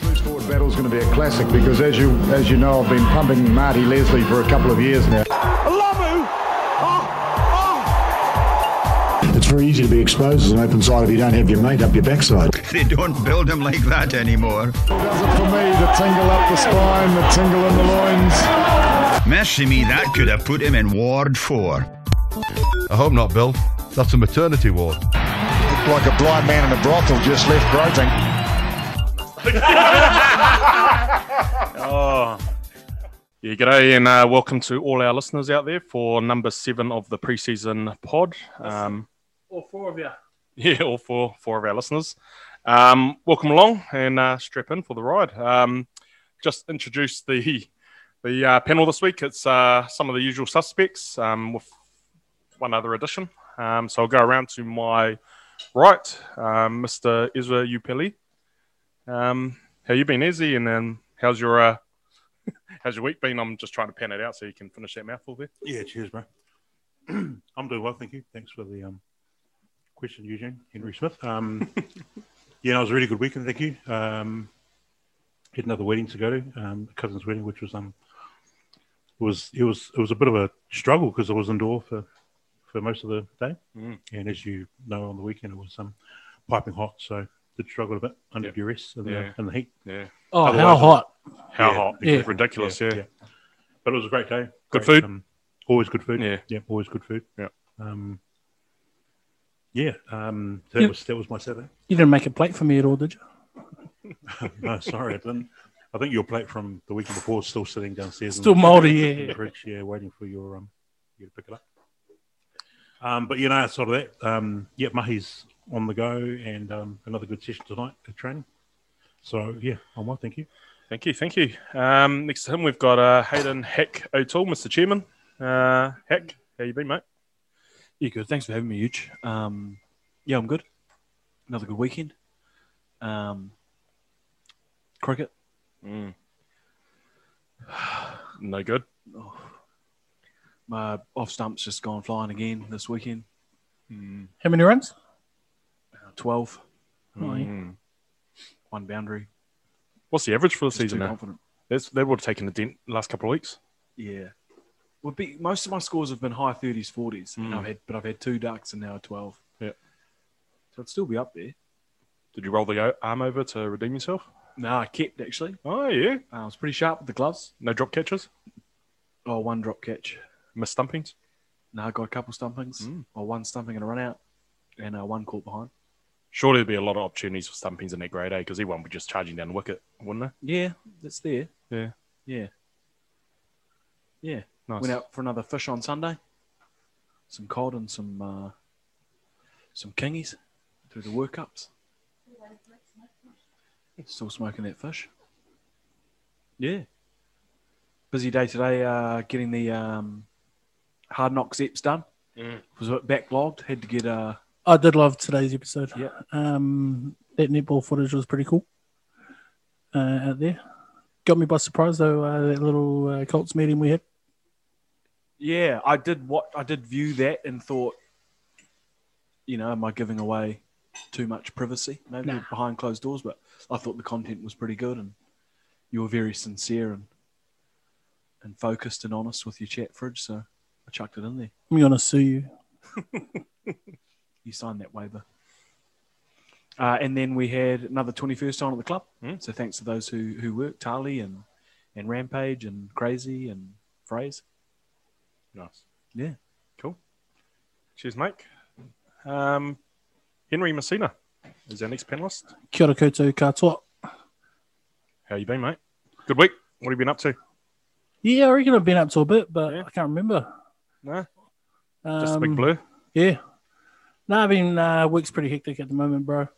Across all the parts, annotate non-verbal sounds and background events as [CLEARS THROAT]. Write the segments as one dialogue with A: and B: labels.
A: battle's going to be a classic because, as you as you know, I've been pumping Marty Leslie for a couple of years now.
B: Lamu!
C: It's very easy to be exposed as an open side if you don't have your mate up your backside.
D: They don't build them like that anymore.
E: Does it for me, the tingle up the spine, the tingle in the loins.
D: Mercy me, that could have put him in Ward 4.
F: I hope not, Bill. That's a maternity ward.
A: Looked like a blind man in a brothel just left groping.
G: Oh. Yeah, g'day, and uh, welcome to all our listeners out there for number seven of the preseason pod. Um,
H: All four of you.
G: [LAUGHS] yeah, all four four of our listeners. Um, welcome along and uh, strap in for the ride. Um, just introduce the the uh, panel this week. It's uh, some of the usual suspects um, with one other addition. Um, so I'll go around to my right, um, Mr. Ezra Upeli. Um, how you been, Ezzy? And then how's your uh, how's your week been? I'm just trying to pan it out so you can finish that mouthful there.
I: Yeah, cheers, bro. [CLEARS THROAT] I'm doing well, thank you. Thanks for the um, question, Eugene Henry Smith.
G: [LAUGHS]
I: Um, yeah, no, it was a really good weekend, thank you. Um, had another wedding to go to, um, a cousin's wedding, which was um, was it was it was a bit of a struggle because I was indoor for for most of the day,
G: Mm.
I: and as you know, on the weekend it was um, piping hot, so did struggle a bit under
G: Yeah.
I: duress and
G: Yeah.
I: the, in the heat.
G: Yeah,
H: Oh, how
I: Otherwise-
H: hot.
G: how
I: Yeah,
G: hot?
H: yeah.
G: Ridiculous. yeah.
I: But it was a great day.
G: Good
I: Great,
G: food?
I: Um, always good food.
G: Yeah.
I: Yeah. Always good food.
G: Yeah.
I: Um, yeah. Um, so that
H: Yeah.
I: was that was my Saturday.
H: You didn't make a plate for me at all, did you?
I: no, [LAUGHS] sorry, I didn't. I think your plate from the weekend before is still sitting downstairs. in
H: Still
I: the-
H: mouldy,
I: in the
H: yeah.
I: fridge, yeah, waiting for your um, you to pick it up. Um, but you know, outside of that, um, yeah, Mahi's on the go, and um, another good session tonight at training. So yeah, I'm well, thank you.
G: Thank you, thank you. Um, next to him, we've got uh, Hayden Heck O'Toole, Mr. Chairman. Uh, Heck, how you been, mate?
J: Yeah, good. Thanks for having me, Huge. Um, yeah, I'm good. Another good weekend. Um, cricket.
G: No good.
J: My off stump's just gone flying again this weekend.
H: How many runs?
J: 12,
G: Mm.
J: one boundary.
G: What's the average for the
J: Just
G: season
J: too
G: now?
J: confident.
G: That's, that would have taken a dent the last couple of weeks.
J: Yeah. Would be most of my scores have been high 30s, 40s,
G: Mm.
J: and I've had but I've had two ducks and now a 12.
G: Yeah.
J: So I'd still be up there.
G: Did you roll the o- arm over to redeem yourself?
J: No, I kept actually.
G: Oh, yeah.
J: Uh, I was pretty sharp with the gloves.
G: No drop catches?
J: Oh, one drop catch.
G: Missed stumpings?
J: No, I got a couple stumpings.
G: Mm.
J: Or one stumping and a run out, and uh, one caught behind.
G: Surely there'd be a lot of opportunities for stumpings in that grade A because everyone would be just charging down the wicket, wouldn't they?
J: Yeah, that's there.
G: Yeah.
J: Yeah. Yeah.
G: Nice.
J: Went out for another fish on Sunday. Some cod and some uh, some kingies through the workups. Still smoking that fish. Yeah. Busy day today uh, getting the um, hard knock steps done.
G: Mm.
J: Was a bit backlogged. Had to get uh,
H: I did love today's episode.
J: Yeah.
H: Um, that netball footage was pretty cool uh, out there. Got me by surprise though. Uh, that little uh, Colts meeting we had.
J: Yeah, I did what I did view that and thought, you know, am I giving away too much privacy? Maybe
H: Nah.
J: behind closed doors, but I thought the content was pretty good and you were very sincere and and focused and honest with your chat fridge, so I chucked it in there.
H: I'm gonna sue you.
J: You signed that waiver. Uh, and then we had another 21st on at the club.
G: Mm.
J: So thanks to those who who worked, Tali and and Rampage and Crazy and Phrase.
G: Nice.
J: Yeah.
G: Cool. Cheers, mate. Um, Henry Messina is our next panelist.
H: Kia ora koutou katoa.
G: How you been, mate? Good week. What have you been up to?
H: Yeah, I reckon I've been up to a bit, but
G: Yeah.
H: I can't remember.
G: No,
H: Um,
G: just a big blur.
H: Yeah. No, I mean, uh, week's pretty hectic at the moment, bro.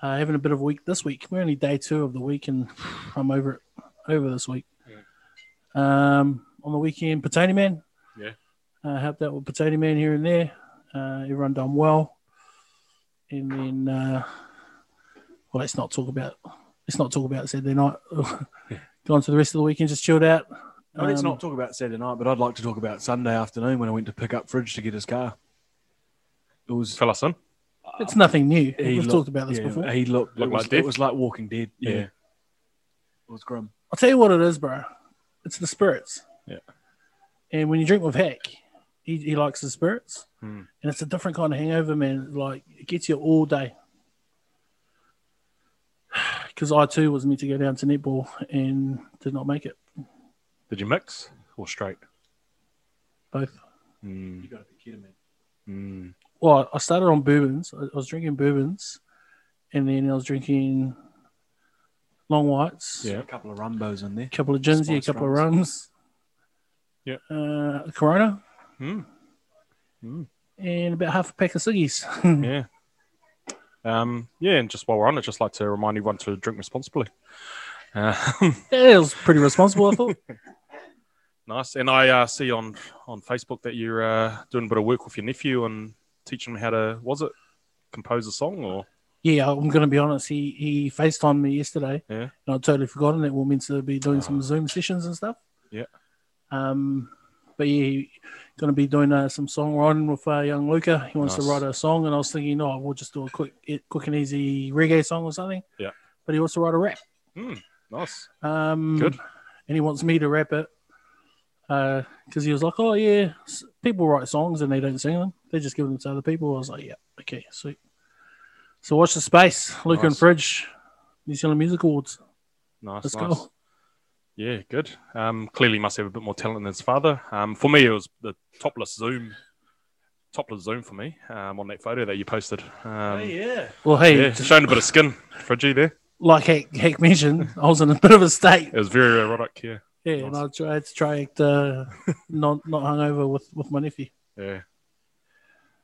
H: Uh, having a bit of a week this week. We're only day two of the week, and [SIGHS] I'm over it, over this week. Um, on the weekend, Potato Man.
G: Yeah.
H: Uh, helped out with Potato Man here and there. Uh, everyone done well. And then, uh, well, let's not talk about. Let's not talk about Saturday night. [LAUGHS] Gone to the rest of the weekend, just chilled out.
J: Well, let's
H: Um,
J: not talk about Saturday night, but I'd like to talk about Sunday afternoon when I went to pick up Fridge to get his car. It was.
G: Fill us in.
H: It's nothing new.
J: he
H: We've
J: looked-
H: talked about this
J: yeah,
H: before.
J: He
G: Looked
J: looked. it, was,
G: like death.
J: it was like Walking Dead. Yeah.
G: Yeah.
J: was grim.
H: I'll tell you what it is, bro. It's the spirits.
G: Yeah.
H: And when you drink with Hack, he, he likes the spirits.
G: Hmm.
H: And it's a different kind of hangover, man. Like, it gets you all day. [SIGHS] Because I too was meant to go down to netball and did not make it.
G: Did you mix or straight?
H: Both.
J: You got to be kidding me.
G: Mm.
H: Well, I started on bourbons. I I was drinking bourbons and then I was drinking long whites.
G: Yeah.
J: A couple of rumbos in there.
H: A couple of gins, yeah, a
J: Spiced
H: couple of
J: rums.
H: rums.
G: Yep.
H: Uh, a Corona.
G: Hmm.
H: And about half a pack of ciggies. [LAUGHS]
G: Yeah. Um, yeah, and just while we're on it, just like to remind everyone to drink responsibly. Uh,
H: Yeah, it was pretty responsible, I thought.
G: [LAUGHS] nice. And I uh, see on on Facebook that you're uh, doing a bit of work with your nephew and teaching him how to was it compose a song or
H: [LAUGHS] yeah, I'm going to be honest. He he FaceTimed me yesterday.
G: Yeah.
H: And I'd totally forgotten that we're meant to be doing some Zoom sessions and stuff.
G: Yeah.
H: Um, but yeah, going to be doing uh, some songwriting with uh, young Luca. He wants to
G: Nice.
H: write a song, and I was thinking, oh, we'll just do a quick, e- quick and easy reggae song or something.
G: Yeah.
H: But he wants to write a rap.
G: nice?
H: Um,
G: Good.
H: And he wants me to rap it because he was like, "Oh yeah, s- people write songs and they don't sing them; they just give them to other people." I was like, "Yeah, okay, sweet." So watch the space, Luca and
G: Nice.
H: Fridge, New Zealand Music Awards.
G: Nice,
H: Let's
G: nice.
H: go.
G: Yeah, good. Um, clearly must have a bit more talent than his father. Um, for me, it was the topless zoom, topless zoom for me um, on that photo that you posted. Um,
J: yeah.
H: Well, hey,
G: yeah,
H: just
G: showing a bit of skin, Fridgie there.
H: like Hank, Hank mentioned, I was in a [LAUGHS] bit of a state.
G: It was very erotic. Yeah,
H: Yeah, and I tried to try act uh, not not hungover with with
G: [LAUGHS]
H: my nephew,
G: yeah,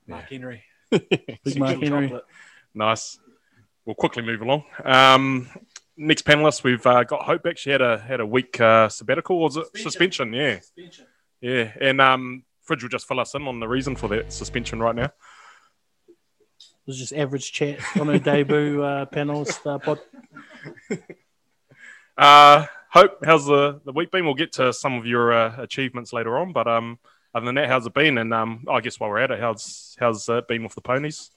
J: Mark Henry.
H: Big Mark
J: Central
H: Henry.
J: Chocolate.
G: nice. We'll quickly move along. Um, next panelist, we've uh, got Hope. back. She had a had a week uh, sabbatical, was it suspension? Yeah, yeah. And um, Fridge will just fill us in on the reason for that suspension right now.
H: It was just average chat on her debut uh, panelist uh, pod.
G: Uh, Hope, how's the, the week been? We'll get to some of your uh, achievements later on, but um, other than that, how's it been? And um, I guess while we're at it, how's how's it been with the ponies?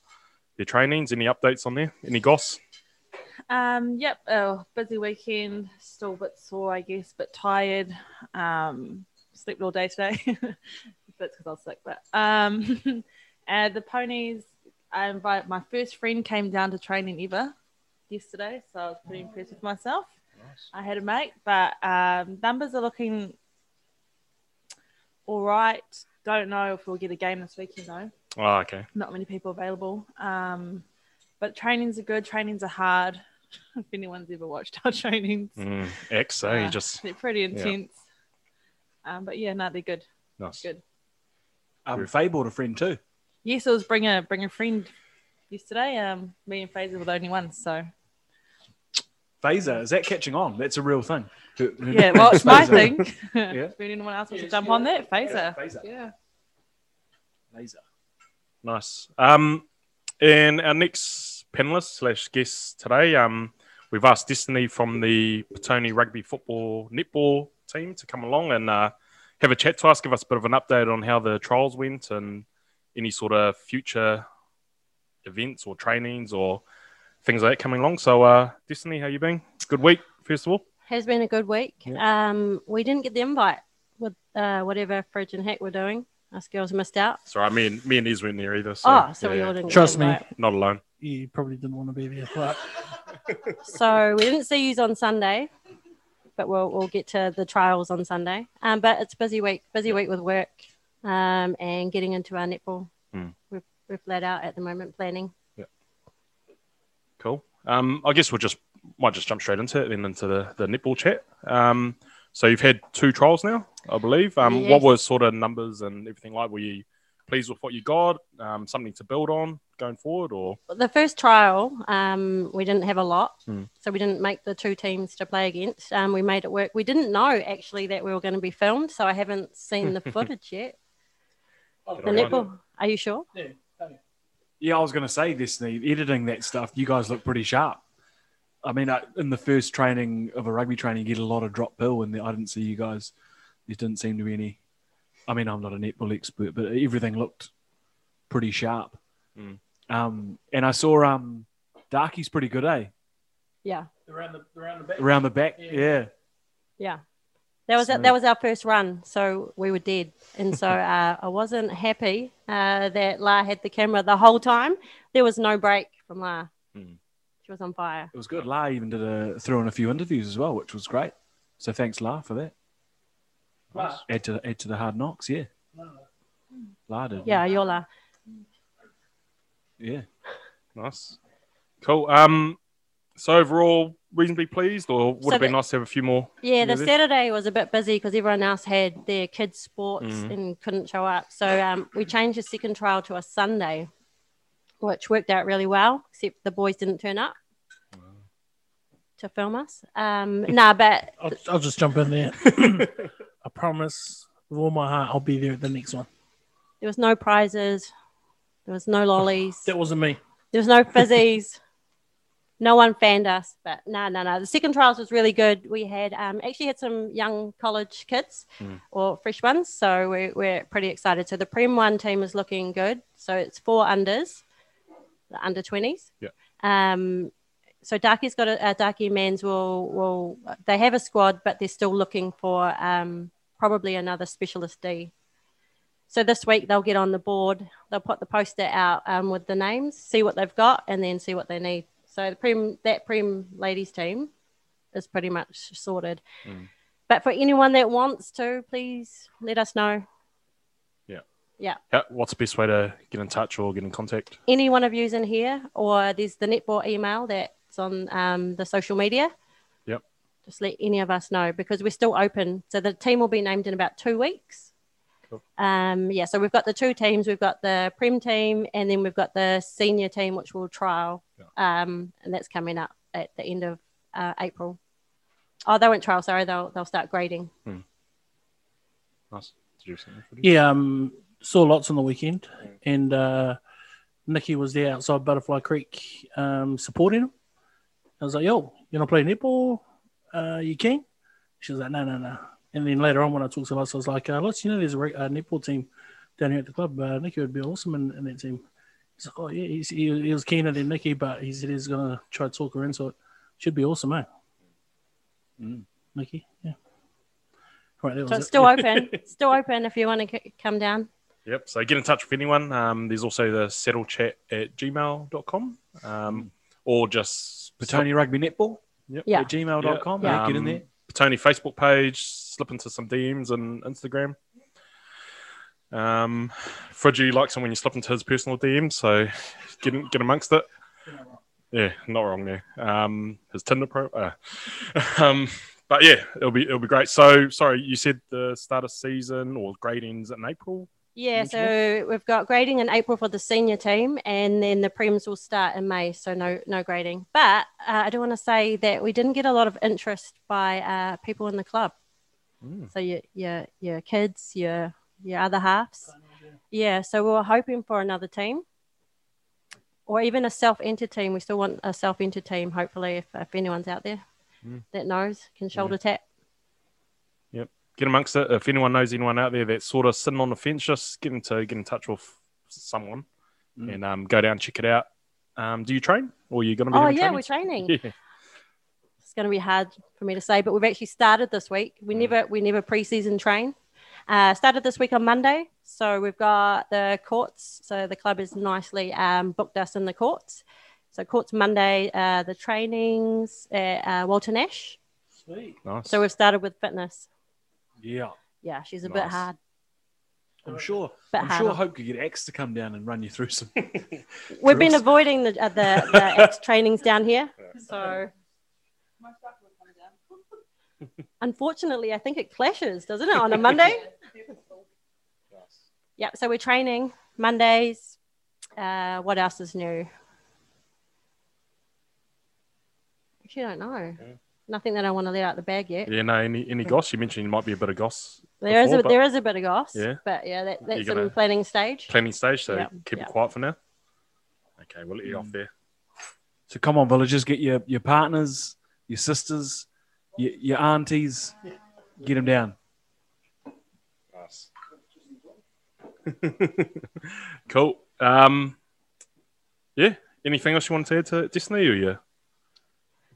G: Their trainings? Any updates on there? Any goss?
B: Um, yep. Oh, busy weekend. Still a bit sore, I guess, but tired. Um, slept all day today. [LAUGHS] That's because I was sick. But um, [LAUGHS] uh, the ponies. I invite my first friend came down to training ever yesterday, so I was pretty impressed with myself. I had a mate, but um, numbers are looking all right. Don't know if we'll get a game this weekend though
G: Oh, okay.
B: not many people available. Um, but trainings are good. Trainings are hard. [LAUGHS] if anyone's ever watched our [LAUGHS] trainings,
G: Mm, X, eh?
B: uh,
G: Just
B: they're pretty intense. Um, but yeah, no, they're good.
G: nice.
B: Good.
J: Um, Faye bought a friend too.
B: Yes, it was bring a bring a friend yesterday. Um, me and Faisal were the only ones.
G: [LAUGHS]
B: So
J: Phaser, is that catching on? That's a real thing.
B: yeah, well, it's my
G: [LAUGHS]
J: Phaser.
B: thing. if anyone else wants to jump on that,
J: Yeah,
B: Faisal.
J: Phaser.
B: Yeah.
J: Phaser.
G: Nice. Um, and our next panelist slash guest today, um, we've asked Destiny from the Petone Rugby Football Netball team to come along and uh, have a chat to us, give us a bit of an update on how the trials went and any sort of future events or trainings or things like that coming along. So, uh, Destiny, how you been? Good week, first of all.
K: has been a good week. Um, we didn't get the invite with uh, whatever Fridge and Hack were doing. Us girls missed out.
G: Sorry, me and me and Ez weren't there either. So,
K: oh, so we
G: yeah,
K: all didn't. get
H: Trust
K: the
H: me.
K: invite.
G: not alone.
H: You probably didn't want to be there, but
K: So we didn't see you on Sunday, but we'll we'll get to the trials on Sunday. Um, but it's a busy week, busy week with work, um, and getting into our netball.
G: Mm.
K: We're we're flat out at the moment planning.
G: Cool. Um, I guess we'll just might just jump straight into it then into the the netball chat. Um, so you've had two trials now, I believe. Um, What
K: Yes.
G: were sort of numbers and everything like? Were you pleased with what you got? Um, something to build on going forward, or
K: The first trial, um, we didn't have a lot,
G: Mm.
K: so we didn't make the two teams to play against. Um, we made it work. We didn't know actually that we were going to be filmed, so I haven't seen the footage yet.
G: Did I
K: The
G: find it?
K: netball. Are you sure?
J: Yeah, I was going to say this, Steve. Editing that stuff, you guys look pretty sharp. I mean, I, in the first training of a rugby training, you get a lot of drop bill, and I didn't see you guys. There didn't seem to be any. I mean, I'm not a netball expert, but everything looked pretty sharp.
G: Mm.
J: Um, and I saw um, Darky's pretty good, eh?
K: Yeah.
H: around the around the back.
J: around the back. Yeah.
K: Yeah. That was
J: So-
K: that was our first run, so we were dead, and
J: [LAUGHS]
K: so uh, I wasn't happy uh, that La had the camera the whole time. There was no break from La;
J: Hmm.
K: she was on fire.
J: It was good. La even did a throw in a few interviews as well, which was great. So thanks, La, for that.
H: La.
J: Add to add to the hard knocks. Yeah, La did.
K: Yeah, you're La.
J: Yeah.
G: Nice. Cool. Um, so overall, reasonably pleased, or would
K: So
G: have been
K: the-
G: nice to have a few more.
K: Yeah,
G: few
K: the
G: of these?
K: Saturday was a bit busy because everyone else had their kids' sports
J: Hmm.
G: Mhm.
K: and couldn't show up. So um, we changed the second trial to a Sunday, which worked out really well, except the boys didn't turn up to film us. Um, nah, but
H: I'll, I'll just jump in there. I promise with all my heart, I'll be there at the next one.
K: there was no prizes, there was no lollies.
H: That wasn't me.
K: There was no fizzies. no one fanned us, but no, no, no. The second trials was really good. We had um, actually had some young college kids
L: Mm.
K: or fresh ones, so we're, we're pretty excited. So the Prem One team is looking good. So it's four unders, the under twenties.
G: Yeah.
K: Um, so Darky's got a, uh, Darky Mans will will they have a squad, but they're still looking for um, probably another specialist D. So this week they'll get on the board. They'll put the poster out um, with the names, see what they've got, and then see what they need. So the prem that prem ladies team is pretty much sorted. But for anyone that wants to, please let us know.
G: Yeah.
K: Yeah,
G: How, what's the best way to get in touch or get in contact?
K: any one of yous in here, or there's the netball email that's on um, the social media.
G: Yep.
K: Just let any of us know because we're still open. So the team will be named in about two weeks.
G: Cool.
K: Um, yeah, so we've got the two teams. We've got the Prem team, and then we've got the senior team, which will trial, um, and that's coming up at the end of uh, April. Oh, they won't trial. Sorry, they'll they'll start grading.
G: Nice. Did you have something?
H: Yeah, um, saw lots on the weekend, and uh, Nikki was there outside Butterfly Creek um, supporting him. I was like, "Yo, you want to play netball? Uh, you keen?" She was like, "No, no, no." And then later on, when I talked to us, I was like, uh, "Let's, you know, there's a re- uh, netball team down here at the club. Uh, Nikki would be awesome in, in that team." He's like, "Oh yeah, he's, he, he was keener than Nikki, but he said he's gonna try to talk her into it. Should be awesome, eh,
J: Mm.
H: Nikki?" Yeah. Right, that was
K: So
H: it.
G: [LAUGHS]
K: it's still open. It's still open if you want to c- come down.
G: Yep. So get in touch with anyone. Um, there's also the settlechat at gmail.com um, or just
J: Petone Rugby Netball.
G: Yep.
K: Yeah.
J: At gmail.com. Yeah. Um, Get in there.
G: Tony Facebook page, slip into some DMs and Instagram. Um, Fridgy likes him when you slip into his personal DM, so get in, get amongst it. Yeah, not wrong there. Um, his Tinder pro. Uh, [LAUGHS] um, but yeah, it'll be it'll be great. So sorry, you said the start of season or grade ends in April.
K: Yeah, so we've got grading in April for the senior team, and then the prems will start in May. So no, no grading. But uh, I do want to say that we didn't get a lot of interest by uh, people in the club. So your your your kids, your your other halves. Yeah, so we were hoping for another team, or even a self-enter team. We still want a self-enter team. Hopefully, if, if anyone's out there
G: Mm.
K: that knows can shoulder tap.
G: Yep. Get amongst it. If anyone knows anyone out there that's sort of sitting on the fence, just get into get in touch with someone
J: Mm.
G: and um, go down check it out. Um, do you train or are you going to be?
K: Oh
G: having
K: yeah, we're
G: trainings?
K: training.
G: [LAUGHS] Yeah.
K: it's going to be hard for me to say, but we've actually started this week. We never we never preseason train. Uh, started this week on Monday, so we've got the courts. So the club has nicely um, booked us in the courts. So courts Monday, uh, the trainings at uh, Walter Nash.
H: Sweet.
G: Nice.
K: So we've started with fitness.
J: Yeah.
K: Yeah, she's a bit
J: Nice.
K: hard.
J: I'm sure.
K: But
J: I'm
K: how-
J: sure Hope could get X to come down and run you through some. [LAUGHS]
K: We've been
J: drills.
K: avoiding the uh, the,
G: [LAUGHS]
K: the ex trainings down here, so. Unfortunately, I think it clashes, doesn't it, on
G: [LAUGHS]
K: a Monday? Yep. So we're training Mondays. Uh, what else is new? Actually, I don't know. Nothing that I want to let out the bag yet.
G: Yeah, no, any any goss? You mentioned you might be a bit of goss.
K: There is
G: before,
K: a
G: but
K: there is a bit of goss,
G: Yeah.
K: but yeah, that, that's
G: gonna-
K: in planning stage.
G: planning stage, so
K: Yeah,
G: keep
K: yeah.
G: it quiet for now. Okay, we'll let you off there.
J: So come on, villagers, get your, your partners, your sisters, your, your aunties, get them down.
G: Nice. Cool. Um, yeah. Anything else you want to add to Disney or yeah?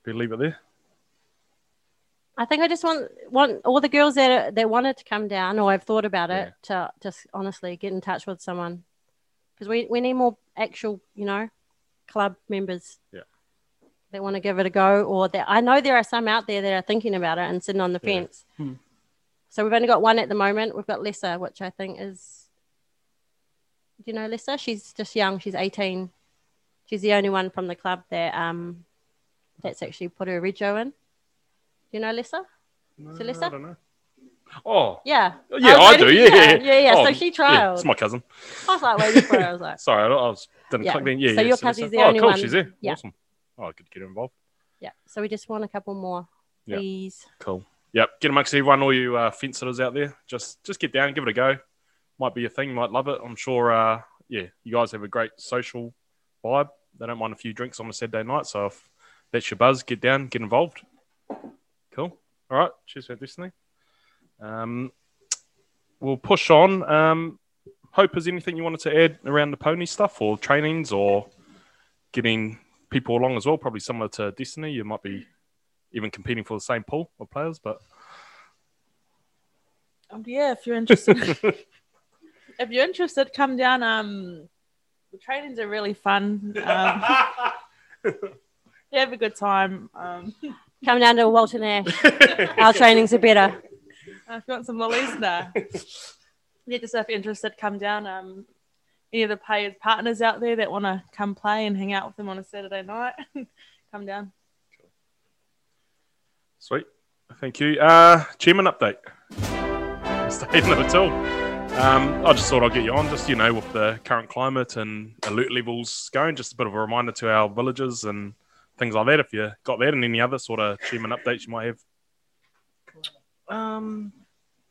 G: Better leave it there.
K: I think I just want want all the girls that are, that wanted to come down or have thought about it to just honestly get in touch with someone because we, we need more actual you know club members
G: Yeah.
K: that want to give it a go or that I know there are some out there that are thinking about it and sitting on the
G: Yeah.
K: fence. So we've only got one at the moment. We've got Lisa, which I think is do you know Lisa? She's just young. She's eighteen. She's the only one from the club that um that's actually put her rego in. Do you know Lisa? Is it Lisa?
G: Oh.
K: Yeah.
G: Yeah, I,
K: was
G: do.
K: waiting-
G: Yeah, yeah,
K: yeah, yeah.
G: Oh,
K: so she trialed.
G: it's my cousin.
K: I was like waiting for her. I was like,
G: Sorry, I, I was, didn't
K: Yeah.
G: click then. Yeah,
K: So
G: yeah,
K: your
G: so that's
K: cousin's
G: it.
K: the
G: oh,
K: only
G: cool,
K: one-
G: she's there.
K: yeah.
G: Awesome. Oh, I could get her involved.
K: yeah. So we just want a couple more,
G: Yeah.
K: please.
G: Cool. Yep. Get amongst everyone, all you uh, fence sitters out there. Just just get down, give it a go. Might be your thing. Might love it. I'm sure. Uh, yeah, you guys have a great social vibe. They don't mind a few drinks on a Saturday night. So if that's your buzz, get down, get involved. Cool. All right. Cheers for Destiny. Um, we'll push on. Um, Hope, is anything you wanted to add around the pony stuff or trainings or getting people along as well? Probably similar to Destiny. You might be even competing for the same pool of players, but
B: Um, yeah, if you're interested, if you're interested, come down. Um, the trainings are really fun. Um, you have a good time. Um,
K: Come down to Walton Ash. Our trainings are better.
B: if you want some lollies, nah. yeah, just if you're interested, come down. Um, any of the players' partners out there that want to come play and hang out with them on a Saturday night, [LAUGHS] come down.
G: sweet. Thank you. Uh, chairman update. [LAUGHS] Stay in the hotel. Um, I just thought I'd get you on, just you know, with the current climate and alert levels going, just a bit of a reminder to our villagers and things like that. If you got that and any other sort of chairman updates you might have.
J: Um,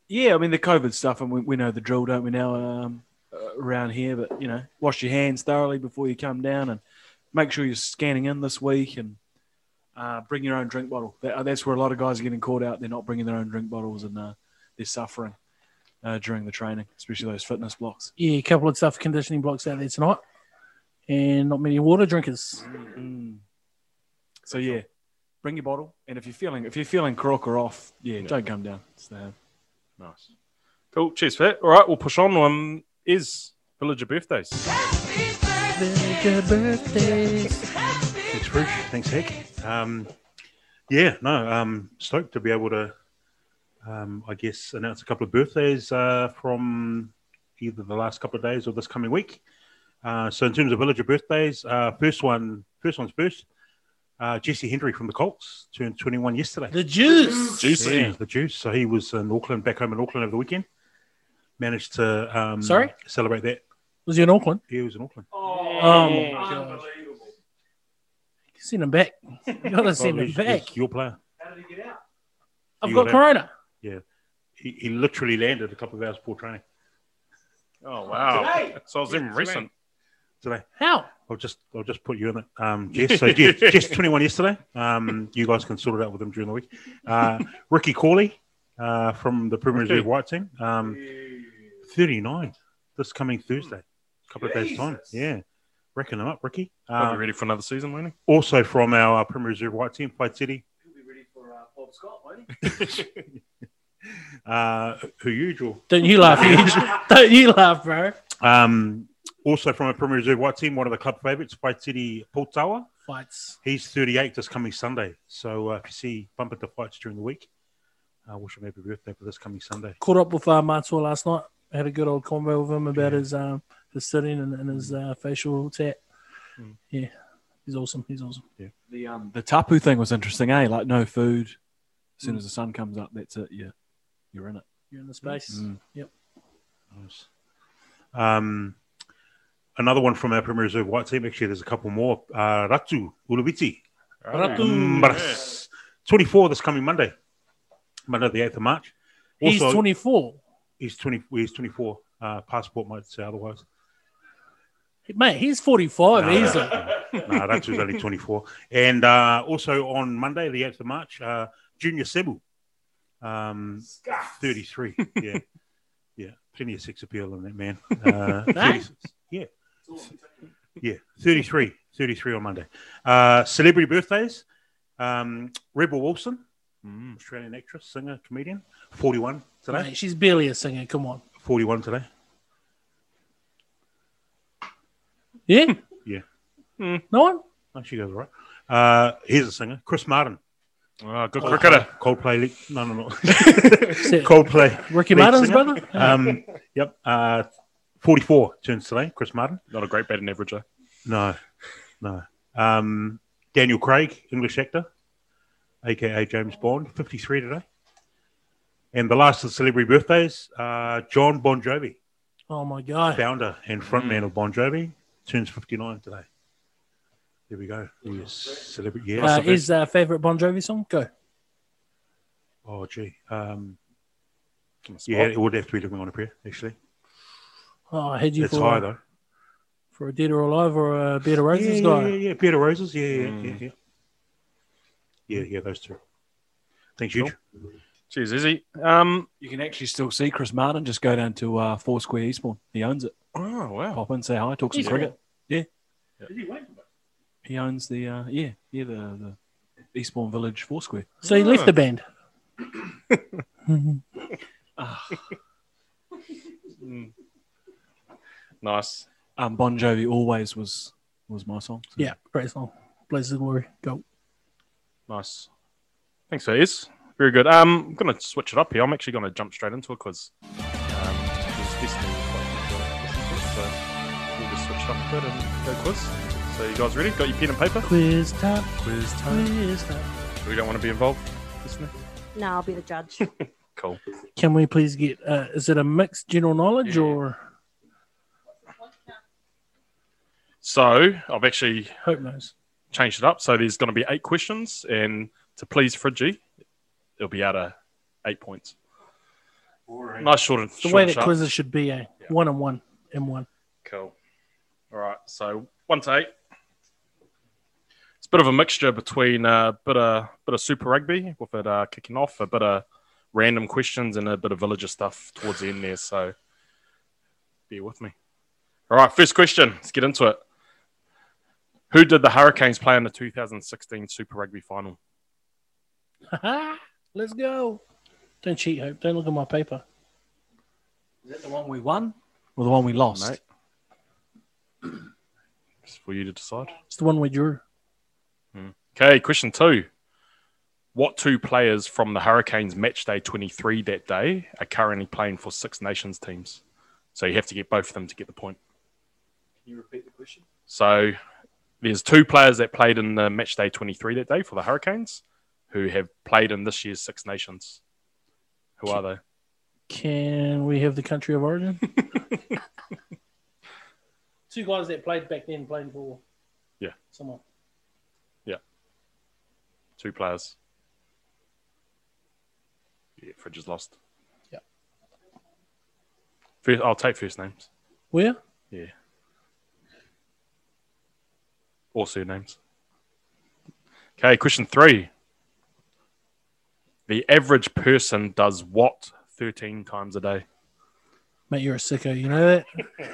J: yeah, I mean the COVID stuff, and we, we know the drill, don't we? Now um, uh, around here, but you know, wash your hands thoroughly before you come down, and make sure you're scanning in this week, and uh, bring your own drink bottle. That, that's where a lot of guys are getting caught out. They're not bringing their own drink bottles, and uh, they're suffering uh, during the training, especially those fitness blocks.
H: Yeah, a couple of tough conditioning blocks out there tonight, and not many water drinkers.
J: So yeah, bring your bottle, and if you're feeling if you're feeling crook or off, yeah, don't come down. It's the
G: Nice. Cool. Cheers for that. All right, we'll push on. Um, is villager birthdays.
I: Thanks, Bruce. Thanks, Heck. Um, yeah, no, um, stoked to be able to, um, I guess, announce a couple of birthdays uh, from either the last couple of days or this coming week. Uh, so, in terms of villager birthdays, uh, first one, first one's first. Uh, Jesse Hendry from the Colts turned 21 yesterday.
H: The juice.
G: Juicy.
I: Yeah, the juice. So he was in Auckland, back home in Auckland over the weekend. Managed to um,
H: Sorry?
I: celebrate that.
H: Was he in Auckland?
I: He was in Auckland.
H: Oh my god! Send him back. You gotta send
I: Well,
H: him
I: he's-
H: back.
I: he's Your player.
H: I've
I: you
H: got
I: got
H: corona.
I: Yeah. He, he literally landed a couple of hours before training
G: Oh wow.
H: Today.
G: So I was even recent.
I: today.
H: How?
I: I'll just I'll just put you in it. Um, Jess, so Jess, Jess 21 yesterday. Um, you guys can sort it out with him during the week. Uh, Ricky Corley uh, from the Premier Reserve White team. Um, 39 this coming Thursday. couple of days' time. Yeah. Reckon him up, Ricky.
G: Are we
I: Um,
G: ready for another season, Lenny?
I: also from our uh, Premier Reserve White team, Fight City. [LAUGHS] Uh, who usual.
H: Don't you laugh, Edge. Don't you laugh, bro.
I: Um, also from a Premier Reserve White team, one of the club favourites, Fight City Pultawa.
H: Fights.
I: He's 38 this coming Sunday. So uh, if you see bump into fights during the week, uh, wish him happy birthday for this coming Sunday.
H: Caught up with uh, Matua last night. Had a good old convo with him about his um, his sitting and, and his uh, facial tat. Yeah, he's awesome. He's awesome.
J: the um the tapu thing was interesting, eh? Like no food. As soon as the sun comes up, that's it. Yeah, you're in it.
H: You're in the space.
J: Mm.
H: Yep.
I: Nice. Um, another one from our Premier Reserve White team. Actually, there's a couple more. Uh, Ratu Ulubiti.
H: Ratu.
I: Mbras. 24 this coming Monday. Monday the 8th of March.
H: He's
I: Also-
H: 24.
I: He's 20. He's 24. Uh, passport might say otherwise.
H: Mate, he's 45
I: No, [LAUGHS]
H: easily.
I: no, that's who's only 24. And uh, also on Monday, the 8th of March, uh, Junior Sebu, um, 33. Yeah. yeah. Plenty of sex appeal in that man. Uh, 36. yeah. Yeah. 33. 33 on Monday. Uh, celebrity birthdays. Um, Rebel Wilson, Australian actress, singer, comedian. 41 today.
H: Mate, she's barely a singer. Come on.
I: 41 today.
H: Yeah.
I: Yeah.
H: No one?
I: No, she goes all right. Uh, here's a singer, Chris Martin.
G: Oh, good
I: cricketer. Coldplay. Lead, no, no, no. Coldplay.
H: Ricky
I: lead
H: Martin's
I: singer.
H: brother?
I: Um, yep. Uh, 44 turns today, Chris Martin.
G: Not a great batting average, though.
I: No, no. Um, Daniel Craig, English actor, aka James Bond, 53 today. And the last of the celebrity birthdays, uh, John Bon Jovi,
H: Oh my god.
I: founder and frontman of Bon Jovi, turns 59 today. There we go. Yes, celebrity. Yeah,
H: Uh,
I: so
H: his uh, favorite Bon Jovi song? Go.
I: Oh, gee. Um, yeah, it would have to be living on a prayer, actually.
H: Oh, I had you
I: It's
H: for
I: high,
H: a-
I: though.
H: for a Dead or Alive or a Bed of Roses
I: yeah,
H: guy.
I: Yeah, yeah, yeah. Bed of Roses. Yeah, yeah, yeah, yeah. Yeah, yeah, those two. Thanks, huge.
G: Cheers, Izzy. Um,
J: You can actually still see Chris Martin. Just go down to uh, Foursquare Eastbourne. He owns it.
G: oh, wow.
J: Pop in, say hi, talk some
H: He's
J: cricket.
H: cool.
J: Yeah. He owns the uh, yeah yeah the, the Eastbourne Village Foursquare.
H: So he left the band.
I: [LAUGHS]
G: Nice.
J: Um, bon Jovi always was was my song. so-
H: Yeah, great song. Blaze the Glory. Go.
G: Nice. Thanks, Iz. Very good. Um, I'm going to switch it up here. I'm actually going to jump straight into a quiz. Um, 'cause Destiny was quite good to listen to, so we'll just switch it up a bit and go quiz. So you guys ready? Got your pen and paper?
H: Quiz time.
G: Quiz time.
H: Quiz time.
G: We don't want to be involved, Destiny.
K: No, I'll be the judge.
G: Cool.
H: Can we please get? Uh, is it a mixed general knowledge or
G: So I've actually
H: hope knows?
G: changed it up. So there's going to be eight questions, and to please Fridgie, it'll be out of eight points. Nice short and
H: The
G: short
H: way
G: and
H: that
G: sharp.
H: quizzes should be a one and one and one.
G: Cool. All right. So one to eight. It's a bit of a mixture between a bit of bit of Super Rugby with it uh, kicking off, a bit of random questions, and a bit of villager stuff towards the end there. So bear with me. All right. First question. Let's get into it. Who did the Hurricanes play in the 2016 Super Rugby final?
H: Ha-ha. [LAUGHS] Let's go. Don't cheat, Hope. Don't look at my paper.
J: Is that the one we won or the one we lost?
G: Mate. It's for you to decide.
H: It's the one we drew.
G: Okay, question two. What two players from the Hurricanes match day 23 that day are currently playing for Six Nations teams? So you have to get both of them to get the point.
J: Can you repeat the question?
G: So there's two players that played in the match day 23 that day for the Hurricanes who have played in this year's Six Nations. Who are they?
H: Can we have the country of
J: [LAUGHS]
H: origin? Two guys that played back then playing for.
G: Yeah.
H: Someone.
G: Two players. Yeah, Fridge is lost.
H: Yeah.
G: First, I'll take first names
H: Where?
G: or surnames. Okay, question three. The average person does what 13 times a day?
H: Mate, you're a sicko. You know that?
J: [LAUGHS] I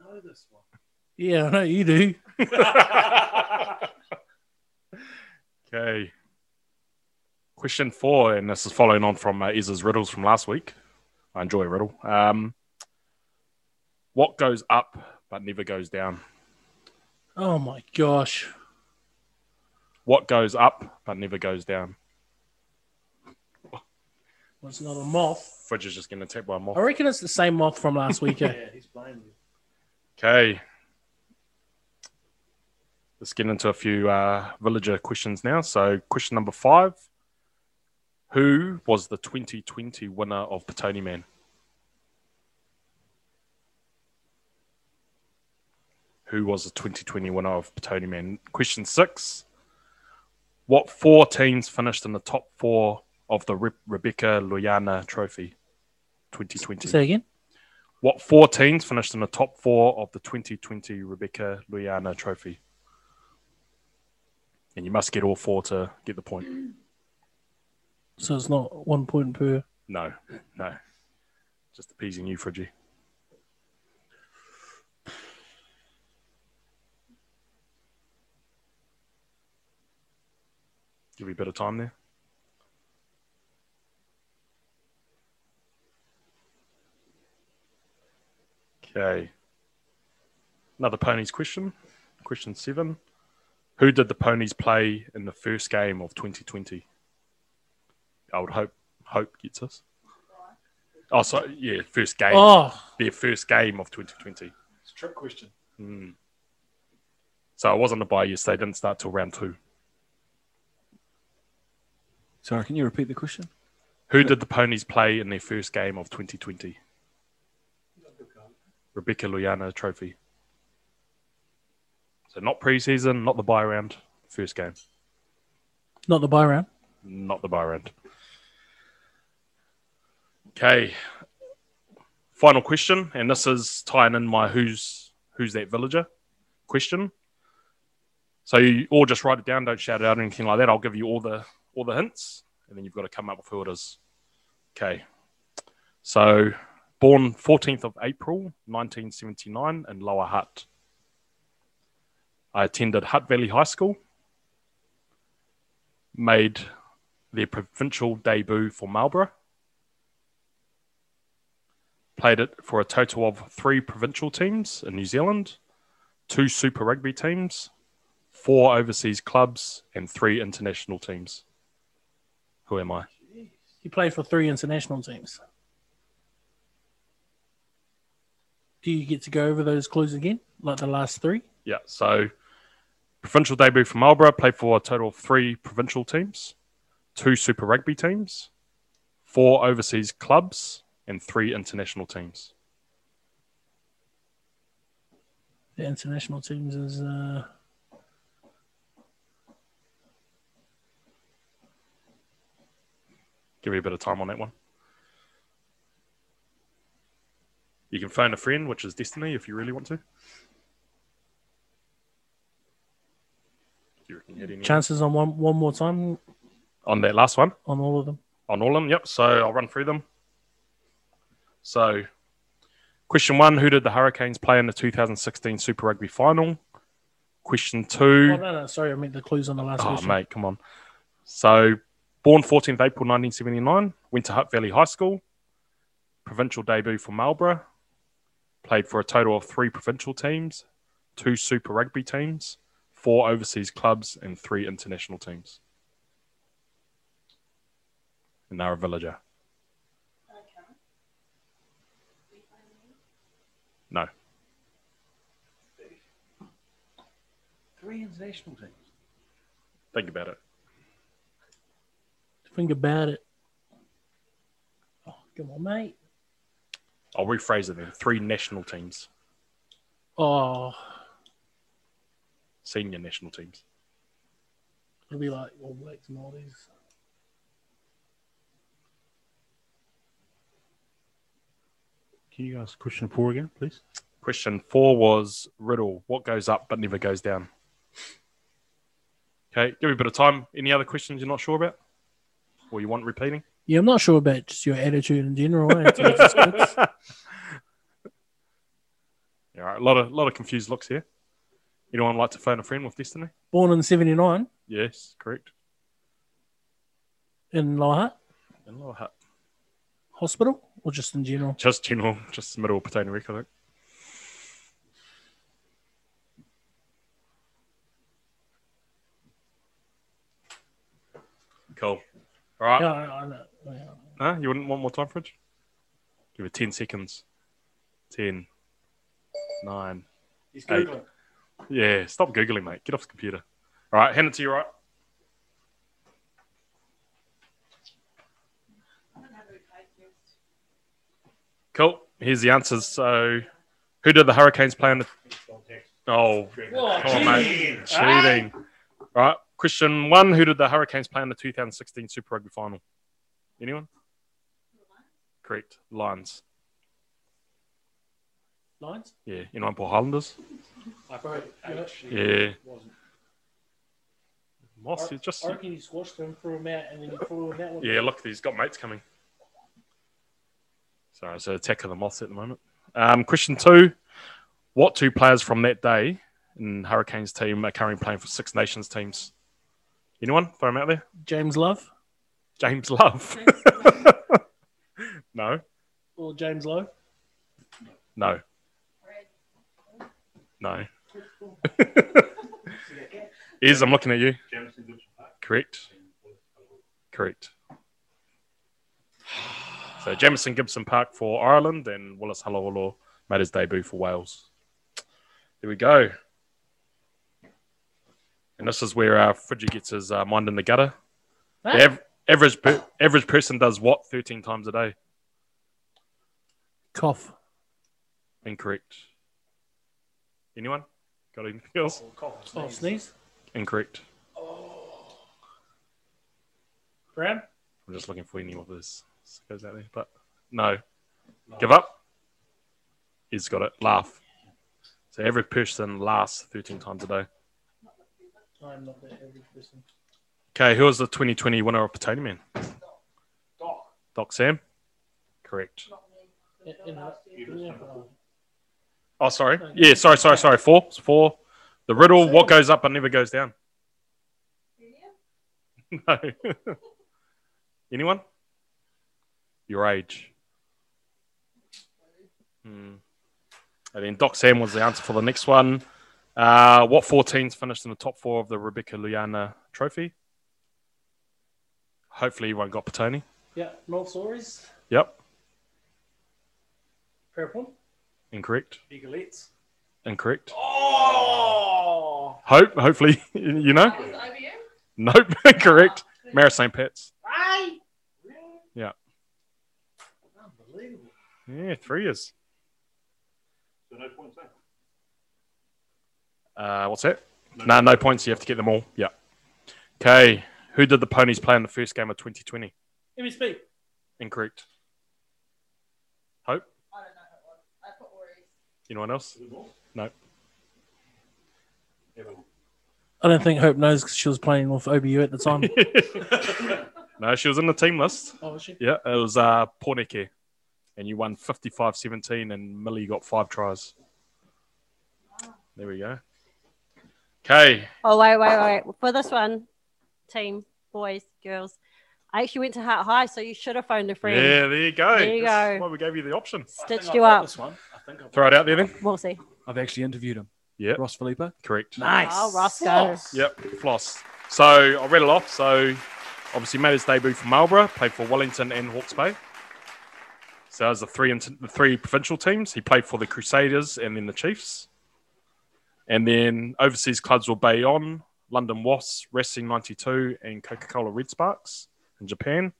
J: know this one.
H: yeah, I know you do.
G: Okay. Question four, and this is following on from uh, Ezra's riddles from last week. I enjoy a riddle. Um, what goes up but never goes down?
H: Oh my gosh.
G: What goes up but never goes down?
H: Well, it's not a moth.
G: Fridge is just getting attacked by a moth.
H: I reckon it's the same moth from last week.
J: [LAUGHS]
H: eh?
G: Okay. Let's get into a few uh, villager questions now. So, question number five Who was the 2020 winner of Petoni Man? Who was the 2020 winner of Petoni Man? Question six What four teams finished in the top four of the Re- Rebecca Luyana Trophy 2020?
H: Say again.
G: What four teams finished in the top four of the 2020 Rebecca Luyana Trophy? And you must get all four to get the point.
H: So it's not one point per.
G: No, no. Just appeasing you, Fridgie. Give you a bit of time there. Okay. Another ponies question. Question seven. Who did the ponies play in the first game of 2020? I would hope hope gets us. Oh, so yeah, first game.
J: Oh.
G: Their first game of 2020.
J: It's a trick question.
G: Mm. So it wasn't a bye year. so They didn't start till round two.
J: Sorry, can you repeat the question?
G: Who did the ponies play in their first game of 2020? Rebecca Luyana Trophy. So not preseason, not the bye round, first game,
H: Not the buy round.
G: not the bye round. Okay. Final question, and this is tying in my who's who's that villager question. So you all just write it down, don't shout it out or anything like that. I'll give you all the all the hints, and then you've got to come up with who it is. Okay. So born 14th of April 1979 in Lower Hutt. I attended Hutt Valley High School. Made their provincial debut for Marlborough. Played it for a total of three provincial teams in New Zealand, two Super Rugby teams, four overseas clubs, and three international teams. Who am I?
H: He played for three international teams. Do you get to go over those clues again, like the last three?
G: Yeah, so provincial debut for Marlborough, played for a total of three provincial teams, two Super Rugby teams, four overseas clubs, and three international teams.
H: The international teams is uh,
G: Give you a bit of time on that one. You can phone a friend, which is Destiny, if you really want to. Do you reckon you had any
H: chances on one one more time
G: on that last one?
H: on all of them.
G: On all of them, yep. So I'll run through them. So, question one Who did the Hurricanes play in the 2016 Super Rugby final? Question two.
H: Oh, no, no, sorry, I meant the clues on the last
G: Oh,
H: question.
G: mate, come on. So, born 14th April 1979, went to Hutt Valley High School, provincial debut for Marlborough, played for a total of three provincial teams, two Super Rugby teams, four overseas clubs, and three international teams. And they're a villager. No.
J: Three international teams.
G: Think about it.
H: Think about it. Oh, come on, mate.
G: I'll rephrase it then. Three national teams,
H: Oh,
G: senior national teams.
H: it'll be like All Blacks and all these.
I: Can you ask question four again, please?
G: Question four was riddle. What goes up but never goes down? Okay, give me a bit of time. Any other questions you're not sure about? Or you want repeating?
H: Yeah, I'm not sure about just your attitude in general. eh, towards the sports.
G: All right, a lot of lot of confused looks here. Anyone like to phone a friend with Destiny?
H: Born in '79
G: Yes, correct.
H: in Lower
G: In Lower Hutt.
H: Hospital, or just in general.
G: Just general, just middle potato rick, I think. Cool. All right.
H: Yeah, I- I know. Yeah.
G: No, you wouldn't want more time, Fridge? Give it 10 seconds. 10, 9.
J: He's
G: Eight.
J: Googling.
G: Yeah, stop Googling, mate. Get off the computer. All right, hand it to you, right? Cool. Here's the answers. So, who did the Hurricanes play in the. Oh, come on, mate. Cheating. All right, question one Who did the Hurricanes play in the 2016 Super Rugby final? Anyone? Correct. Lions.
H: Lions.
G: Yeah. You know, Paul Highlanders.
H: I probably
G: Yeah.
H: wasn't.
G: Moss, you just.
H: I reckon you squashed them, threw them out, and then you threw them out. With
G: Yeah, look, he's got mates coming. Sorry, it's an attack of the moths at the moment. Um, question two What two players from that day in Hurricanes team are currently playing for Six Nations teams? Anyone? Throw him out there.
H: James Love
G: James Love. [LAUGHS] no,
H: or James Lowe?
G: no, no. [LAUGHS] Is I'm looking at you. Correct. Correct. So Jamison Gibson Park for Ireland and Willis Halawalo made his debut for Wales. There we go. And this is where uh, Fridgie gets his uh, mind in the gutter. The av- average per- average person does what 13 times a day?
H: Cough.
G: Incorrect. Anyone? Got anything else?
H: Oh, sneeze.
G: Incorrect.
H: Brown.
G: I'm just looking for any of this. Goes out there, but no. Give up. He's got it. Laugh. So every person laughs 13 times a day.
H: I'm not that average person.
G: Okay, who was the 2020 winner of Potato Man?
H: Doc.
G: Doc Sam. Correct. Oh, sorry. Yeah, sorry, sorry, sorry. Four, It's four. The riddle: What goes up but never goes down? [LAUGHS] No. [LAUGHS] Anyone? Your age. Hmm. And then Doc Sam was the answer for the next one. Uh, what 14s finished in the top four of the Rebecca Luyana Trophy? Hopefully, everyone got Patoni.
H: Yeah, North Stories.
G: Yep,
H: Purple.
G: incorrect,
H: Eaglettes.
G: incorrect.
H: Oh!
G: Hope, hopefully, [LAUGHS] you know. Nope, [LAUGHS] correct. Mara St. Pat's.
H: Right.
G: Yeah,
H: Unbelievable.
G: yeah, three years.
I: So no points there.
G: Uh, what's that? No, no, points. You have to get them all. Yeah. Okay. Who did the ponies play in the first game of 2020?
H: MSP.
G: Incorrect. Hope. Anyone else? No.
H: I don't think Hope knows 'cause she was playing with OBU at
G: [LAUGHS]
H: the time.
G: No, she was in the team list.
H: oh, was she?
G: Yeah, it was uh, Porneke. And you won 55 17, and Millie got five tries. There we go. Okay.
K: Oh wait, wait, wait. For this one, team, boys, girls. I actually went to Hart High, so you should have phoned a friend.
G: Yeah, there you go.
K: There you
G: This
K: go.
G: is why we gave you the option.
K: Stitched you up.
J: This one, I think I've,
G: Throw it out there then.
K: We'll see.
J: I've actually interviewed him.
G: Yeah.
J: Ross Filippo.
G: Correct.
J: Nice.
K: Oh, Roscoe.
G: Yep, floss. So I read it off. So obviously made his debut for Marlborough, played for Wellington and Hawke's Bay. So that was the three int- the three provincial teams. He played for the Crusaders and then the Chiefs. And then overseas clubs were Bayonne, London Wasps, Racing 92, and Coca Cola Red Sparks in Japan.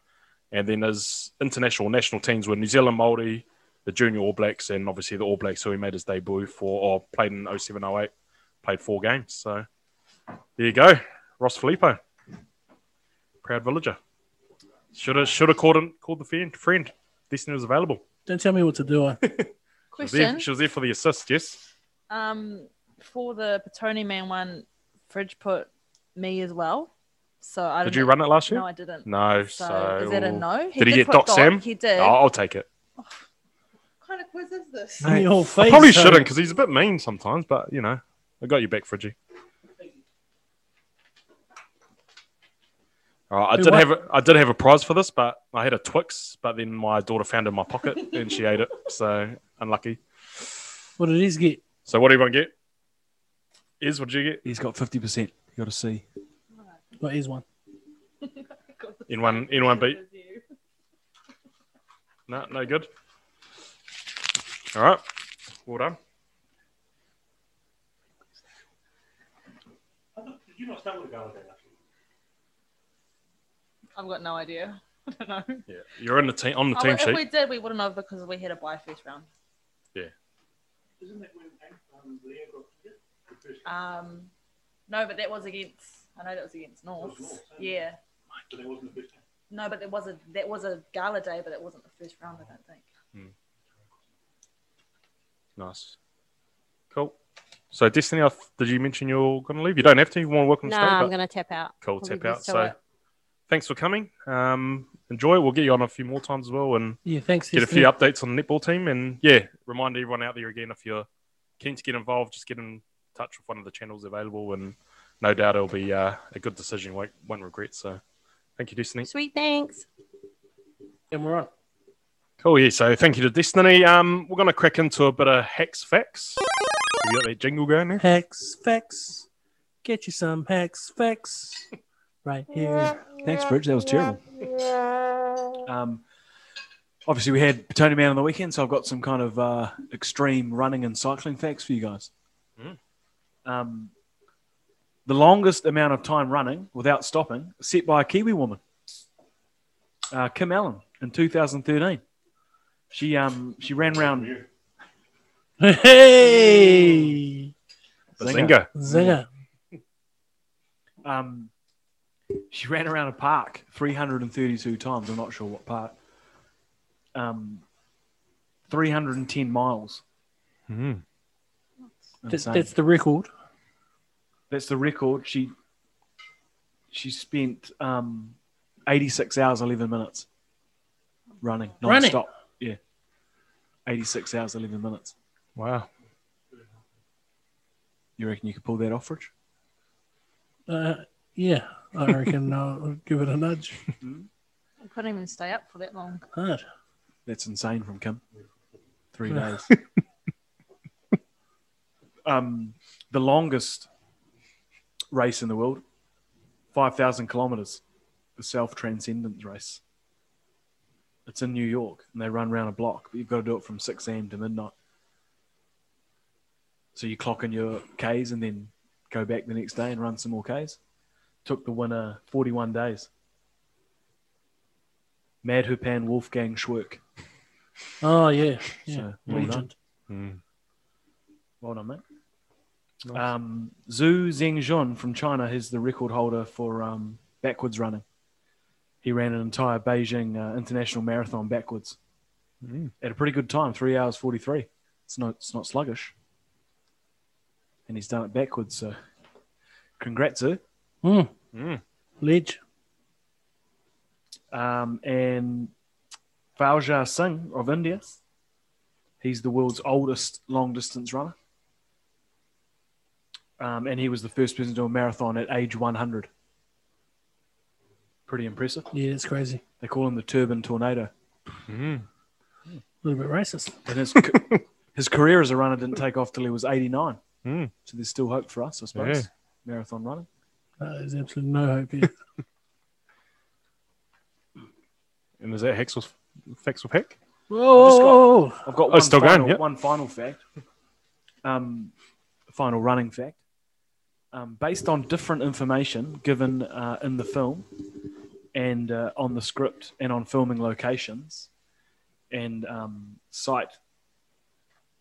G: And then his international national teams were New Zealand Māori, the Junior All Blacks, and obviously the All Blacks, who he made his debut for, or played in 07 08, played four games. So there you go, Ross Filippo, proud villager. Should have should have called him, called the friend. Friend, Destiny was available.
H: Don't tell me what to do.
G: [LAUGHS]
H: I [LAUGHS]
G: She was, there,
B: Question
G: she was there for the assist. Yes,
B: um, for the Patoni Man one, Fridge put me as well. So I
G: did
B: don't
G: you
B: know-
G: run it last year?
B: No, I didn't.
G: No,
B: So,
G: so,
B: is that a no? He
G: did
B: did
G: he get
B: put
G: Doc
B: Doc,
G: Sam?
B: he did.
G: No, I'll take it.
B: What kind of quiz is this?
H: In your
G: I
H: face,
G: probably
H: Hope.
G: shouldn't because he's a bit mean sometimes, but you know, I got you back, Fridgie. All right, Oh, I
H: Who
G: did
H: won?
G: have a, I did have a prize for this, but I had a Twix, but then my daughter found it in my pocket and she ate it, so unlucky.
H: What did his get?
G: So what do you want to get? Is what did you get?
J: He's got 50%. You got to see.
H: What is one?
G: Anyone anyone beat? No, no good. All right. Well done.
I: Did you not start with a go at that?
B: I've got no idea. [LAUGHS] I don't know.
G: Yeah. You're in the team on the
B: Oh,
G: team
B: if we
G: sheet.
B: did, we wouldn't have because we had a bye first round.
I: Isn't that where um, Leah got the first
B: Um, no, but that was against. I know that was against North.
I: North, wasn't it?
B: yeah.
I: but that wasn't the first time.
B: No, but there was a that was a gala day, but it wasn't the first round. I don't think.
G: Nice. Cool. So Destiny, I th- did you mention you're gonna leave? You don't have to, you want to work on the
K: No,
G: stay,
K: I'm
G: but
K: going to tap out.
G: cool,
K: Probably
G: tap out.
K: just do
G: So
K: it.
G: thanks for coming. Um enjoy it. We'll get you on a few more times as well and
H: Yeah, thanks.
G: get a
H: Destiny.
G: few updates on the netball team and yeah, remind everyone out there again if you're keen to get involved, just get in touch with one of the channels available and no doubt it'll be uh, a good decision. Won't, won't regret. So, thank you, Destiny.
K: Sweet, thanks.
H: And we're on.
G: Cool. Yeah. So, thank you to Destiny. Um, we're gonna crack into a bit of hex facts. You got that jingle going there?
H: Hex Fex. Get you some Hex Fex right here.
J: Thanks, Bridge. That was terrible. Um, obviously, we had Tony Man on the weekend, so I've got some kind of uh, extreme running and cycling facts for you guys.
G: Mm.
J: Um, the longest amount of time running without stopping set by a Kiwi woman, uh, Kim Allen, in 2013. She um she ran round.
H: Hey!
G: Bazinga.
H: Zinger.
J: Um, she ran around a park 332 times. I'm not sure what park. Um, 310 miles.
H: That's,
J: Insane.
H: that's the record.
J: That's the record. She she spent um, 86 hours 11 minutes running
H: Running?
J: non-stop. Yeah, 86 hours 11 minutes.
G: Wow.
J: You reckon you could pull that off, Rich?
H: Uh, yeah, I
J: [LAUGHS]
H: reckon I'll give it a nudge.
B: I couldn't even stay up for that long.
H: Hard.
J: That's insane from Kim. Three days. [LAUGHS] um, the longest race in the world, 5,000 kilometers, the self transcendence race. It's in New York and they run around a block, but you've got to do it from 6 a.m. to midnight. So you clock in your Ks and then go back the next day and run some more Ks. Took the winner 41 days. Madhupan Wolfgang Schwerk.
H: Oh, yeah. yeah.
J: So, well done.
H: Legend.
J: Well done, mate. Um, Zhu Zhengjun from China is the record holder for um, backwards running. He ran an entire Beijing uh, international marathon backwards at a pretty good time, three hours forty-three. It's not it's not sluggish, and he's done it backwards. So, congrats, Zhu.
H: Mm.
G: Mm.
H: Ledge.
J: Um, and Fauzja Singh of India. He's the world's oldest long distance runner. Um, and he was the first person to do a marathon at age 100. Pretty impressive.
H: Yeah, that's crazy.
J: They call him the Turban Tornado.
H: A little bit racist.
J: And his,
G: [LAUGHS]
J: ca- his career as a runner didn't take off till he was 89.
G: Hmm.
J: So there's still hope for us, I suppose.
G: Yeah.
J: Marathon running.
H: Uh, there's absolutely no hope
J: [LAUGHS]
H: here.
G: And is that hex with facts with heck?
H: Whoa,
J: Just
H: whoa, whoa.
J: I've got
G: Oh,
J: one
G: still going,
J: final,
G: yep.
J: one final fact. Um, final running fact. Um, based on different information given uh, in the film and uh, on the script and on filming locations and um, site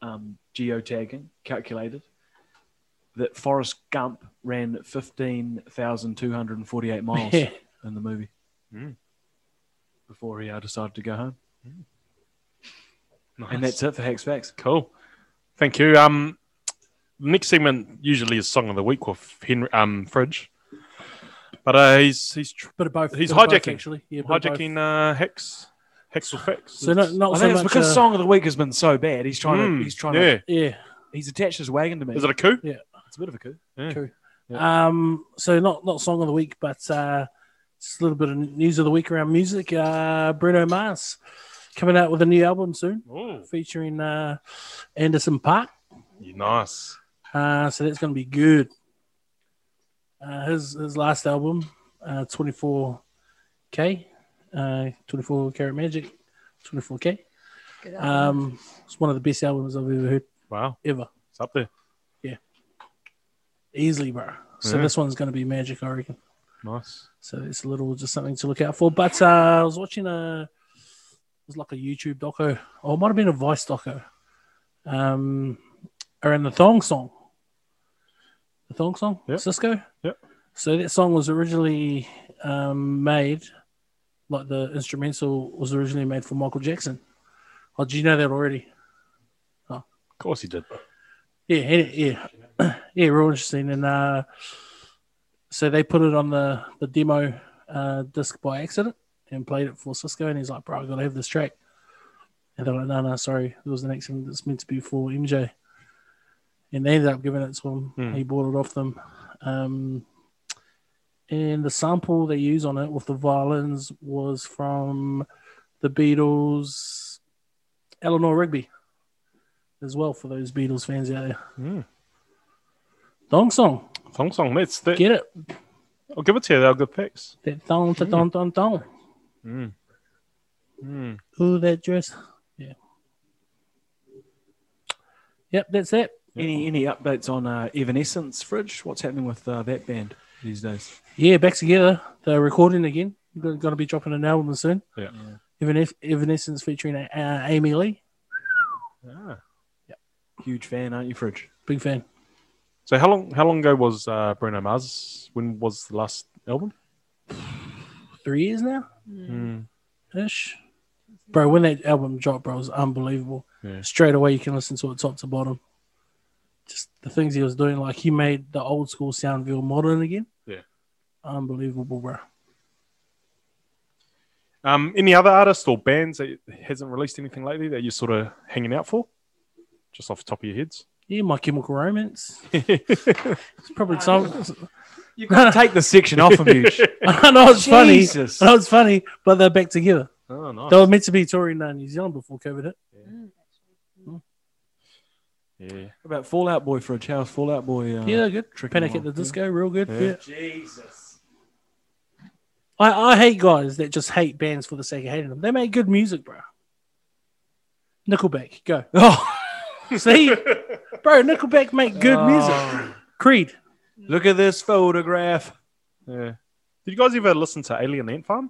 J: um, geotagging calculated, that Forrest Gump ran
G: [LAUGHS]
J: 15,248 miles
H: Yeah.
J: in the movie
G: Mm.
J: before he uh, decided to go home.
G: Nice.
J: And that's it for Hex Facts.
G: Cool. Thank you. Um, next segment usually is song of the week with Henry um Fridge, but uh, he's he's tr-
H: Bit of both.
G: He's
H: bit of both,
G: hijacking.
H: actually. Yeah, bit of both.
G: hijacking uh, Hex Hex with facts.
H: So not, not
J: I
H: so
J: think
H: much
J: it's because
H: uh,
J: song of the week has been so bad. He's trying
G: Mm,
J: to. He's trying
G: yeah.
J: to.
H: Yeah,
J: He's attached his wagon to me.
G: Is it a coup?
J: it's a bit of a coup.
H: Um, so not not song of the week, but uh, just a little bit of news of the week around music. Uh, Bruno Mars coming out with a new album soon,
G: Oh,
H: featuring uh, Anderson Park.
G: nice.
H: Uh, so that's going to be good. Uh, his his last album, uh, 24k, uh, 24 karat magic, 24k.
B: Good album.
H: Um, it's one of the best albums I've ever heard
G: Wow,
H: ever,
G: it's up there.
H: easily, bro. So
G: Yeah.
H: this one's going to be magic, I reckon.
G: Nice.
H: So it's a little just something to look out for. But uh, I was watching a it was like a YouTube doco, or it might have been a Vice doco, um, around the thong song. The thong song,
G: Yep.
H: Cisco.
G: Yep.
H: So that song was originally um, made, like the instrumental was originally made for Michael Jackson. Oh, do you know that already?
G: Of course he did.
H: Yeah, and- yeah, [CLEARS THROAT] yeah, real interesting. And uh, so they put it on the the demo uh, disc by accident and played it for Cisco, and he's like, "Bro, I gotta have this track." And they're like, "No, no, sorry, it was an accident. It's meant to be for MJ." And they ended up giving it to him.
G: Hmm.
H: He bought it off them, Um, and the sample they use on it with the violins was from the Beatles, Eleanor Rigby, as well for those Beatles fans out there. Thong song.
G: Thong song. That's that.
H: Get it.
G: I'll give it to you. They're good picks.
H: That thong, ta thong, thong, thong.
G: Mm. Mm.
H: Ooh, that dress. Yeah. Yep, that's it.
J: Any any updates on uh, Evanescence Fridge? What's happening with uh, that band these days?
H: Yeah, back together. They're recording again. Going to be dropping an album soon.
G: Yeah.
H: Evanes- Evanescence featuring uh, Amy Lee.
G: Ah.
J: Huge fan, aren't you, Fridge?
H: Big fan.
G: So how long how long ago was uh, Bruno Mars? When was the last album?
H: Three years now
G: Mm.
H: ish. Bro, when that album dropped, bro, it was unbelievable.
G: Yeah.
H: Straight away, you can listen to it top to bottom. Just the things he was doing. Like, he made the old school sound feel modern again.
G: Yeah.
H: Unbelievable, bro.
G: Um, any other artists or bands that hasn't released anything lately that you're sort of hanging out for? Just off the top of your heads. [LAUGHS]
H: Yeah, My Chemical Romance. it's probably some.
J: You gotta take the section off of you.
H: [LAUGHS] I know it's funny.
J: Jesus.
H: I know it's funny, but they're back together.
G: Oh, nice.
H: They were meant to be touring uh, New Zealand before COVID hit.
G: Yeah.
J: What about Fallout Boy Fridge? How's Fallout Boy?
G: Ah.
J: Uh,
H: yeah, they're good.
J: tricky
H: Panic
J: one.
H: at the Disco, real good.
G: Yeah.
H: Yeah. I, I hate guys that just hate bands for the sake of hating them. They make good music, bro. Nickelback, go. [LAUGHS]
J: Oh,
H: See, bro, Nickelback make good music. Creed,
J: look at this photograph.
G: Yeah. Did you guys ever listen to Alien Ant Farm?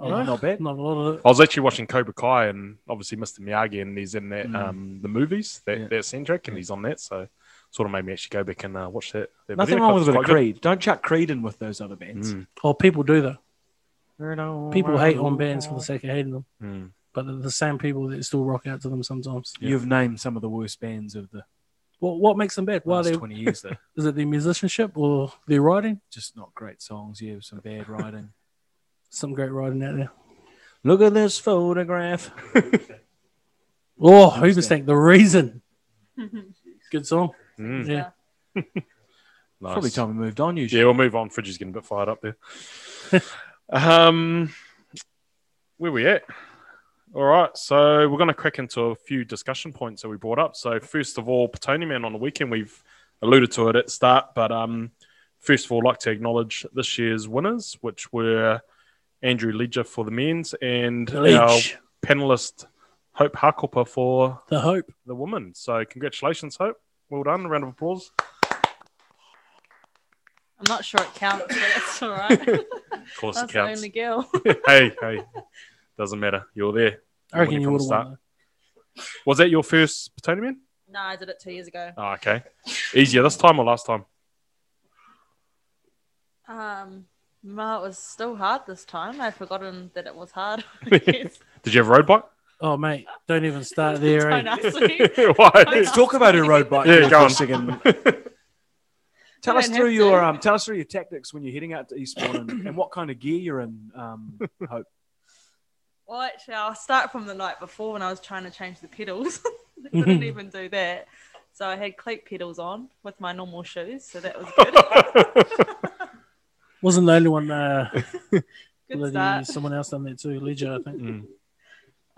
H: oh,
J: No, not bad.
H: Not a lot of it.
G: I was actually watching Cobra Kai and obviously Mr. Miyagi and he's in that um the movies that,
J: Hmm. Yeah.
G: that soundtrack and he's on that so sort of made me actually go back and uh, watch that. that
J: Nothing
G: video
J: wrong
G: clip.
J: with a bit of
G: It's quite
J: Creed. Don't chuck Creed in with those other bands.
G: Mm.
H: Oh, people do though. People
J: People
H: hate on bands for the sake of hating them,
G: good. Mm.
H: but they're the same people that still rock out to them sometimes.
J: You've named some of the worst bands of the
H: What what makes them bad? Why are
J: last
H: they?
J: twenty years. Though,
H: Is it their musicianship or their writing?
J: just not great songs. Yeah, with some bad writing.
H: Some great writing out there.
J: look at this photograph.
H: Oh, Hooverstank, the reason. Good song.
G: Mm.
H: Yeah.
G: Nice.
J: Probably time we moved on. You
G: Yeah, we'll move on. Fridge is getting a bit fired up there. [LAUGHS] um, where we at? All right, so we're going to crack into a few discussion points that we brought up. So first of all, Petonium Man on the weekend, we've alluded to it at the start, but um, first of all, I'd like to acknowledge this year's winners, which were Andrew Ledger for the men's and our
H: Leech,
G: panelist Hope Harkopa for
H: the hope.
G: the women. So congratulations, Hope. Well done. Round of applause.
K: I'm not sure it counts, but that's all right.
G: Of course,
K: That's
G: [LAUGHS] it
K: the
G: counts.
K: only girl. [LAUGHS]
G: [LAUGHS] hey, hey, doesn't matter. You're there.
H: I reckon
G: When it
H: you would
G: comes
H: have
G: to
H: won.
G: that- Was that your first potato man?
K: no, I did it two years ago.
G: Oh, okay. Easier this time or last time?
K: Um, well, it was still hard this time. I'd forgotten that it was hard.
G: [LAUGHS]
K: [LAUGHS] I guess.
G: Did you have a road
J: [LAUGHS]
G: bike? [LAUGHS]
H: though. Oh mate, don't even
K: [LAUGHS]
H: start there.
K: Don't
H: eh?
K: ask me.
G: Why?
J: Let's talk about a road bike.
G: Yeah,
J: here
G: go
J: for
G: on. [LAUGHS]
J: a second. Tell
K: You
J: us
K: don't
J: through
K: have
J: your
K: to.
J: um, tell us through your tactics when you're heading out to Eastbourne and, and what kind of gear you're in. Um, Hope
K: Well, actually, I'll start from the night before when I was trying to change the pedals. [LAUGHS] I
G: [LAUGHS]
K: didn't even do that. So I had cleat pedals on with my normal shoes, so that
G: [LAUGHS]
K: was good.
H: Wasn't the only one. Uh,
K: [LAUGHS] good
H: bloody
K: start.
H: someone else done that too. Ledger, I
J: Mm,
H: think.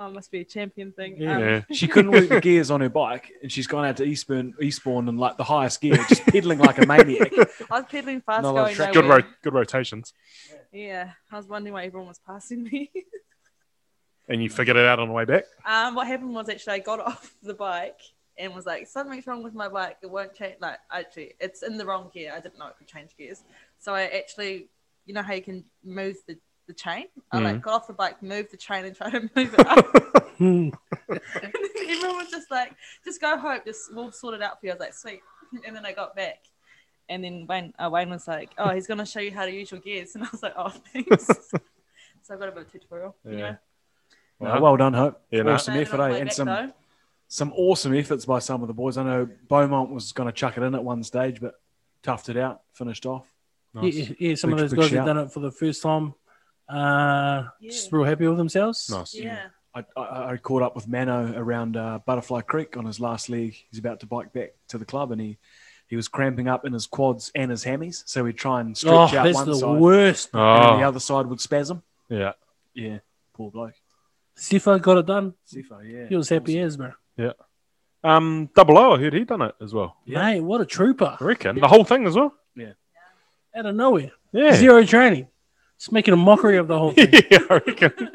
K: Oh, must be a champion thing. Um,
G: yeah.
J: she couldn't work the gears on her bike, and she's gone out to Eastbourne, Eastbourne, and like the highest gear, just pedaling like
G: [LAUGHS]
J: a maniac.
K: I was pedaling fast,
J: No,
K: going
J: I've tried-
K: nowhere.
G: Good road, good rotations.
K: Yeah, I was wondering why everyone was passing me. [LAUGHS]
G: And you figured it out on the way back.
K: Um, what happened was actually I got [LAUGHS] off the bike and was like, something's wrong with my bike. It won't change. Like, actually, it's in the wrong gear. I didn't know it could change gears. So I actually, you know how you can move the, the chain? I like got off the bike, moved the chain, and [LAUGHS] tried to move it up.
H: Hmm.
K: and then everyone was just like, just go home. Just we'll sort it out for you. I was like, sweet. And then I got back. And then Wayne, uh, Wayne was like, oh, he's going to show you how to use your gears. [LAUGHS] And I was like, oh, thanks. so I got a bit of tutorial.
G: Yeah.
K: you know.
J: Well, well done, Hope.
G: Yeah, no.
J: Awesome
K: Landed
J: effort,
K: on
J: eh?
K: my
J: and
K: back,
J: some
K: though.
J: some awesome efforts by some of the boys. I know Beaumont was going to chuck it in at one stage, but toughed it out, finished off.
H: Yeah, yeah, some of
J: Big-
H: those
J: big
H: guys
J: shout.
H: have done it for the first time. Uh, Just real happy with themselves.
G: Nice.
K: Yeah.
J: I, I, I caught up with Mano around uh, Butterfly Creek on his last leg. He's about to bike back to the club, and he he was cramping up in his quads and his hammies. So he'd try and stretch
H: Oh,
J: out
H: that's
J: one
H: the
J: side,
H: worst.
J: and then the
H: Oh.
J: other side would spasm.
G: Ah, Yeah.
J: Yeah, poor bloke.
H: Sifo got it done.
J: Sifo, yeah.
H: He was happy as, bro.
G: Yeah. Um, double O, I heard he done it as well.
H: Mate, what a trooper.
G: I reckon. The whole thing as well.
J: Yeah.
H: Out of nowhere.
G: Yeah.
H: Zero training. Just making a mockery of the
J: [LAUGHS]
H: whole thing.
G: [LAUGHS] yeah, I reckon.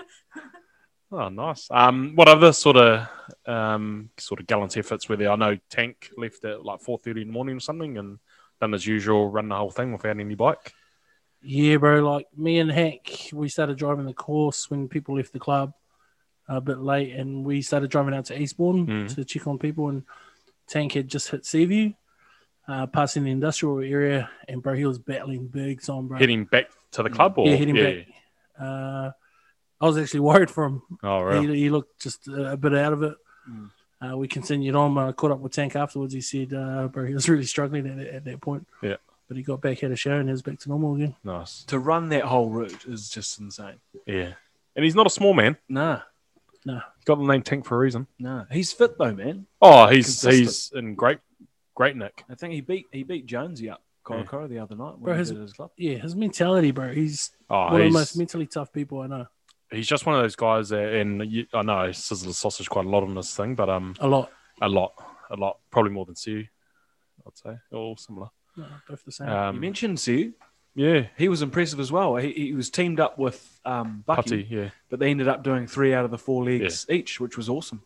G: Oh, nice. Um, what other sort of um, sort of gallant efforts were there? I know Tank left at like four thirty in the morning or something, and done as usual, run the whole thing without any bike.
H: Yeah, bro. Like me and Hank, we started driving the course when people left the club a bit late, and we started driving out to Eastbourne
G: Mm.
H: to check on people. And Tank had just hit Seaview, uh, passing the industrial area, and bro, he was battling big time, bro.
G: Heading back to the club, or
H: yeah, hitting back. Uh, I was actually worried for him.
G: Oh, really?
H: He, he looked just uh, a bit out of it. Uh, we continued on. When I caught up with Tank afterwards. He said, uh, bro, he was really struggling at, at that point,
G: Yeah,
H: but he got back out of show and he was back to normal again.
G: nice.
J: To run that whole route is just insane.
G: Yeah, and he's not a small man.
J: Nah,
H: No.
G: He's got the name Tank for a reason.
J: nah. He's fit though, man.
G: Oh, he's
J: Consistent.
G: he's in great great nick.
J: I think he beat he beat Jonesy up Korokoro the other night when
H: Bro,
J: he
H: his-
J: did his club.
H: Yeah, his mentality, bro. He's
G: Oh,
H: one of
G: he's-
H: the most mentally tough people I know.
G: He's just one of those guys, that, and you, I know I sizzle the sausage quite a lot on this thing, but um,
H: A lot.
G: a lot, a lot, probably more than Sue, I'd say, all similar.
H: No, both the same.
J: you
G: Um,
J: mentioned Sue.
G: yeah,
J: He was impressive as well. He, he was teamed up with um, Bucky,
G: putty, yeah,
J: but they ended up doing three out of the four legs each, which was awesome.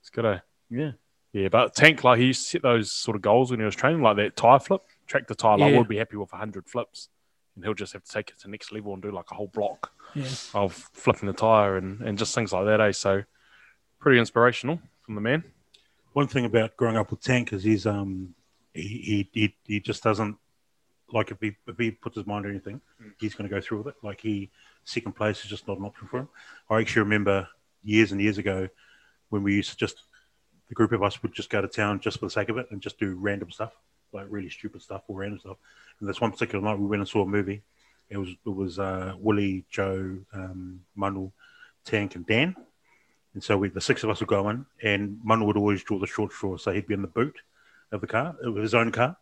G: it's good, eh?
J: Yeah.
G: Yeah, but Tank, like he set those sort of goals when he was training, like that tire flip, track the tire. Like
H: Yeah.
G: we'll be happy with hundred flips, and he'll just have to take it to the next level and do like a whole block
H: yeah.
G: of flipping the tire and and just things like that, eh? So pretty inspirational from the man.
I: One thing about growing up with Tank is he's um he he he, he just doesn't like if he if he puts his mind to anything, he's going to go through with it. Like he second place is just not an option for him. I actually remember years and years ago when we used to just the group of us would just go to town just for the sake of it and just do random stuff, like really stupid stuff or random stuff. And this one particular night we went and saw a movie. It was it was uh, Willie, Joe, um, Mundle, Tank, and Dan. And so we, the six of us would go in, and Mun would always draw the short straw. So he'd be in the boot of the car, of his own car.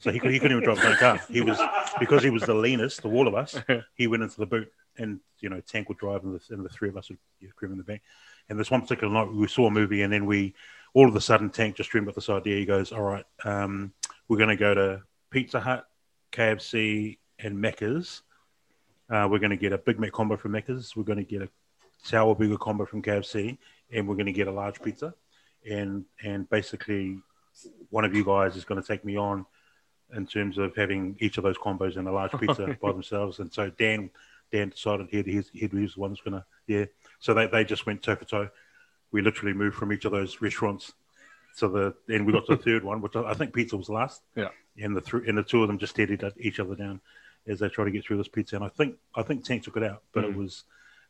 I: So he, could, he couldn't even drive his own car. He was, because he was the leanest of all of us, he went into the boot. And, you know, Tank would drive, and the, and the three of us would you know, crim in the back. And this one particular night, we saw a movie, and then we, all of a sudden, Tank just dreamed up this idea. He goes, All right, um, we're going to go to Pizza Hut, KFC, and Macca's. Uh, we're going to get a Big Mac combo from Macca's. We're going to get a sour burger combo from KFC, and we're going to get a large pizza, and and basically one of you guys is going to take me on in terms of having each of those combos and a large
G: [LAUGHS]
I: pizza by themselves. And so Dan Dan decided he'd he'd, he'd he was the one that's going to yeah. So they, they just went toe for toe. We literally moved from each of those restaurants. So the and we got to the third one, which I I think pizza was last.
G: Yeah.
I: And the three and the two of them just stared at each other down as they tried to get through this pizza. And I think I think Tank took it out, but it was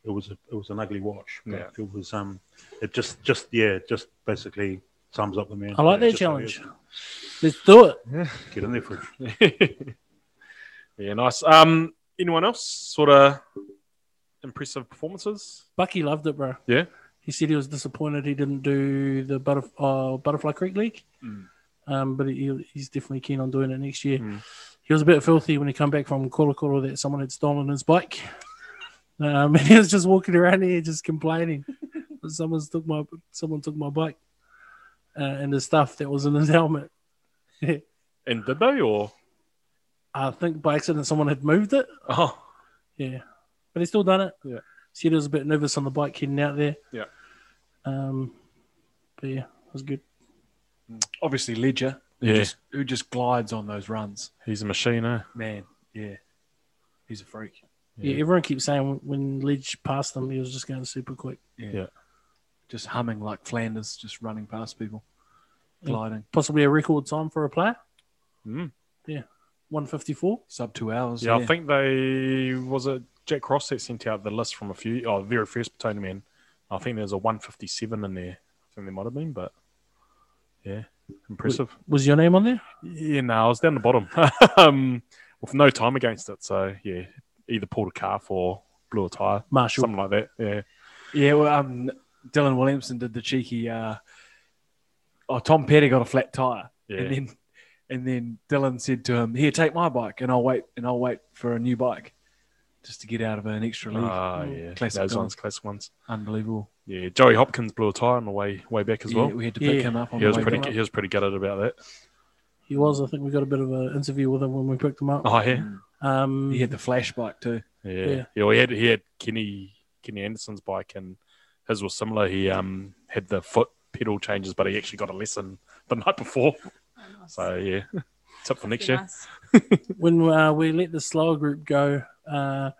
I: it was a, it was an ugly watch. But
G: Mm. Yeah.
I: It was um, it just just yeah, it just basically sums up the man.
H: I like
I: Yeah,
H: that
I: just how he
H: challenge. Let's do it.
I: is. Get in there for it.
G: [LAUGHS] yeah, nice. Um, anyone else sort of impressive performances?
H: Bucky loved it, bro.
G: Yeah.
H: He said he was disappointed he didn't do the butterf- uh, Butterfly Creek League, um, but he, he's definitely keen on doing it next year. He was a bit filthy when he come back from Koro Koro that someone had stolen his bike. Um, [LAUGHS] and he was just walking around here just complaining. Someone's took my someone took my bike uh, and the stuff that was in his helmet.
G: And did they or
H: I think by accident someone had moved it.
G: oh
H: Yeah. But he's still done it.
G: Yeah.
H: Said he was a bit nervous on the bike heading out there.
G: Yeah.
H: Um, but yeah, it was good.
J: Obviously, Ledger,
G: Yeah.
J: who, just, who just glides on those runs.
G: he's a machine, eh?
J: Man, yeah, he's a freak.
H: Yeah. everyone keeps saying when Ledge passed them, he was just going super quick.
J: Yeah.
G: Yeah.
J: just humming like Flanders, just running past people, gliding
H: Possibly a record time for a player.
G: Mm.
H: Yeah. 154.
J: sub two hours.
G: Yeah, I think they was it Jack Cross that sent out the list from a few oh very first Plutonium Man. I think there's a one fifty seven in there. I think there might have been, but yeah. Impressive.
H: Was your name on there?
G: Yeah, no, I was down the bottom. [LAUGHS] um with no time against it. So yeah, either pulled a calf or blew a tire.
H: Marshall.
G: Something like that. Yeah.
J: Yeah, well, um, Dylan Williamson did the cheeky. Uh, oh, Tom Petty got a flat tire,
G: Yeah.
J: and then And then Dylan said to him, "Here, take my bike, and I'll wait, and I'll wait for a new bike, just to get out of an extra league."
G: Ah, yeah,
J: classic
G: those
J: Dylan.
G: ones, classic ones.
J: Unbelievable.
G: Yeah, Joey Hopkins blew a tire on the way way back as
J: Yeah,
G: well.
J: we had to pick Yeah. him up on
G: he
J: the
G: was
J: way
G: pretty.
J: back.
G: He was pretty gutted about that.
H: He was. I think we got a bit of an interview with him when we picked him up.
G: Oh, yeah?
H: Um,
J: he had the flash bike too.
G: Yeah. yeah. well, he had he had Kenny Kenny Anderson's bike and his was similar. He um had the foot pedal changes, but he actually got a lesson the night before. So yeah. It's up for next year.
H: when uh, we let the slower group go, uh,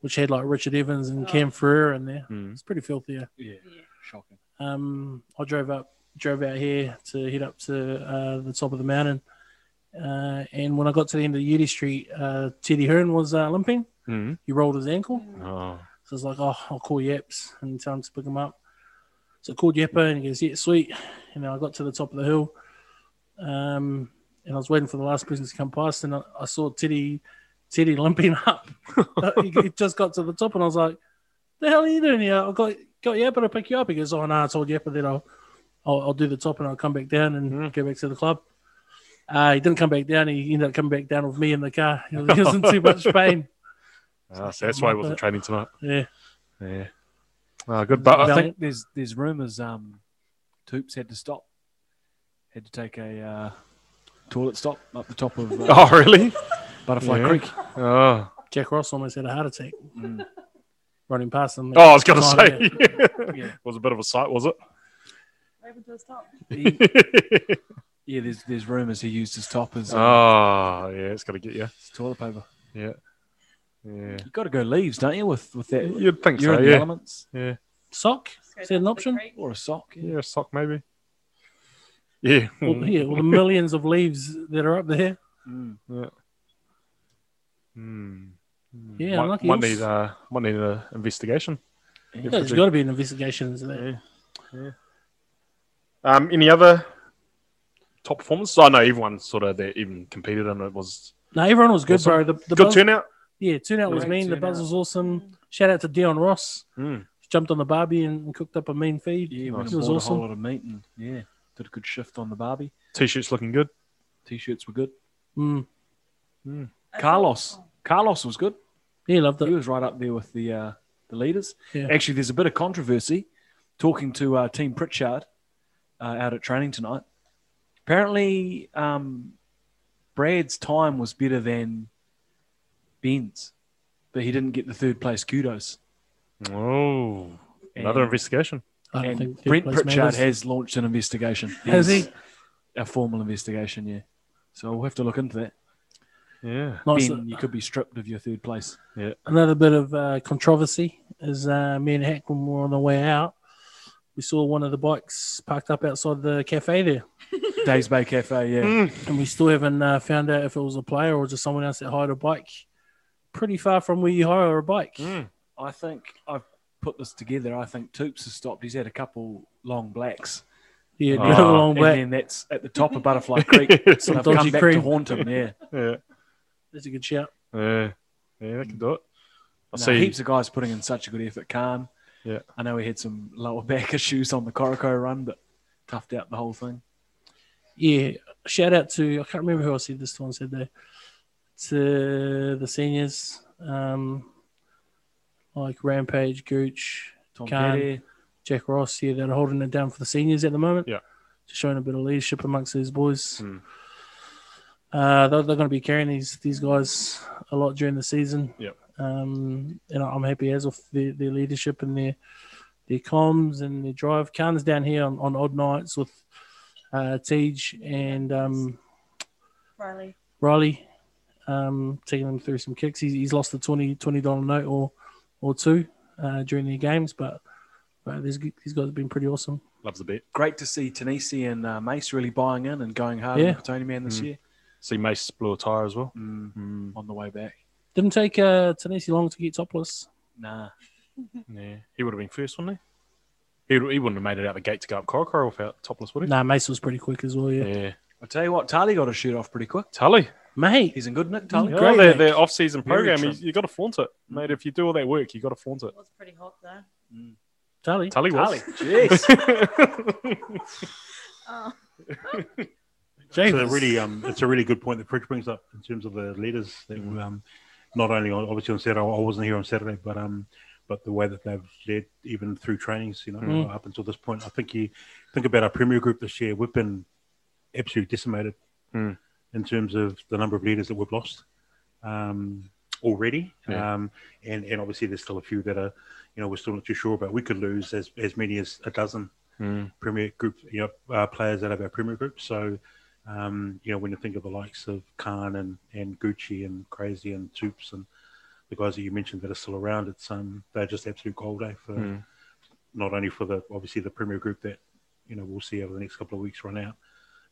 H: which had like Richard Evans and Cam Ferrer in there,
G: Mm.
H: it's pretty filthy. Yeah.
J: Yeah. Shocking.
H: Um, I drove up, drove out here to head up to uh, the top of the mountain, uh, and when I got to the end of Udy Street, uh, Teddy Hearn was uh, limping.
G: Mm.
H: He rolled his ankle.
G: Oh.
H: So it's like, oh, I'll call Yaps and tell him to pick him up. So I called Yappa and he goes, yeah, sweet. And then I got to the top of the hill um, and I was waiting for the last person to come past and I, I saw Teddy, Teddy limping up. Uh, he, he just got to the top and I was like, the hell are you doing here? I got, got Yappa to pick you up. He goes, oh, no, I told Yappa that I'll, I'll, I'll do the top and I'll come back down and go back to the club. Uh, he didn't come back down. He ended up coming back down with me in the car. He was he was in too much pain.
G: Ah, so that's why he wasn't training tonight.
H: Yeah.
G: Yeah. Ah, good. But I
J: I
G: think
J: think there's there's rumours um, Toops had to stop, had to take a uh, toilet stop up the top of. Uh,
G: [LAUGHS] Oh, really?
J: Butterfly
G: Yeah. [LAUGHS]
J: Creek.
G: Oh.
H: Jack Ross almost had a heart attack [LAUGHS] running past them.
G: Oh, I was gonna
H: Time,
G: say [LAUGHS]
H: yeah.
G: it was a bit of a sight, was it? [LAUGHS]
J: He- yeah, there's there's rumours he used his top as uh,
G: Oh, yeah, it's got to get you.
J: toilet paper.
G: Yeah, yeah.
J: You got to go leaves, don't you? With with that,
G: You'd think
J: you're
G: so,
J: in the
G: yeah.
J: elements.
G: Yeah,
H: Sock? Is that an option?
J: or a sock?
G: Yeah, a sock maybe. Yeah. Hmm.
H: Well, yeah, well, the millions of leaves that are up there.
G: Yeah. Hmm.
H: Yeah,
G: might,
H: unlucky.
G: might need uh, might need an investigation.
H: Yeah, there's got to be an investigation into that.
G: Um, any other top performances? I know everyone sort of that even competed in it was
H: No, everyone was good,
G: Awesome.
H: bro. The, the
G: Good
H: buzz-
G: turnout?
H: Yeah, turnout was
G: Great
H: mean. The buzz
G: turnout.
H: was awesome. Shout out to Dion Ross.
G: Mm.
H: Jumped on the barbie and cooked up a mean feed.
J: Yeah, went
H: it was
J: and bought a whole
H: awesome.
J: lot of meat and yeah, did a good shift on the barbie.
G: t-shirts looking good.
J: T-shirts were good.
H: Mm.
J: Carlos, Carlos was good.
H: He loved it.
J: He was right up there with the uh, the leaders.
H: Yeah.
J: Actually, there's a bit of controversy. Talking to uh, Team Pritchard uh, out at training tonight. Apparently, um, Brad's time was better than Ben's, but he didn't get the third place kudos.
G: Oh, another
J: And-
G: investigation.
H: I don't
J: and
H: think third
J: Brent
H: place
J: Pritchard
H: matters.
J: has launched an investigation.
H: Has he?
J: A formal investigation, yeah. So we'll have to look into that.
G: Yeah.
H: Nice.
J: Ben, you could be stripped of your third place.
G: Yeah.
H: Another bit of uh, controversy is uh, me and Hack when we were on the way out, we saw one of the bikes parked up outside the cafe there,
J: Days Bay Cafe, yeah.
H: and we still haven't uh, found out if it was a player or just someone else that hired a bike. Pretty far from where you hire a bike.
G: Mm. Hmm.
H: [LAUGHS]
J: I think I've put this together. I think Toops has stopped. He's had a couple long blacks.
H: Yeah,
J: Ah.
H: the [LAUGHS] other long
J: and
H: way.
J: then that's at the top of Butterfly [LAUGHS] Creek.
H: Some
J: and I've come
H: dodgy
J: back to
H: cream.
J: haunt
H: [LAUGHS]
J: him, yeah.
G: [LAUGHS] Yeah,
H: That's a good shout.
G: yeah, yeah. They can do it. I
J: No,
G: see.
J: heaps of guys putting in such a good effort. Khan,
G: Yeah.
J: I know he had some lower back [LAUGHS] issues on the Corico run, but toughed out the whole thing.
H: Yeah, shout out to I can't remember who I said this to on Saturday to the seniors, um, like Rampage, Gooch,
J: Tom
H: Khan,
J: Petty.
H: Jack Ross here that are holding it down for the seniors at the moment.
G: Yeah.
H: Just showing a bit of leadership amongst these boys. Uh, they're they're going to be carrying these these guys a lot during the season.
G: Yep.
H: Um, and I'm happy as of their, their leadership and their their comms and their drive. Khan's down here on, on odd nights with uh, Tej and um,
K: Riley.
H: Riley, um, taking them through some kicks. He's, he's lost a 20 dollar note or or two uh, during their games, but, but these these guys have been pretty awesome.
G: Loves the bet.
J: Great to see Tanisi and uh, Mace really buying in and going hard
H: Yeah.
J: on the Tony Man this year
G: See Mace blow a tire as well.
H: Hmm.
J: on the way back.
H: Didn't take uh, Tennessee long to get topless.
J: Nah.
G: Yeah, he would have been first, wouldn't he? He, would, he wouldn't have made it out the gate to go up Corricore without topless, would he?
H: Nah, Mace was pretty quick as well. Yeah,
G: Yeah,
J: I'll tell you what, Tali got a shoot off pretty quick.
G: Tully.
H: mate,
J: He's in good nick, Tully.
G: Yeah,
H: Great,
G: their,
H: mate.
G: their off-season
J: Very
G: program,
J: true.
G: you, you got to flaunt it, mate. If you do all that work, you got to flaunt it.
B: was pretty hot though.
H: Tully. Mm. [LAUGHS]
G: Tully was. [LAUGHS]
J: Tully. Jeez.
B: Oh.
I: So they're really, um, it's a really good point that Fridge brings up in terms of the leaders that were um, not only on, obviously on Saturday. I wasn't here on Saturday, but um, but the way that they've led even through trainings, you know,
G: Mm.
I: up until this point, I think you think about our premier group this year. We've been absolutely decimated
G: Mm.
I: in terms of the number of leaders that we've lost um, already,
G: Yeah.
I: um, and and obviously there's still a few that are, you know, we're still not too sure about. We could lose as as many as a dozen
G: Mm.
I: Premier Group, you know, uh, players out of our Premier Group. So, um, you know, when you think of the likes of Khan and, and Gucci and Crazy and Toops and the guys that you mentioned that are still around, it's um, they're just absolute gold day for
G: Mm.
I: not only for the obviously the Premier Group that you know we'll see over the next couple of weeks run out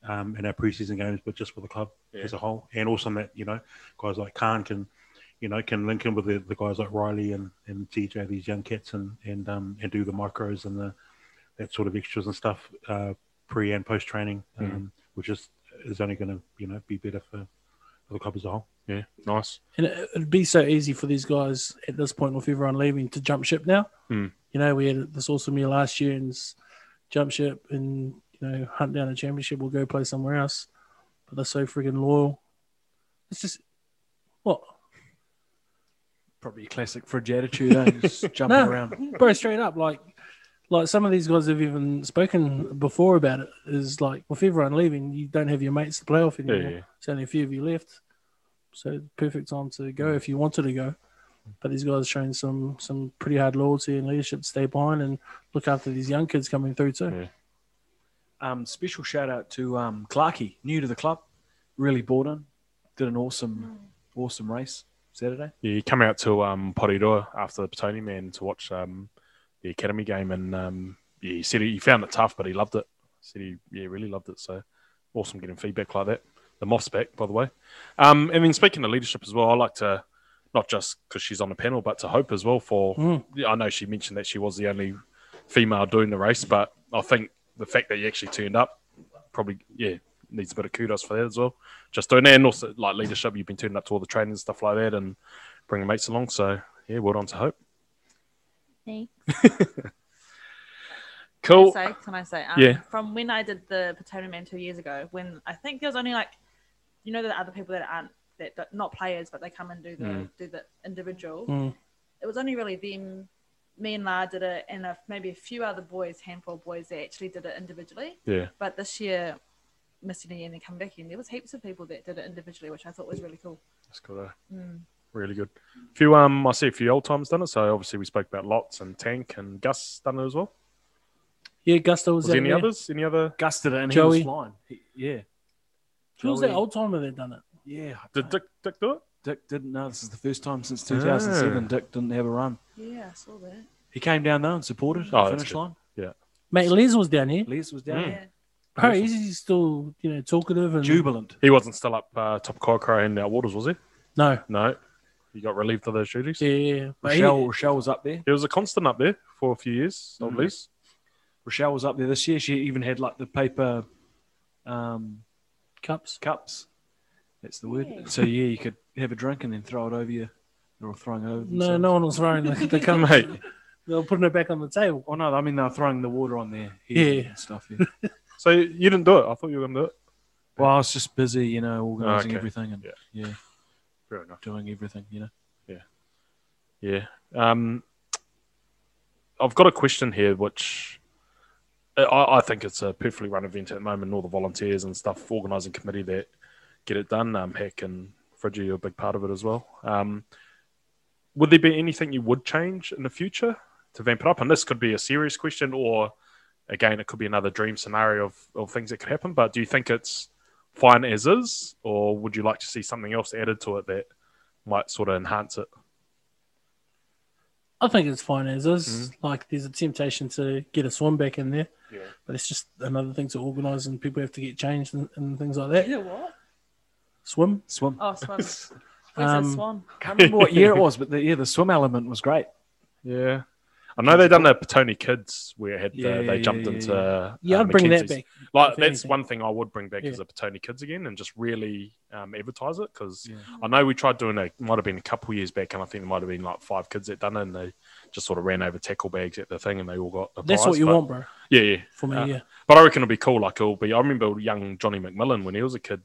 I: um, in our preseason games, but just for the club
G: Yeah.
I: as a whole, and also that you know guys like Khan can. You know, can link in with the, the guys like Riley and, and TJ, these young cats, and and um, and do the micros and the that sort of extras and stuff uh, pre and post training,
G: Mm.
I: um, which is is only going to you know be better for, for the club as a whole.
G: Yeah, nice.
H: And it, it'd be so easy for these guys at this point, with everyone leaving, to jump ship now.
G: Hmm.
H: You know, we had this awesome year last year and s- jump ship and, you know, hunt down a championship. We'll go play somewhere else. But they're so friggin' loyal. It's just, what?
J: Probably a classic fridge attitude, eh?
H: [LAUGHS]
J: Just jumping
H: No,
J: around.
H: bro, straight up, like, like some of these guys have even spoken before about it. Is like with everyone leaving, you don't have your mates to play off anymore.
G: Yeah, yeah.
H: It's only a few of you left, so perfect time to go if you wanted to go. But these guys are showing some some pretty hard loyalty and leadership to stay behind and look after these young kids coming through too.
J: Um, special shout out to um, Clarkey, new to the club, really bought in, did an awesome, awesome race Saturday.
G: Yeah, you come out to um, Porirua after the Petone man to watch um, the academy game, and um, yeah, he said he found it tough, but he loved it. Said he yeah really loved it. So awesome getting feedback like that. The Moff's back, by the way. Um, and then speaking of leadership as well, I like to not just because she's on the panel, but to Hope as well. For
H: Mm.
G: yeah, I know she mentioned that she was the only female doing the race, but I think the fact that you actually turned up probably yeah needs a bit of kudos for that as well. Just doing that, and also like leadership, you've been turning up to all the training and stuff like that, and bringing mates along. So yeah, well done to Hope.
B: Thanks.
G: Cool.
B: Can I say? Can I say um,
G: Oh. Yeah.
B: From when I did the Potato Man two years ago, when I think there was only like, you know, the other people that aren't that that- not players, but they come and do the
G: Mm.
B: do the individual.
H: Mm.
B: It was only really them. Me and La did it, and a, maybe a few other boys, handful of boys, that actually did it individually.
G: Yeah.
B: But this year, Miss Sydney and then come back, and there was heaps of people that did it individually, which I thought was really cool.
G: That's cool. Though.
B: Mm.
G: Really good. Few um, I see a few old times done it. So obviously we spoke about Lots and Tank and Gus done it as well.
H: Yeah, Gusto was,
G: Was
H: that
G: there any
H: yeah.
G: others? Any other?
J: Gus did it, and
H: Joey.
J: he was flying. He- yeah,
H: Who was
J: Joey.
H: that old timer that done it?
J: yeah.
G: Did Dick Dick do it?
J: Dick didn't. No, this is the first time since 2007
G: Ah.
J: Dick didn't have a run.
B: Yeah, I saw that.
J: He came down though and supported
G: Oh,
J: the
G: that's
J: finish
G: good.
J: line.
H: Mate, Les was down here.
J: Les was down,
G: Mm.
J: there.
B: Yeah.
H: Bro, he's, he's still you know talkative and
J: jubilant.
G: He wasn't still up uh, top Kaikoura and uh, Waters, was he?
H: No,
G: No, he got relieved of those duties.
H: yeah, yeah, yeah. But he-
J: Rochelle, Rochelle was up there.
G: He was a constant up there for a few years,
J: Mhm.
G: at least.
J: Rochelle was up there this year. She even had like the paper um,
H: cups.
J: cups. That's the word.
B: Yeah.
J: So yeah, you could have a drink and then throw it over you. They're all throwing it over.
H: No,
J: themselves.
H: no one was throwing the, the cup.
G: Mate,
H: They were putting it back on the table.
J: Oh no, I mean they're throwing the water on their head
H: Yeah.
J: and stuff. Yeah.
G: so you didn't do it. I thought you were going to do it.
J: well, I was just busy, you know, organising
G: Okay.
J: everything and
G: Yeah.
J: yeah.
G: Fair enough.
J: doing everything, you know.
G: Yeah. Um, I've got a question here, which I, I think it's a perfectly run event at the moment. All the volunteers and stuff, organising committee that get it done. Um, Heck and Fridgie are a big part of it as well. Um, would there be anything you would change in the future to vamp it up? And this could be a serious question, or again, it could be another dream scenario of, of things that could happen. But do you think it's fine as is, or would you like to see something else added to it that might sort of enhance it?
H: I think it's fine as is. Like, there's a temptation to get a swim back in there,
G: Mm-hmm. Yeah.
H: but it's just another thing to organise, and people have to get changed and, and things like that.
B: Yeah, what?
H: Swim,
J: Swim.
B: Oh, Swan. We
G: [LAUGHS]
B: said
H: Um,
B: Swan.
J: can't remember what year it was, but the, yeah, the swim element was great.
G: Yeah. I know they done the Petone Kids where it had the,
H: Yeah,
G: they
H: yeah,
G: jumped
H: yeah,
G: into
H: yeah.
G: uh,
H: Yeah, I'd bring that
G: Mackenzie's.
H: back,
G: Like
H: if
G: that's
H: anything.
G: one thing I would bring back
H: Yeah.
G: is the Petone Kids again and just really um, advertise it because I know we tried doing it might have been a couple years back and I think there might have been like five kids that done it and they just sort of ran over tackle bags at the thing and they all got a
H: That's
G: prize,
H: what you
G: but-
H: want, bro.
G: Yeah, yeah.
H: For
J: Ah.
H: me, yeah.
G: But I reckon it'll be cool. Like it'll be. I remember young Johnny McMillan when he was a kid.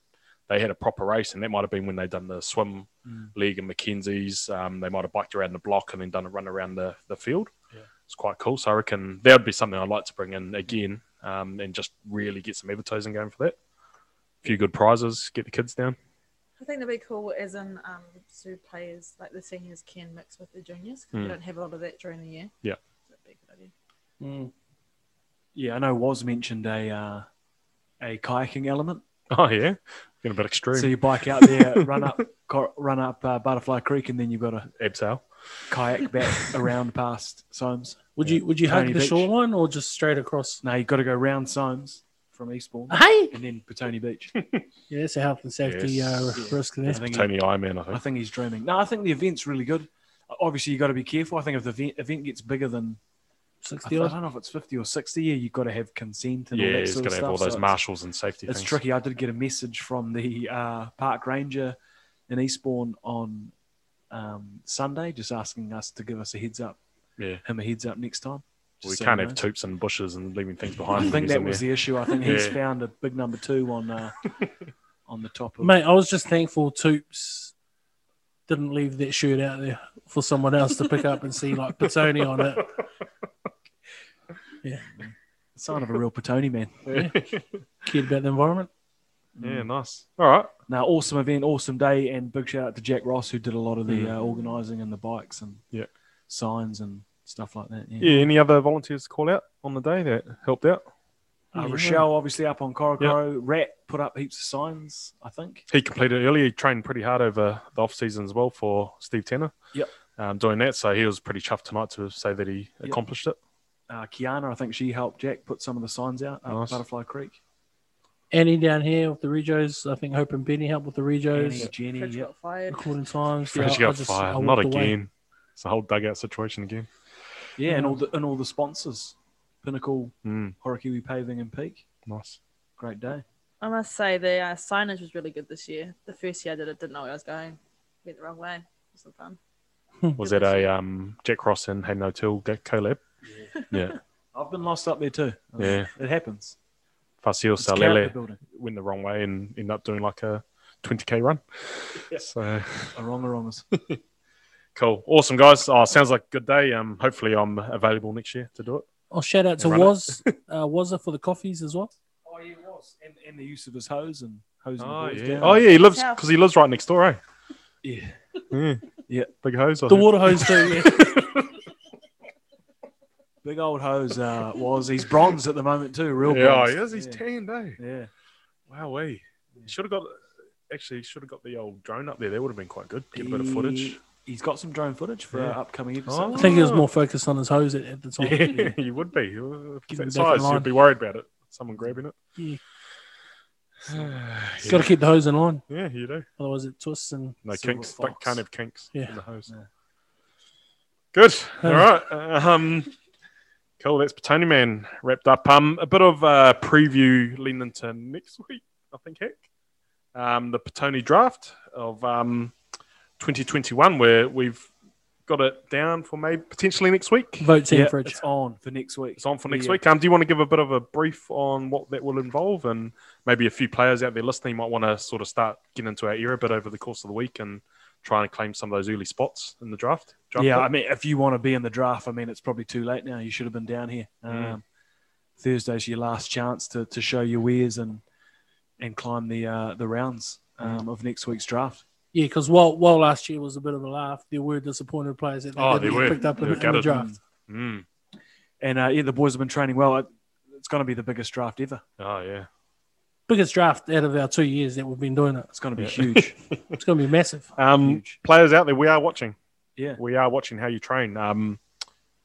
G: They had a proper race, and that might have been when they done the swim
J: Mm.
G: league in Mackenzie's. Um, they might have biked around the block and then done a run around the, the field. It's quite cool. So I reckon that would be something I'd like to bring in again, um, and just really get some advertising going for that. A few good prizes, get the kids down. [LAUGHS]
B: I think that'd be cool as in um, so players like the seniors can mix with the juniors because we
J: Mm.
B: don't have a lot of that during the year.
G: Hmm. Yeah.
B: That'd be a good idea.
H: Mm.
J: Yeah, I know. Was mentioned a uh, a kayaking element.
G: Oh yeah, getting a bit extreme.
J: So you bike out there, run up, cor- run up uh, Butterfly Creek, and then you've got a
G: abseil
J: kayak back around past Soames.
H: Would you would you hug the shoreline or just straight across?
J: No, you've got to go round Soames from Eastbourne.
H: Hey!
J: and then Petone Beach.
H: Yeah, that's a health and safety uh,
J: Yes.
H: r- risk. There.
J: That's Petone
G: Ironman, I
J: I think he's dreaming. No, I think the event's really good. Obviously, you got to be careful. I think if the event, event gets bigger than
H: 60
J: I,
H: odd?
J: don't know if it's fifty or sixty. Yeah, you've got to have consent and all
G: Yeah,
J: that
G: he's
J: sort
G: got
J: of
G: to
J: stuff.
G: have all
J: so
G: those
J: it's-
G: marshals and safety.
J: It's
G: things.
J: tricky. I did get a message from the uh, park ranger in Eastbourne on um, Sunday, just asking us to give us a heads up.
G: Yeah.
J: him a heads up next time.
G: We
J: just so
G: can't
J: you
G: have
J: know.
G: toops and bushes and leaving things behind.
J: I
G: when
J: think
G: he's
J: that
G: in
J: was
G: there.
J: the issue. I think he's
G: Yeah.
J: found a big number two on uh, on the top of.
H: Mate, I was just thankful Toops didn't leave that shirt out there for someone else to pick up and see like Petone on it. Yeah.
J: Sign of a real Petone man.
H: Cared about the environment.
G: Yeah, nice. Mm. All right.
J: Now, awesome event, awesome day, and big shout out to Jack Ross who did a lot of the
G: Mm.
J: uh, organising and the bikes and
G: Yeah.
J: signs and stuff like that.
G: Yeah. Any other volunteers to call out on the day that helped out?
J: Uh,
G: Yeah.
J: Rochelle, obviously, up on Corocoro. Rat put up heaps of signs, I think.
G: He completed early. He trained pretty hard over the off season as well for Steve Tanner.
J: Yep.
G: Um, doing that, so he was pretty chuffed tonight to say that he accomplished it.
J: Uh, Kiana, I think she helped Jack put some of the signs out up
G: Nice.
J: Butterfly Creek.
H: Annie down here with the Regos. I think Hope and Benny helped with the Regos.
J: Annie, Jenny,
B: Fridge
J: yep.
B: got fired.
H: Recording times.
G: Fridge
H: Yeah, I
G: got
H: just- I
G: fired.
H: walked
G: Not
H: away.
G: again. It's a whole dugout situation again.
J: yeah, and all the and all the sponsors, Pinnacle,
G: Mm,
J: Horokiwi Paving, and Peak.
G: nice.
J: Great day.
B: I must say the uh, signage was really good this year. The first year I did it, didn't know where I was going. Went the wrong way. It wasn't fun.
G: Was that a um, Jack Ross and Hayden O'Toole g- collab? Yeah. Yeah.
J: I've been lost up there too. Um,
G: Yeah.
J: it happens.
G: Fasil
J: It's character
G: Salele
J: building.
G: went the wrong way and ended up doing like a 20k
H: [LAUGHS]
G: run. So. [LAUGHS]
J: Wrong, wrongs.
G: Cool. Awesome, guys. Oh, sounds like a good day. Um, hopefully, I'm available next year to do it.
H: Oh, shout out to
G: Run it.
H: Was [LAUGHS] uh, Wazza for the coffees as well.
J: Oh, yeah, it was. And, and the use of his hose and hose.
G: Oh, yeah. He lives because he lives right next door, eh?
J: Yeah.
G: Yeah.
J: Yeah.
G: Big hose. I
H: The
G: think.
H: water [LAUGHS] hose too. Yeah.
J: Big old hose uh, was. He's bronze at the moment too. Real
G: Yeah,
J: bronze.
G: he is. He's
J: yeah.
G: tanned, eh?
J: Yeah.
G: Wow, we should have got. Actually, should have got the old drone up there. That would have been quite good. Get a bit of footage.
J: He- He's got some drone footage for
G: Yeah.
J: our upcoming episode.
H: I think he was more focused on his hose at, at the time.
G: [LAUGHS] Yeah, you would be. If it's that
H: Give him back in
G: size,
H: line.
G: you'd be worried about it. Someone grabbing it. [SIGHS]
H: Yeah.
G: yeah.
H: Got to keep the hose in line,
G: yeah, you do.
H: otherwise it twists and
G: No
J: Silver
G: kinks.
J: fox.
G: Can't have kinks
H: Yeah.
G: in the hose.
J: No.
G: Good. All right. Um, cool. That's Patoni Man wrapped up. Um, a bit of uh, preview leading into next week, I think, Heck. Um, the Patoni draft of um, 2021, where we've got it down for maybe potentially next week.
H: votes in
J: Yeah,
H: for it.
J: it's on for next week.
G: Oh. It's on for next
J: Yeah.
G: week. Um, do you want to give a bit of a brief on what that will involve, and maybe a few players out there listening might want to sort of start getting into our era a bit over the course of the week and try and claim some of those early spots in the draft? draft
J: yeah,
G: pick?
J: I mean, if you want to be in the draft, I mean, it's probably too late now. You should have been down here.
G: Mm.
J: Um, Thursday's your last chance to, to show your wares and and climb the uh, the rounds
G: Mm.
J: um, of next week's draft.
H: Yeah, because while while last year was a bit of a laugh, there were disappointed players that they
G: Oh,
H: didn't
G: they
H: get
G: were.
H: picked up
G: They
H: in,
G: were
H: in the
G: gutted.
H: draft.
G: Mm.
J: And uh, yeah, the boys have been training well. It- It's going to be the biggest draft ever.
G: Oh yeah,
H: Biggest draft out of our two years that we've been doing it.
J: It's going to be
G: Yeah. [LAUGHS]
J: huge.
H: It's going to be massive.
G: um,
J: Huge.
G: players out there, we are watching.
J: Yeah.
G: We are watching how you train. Um,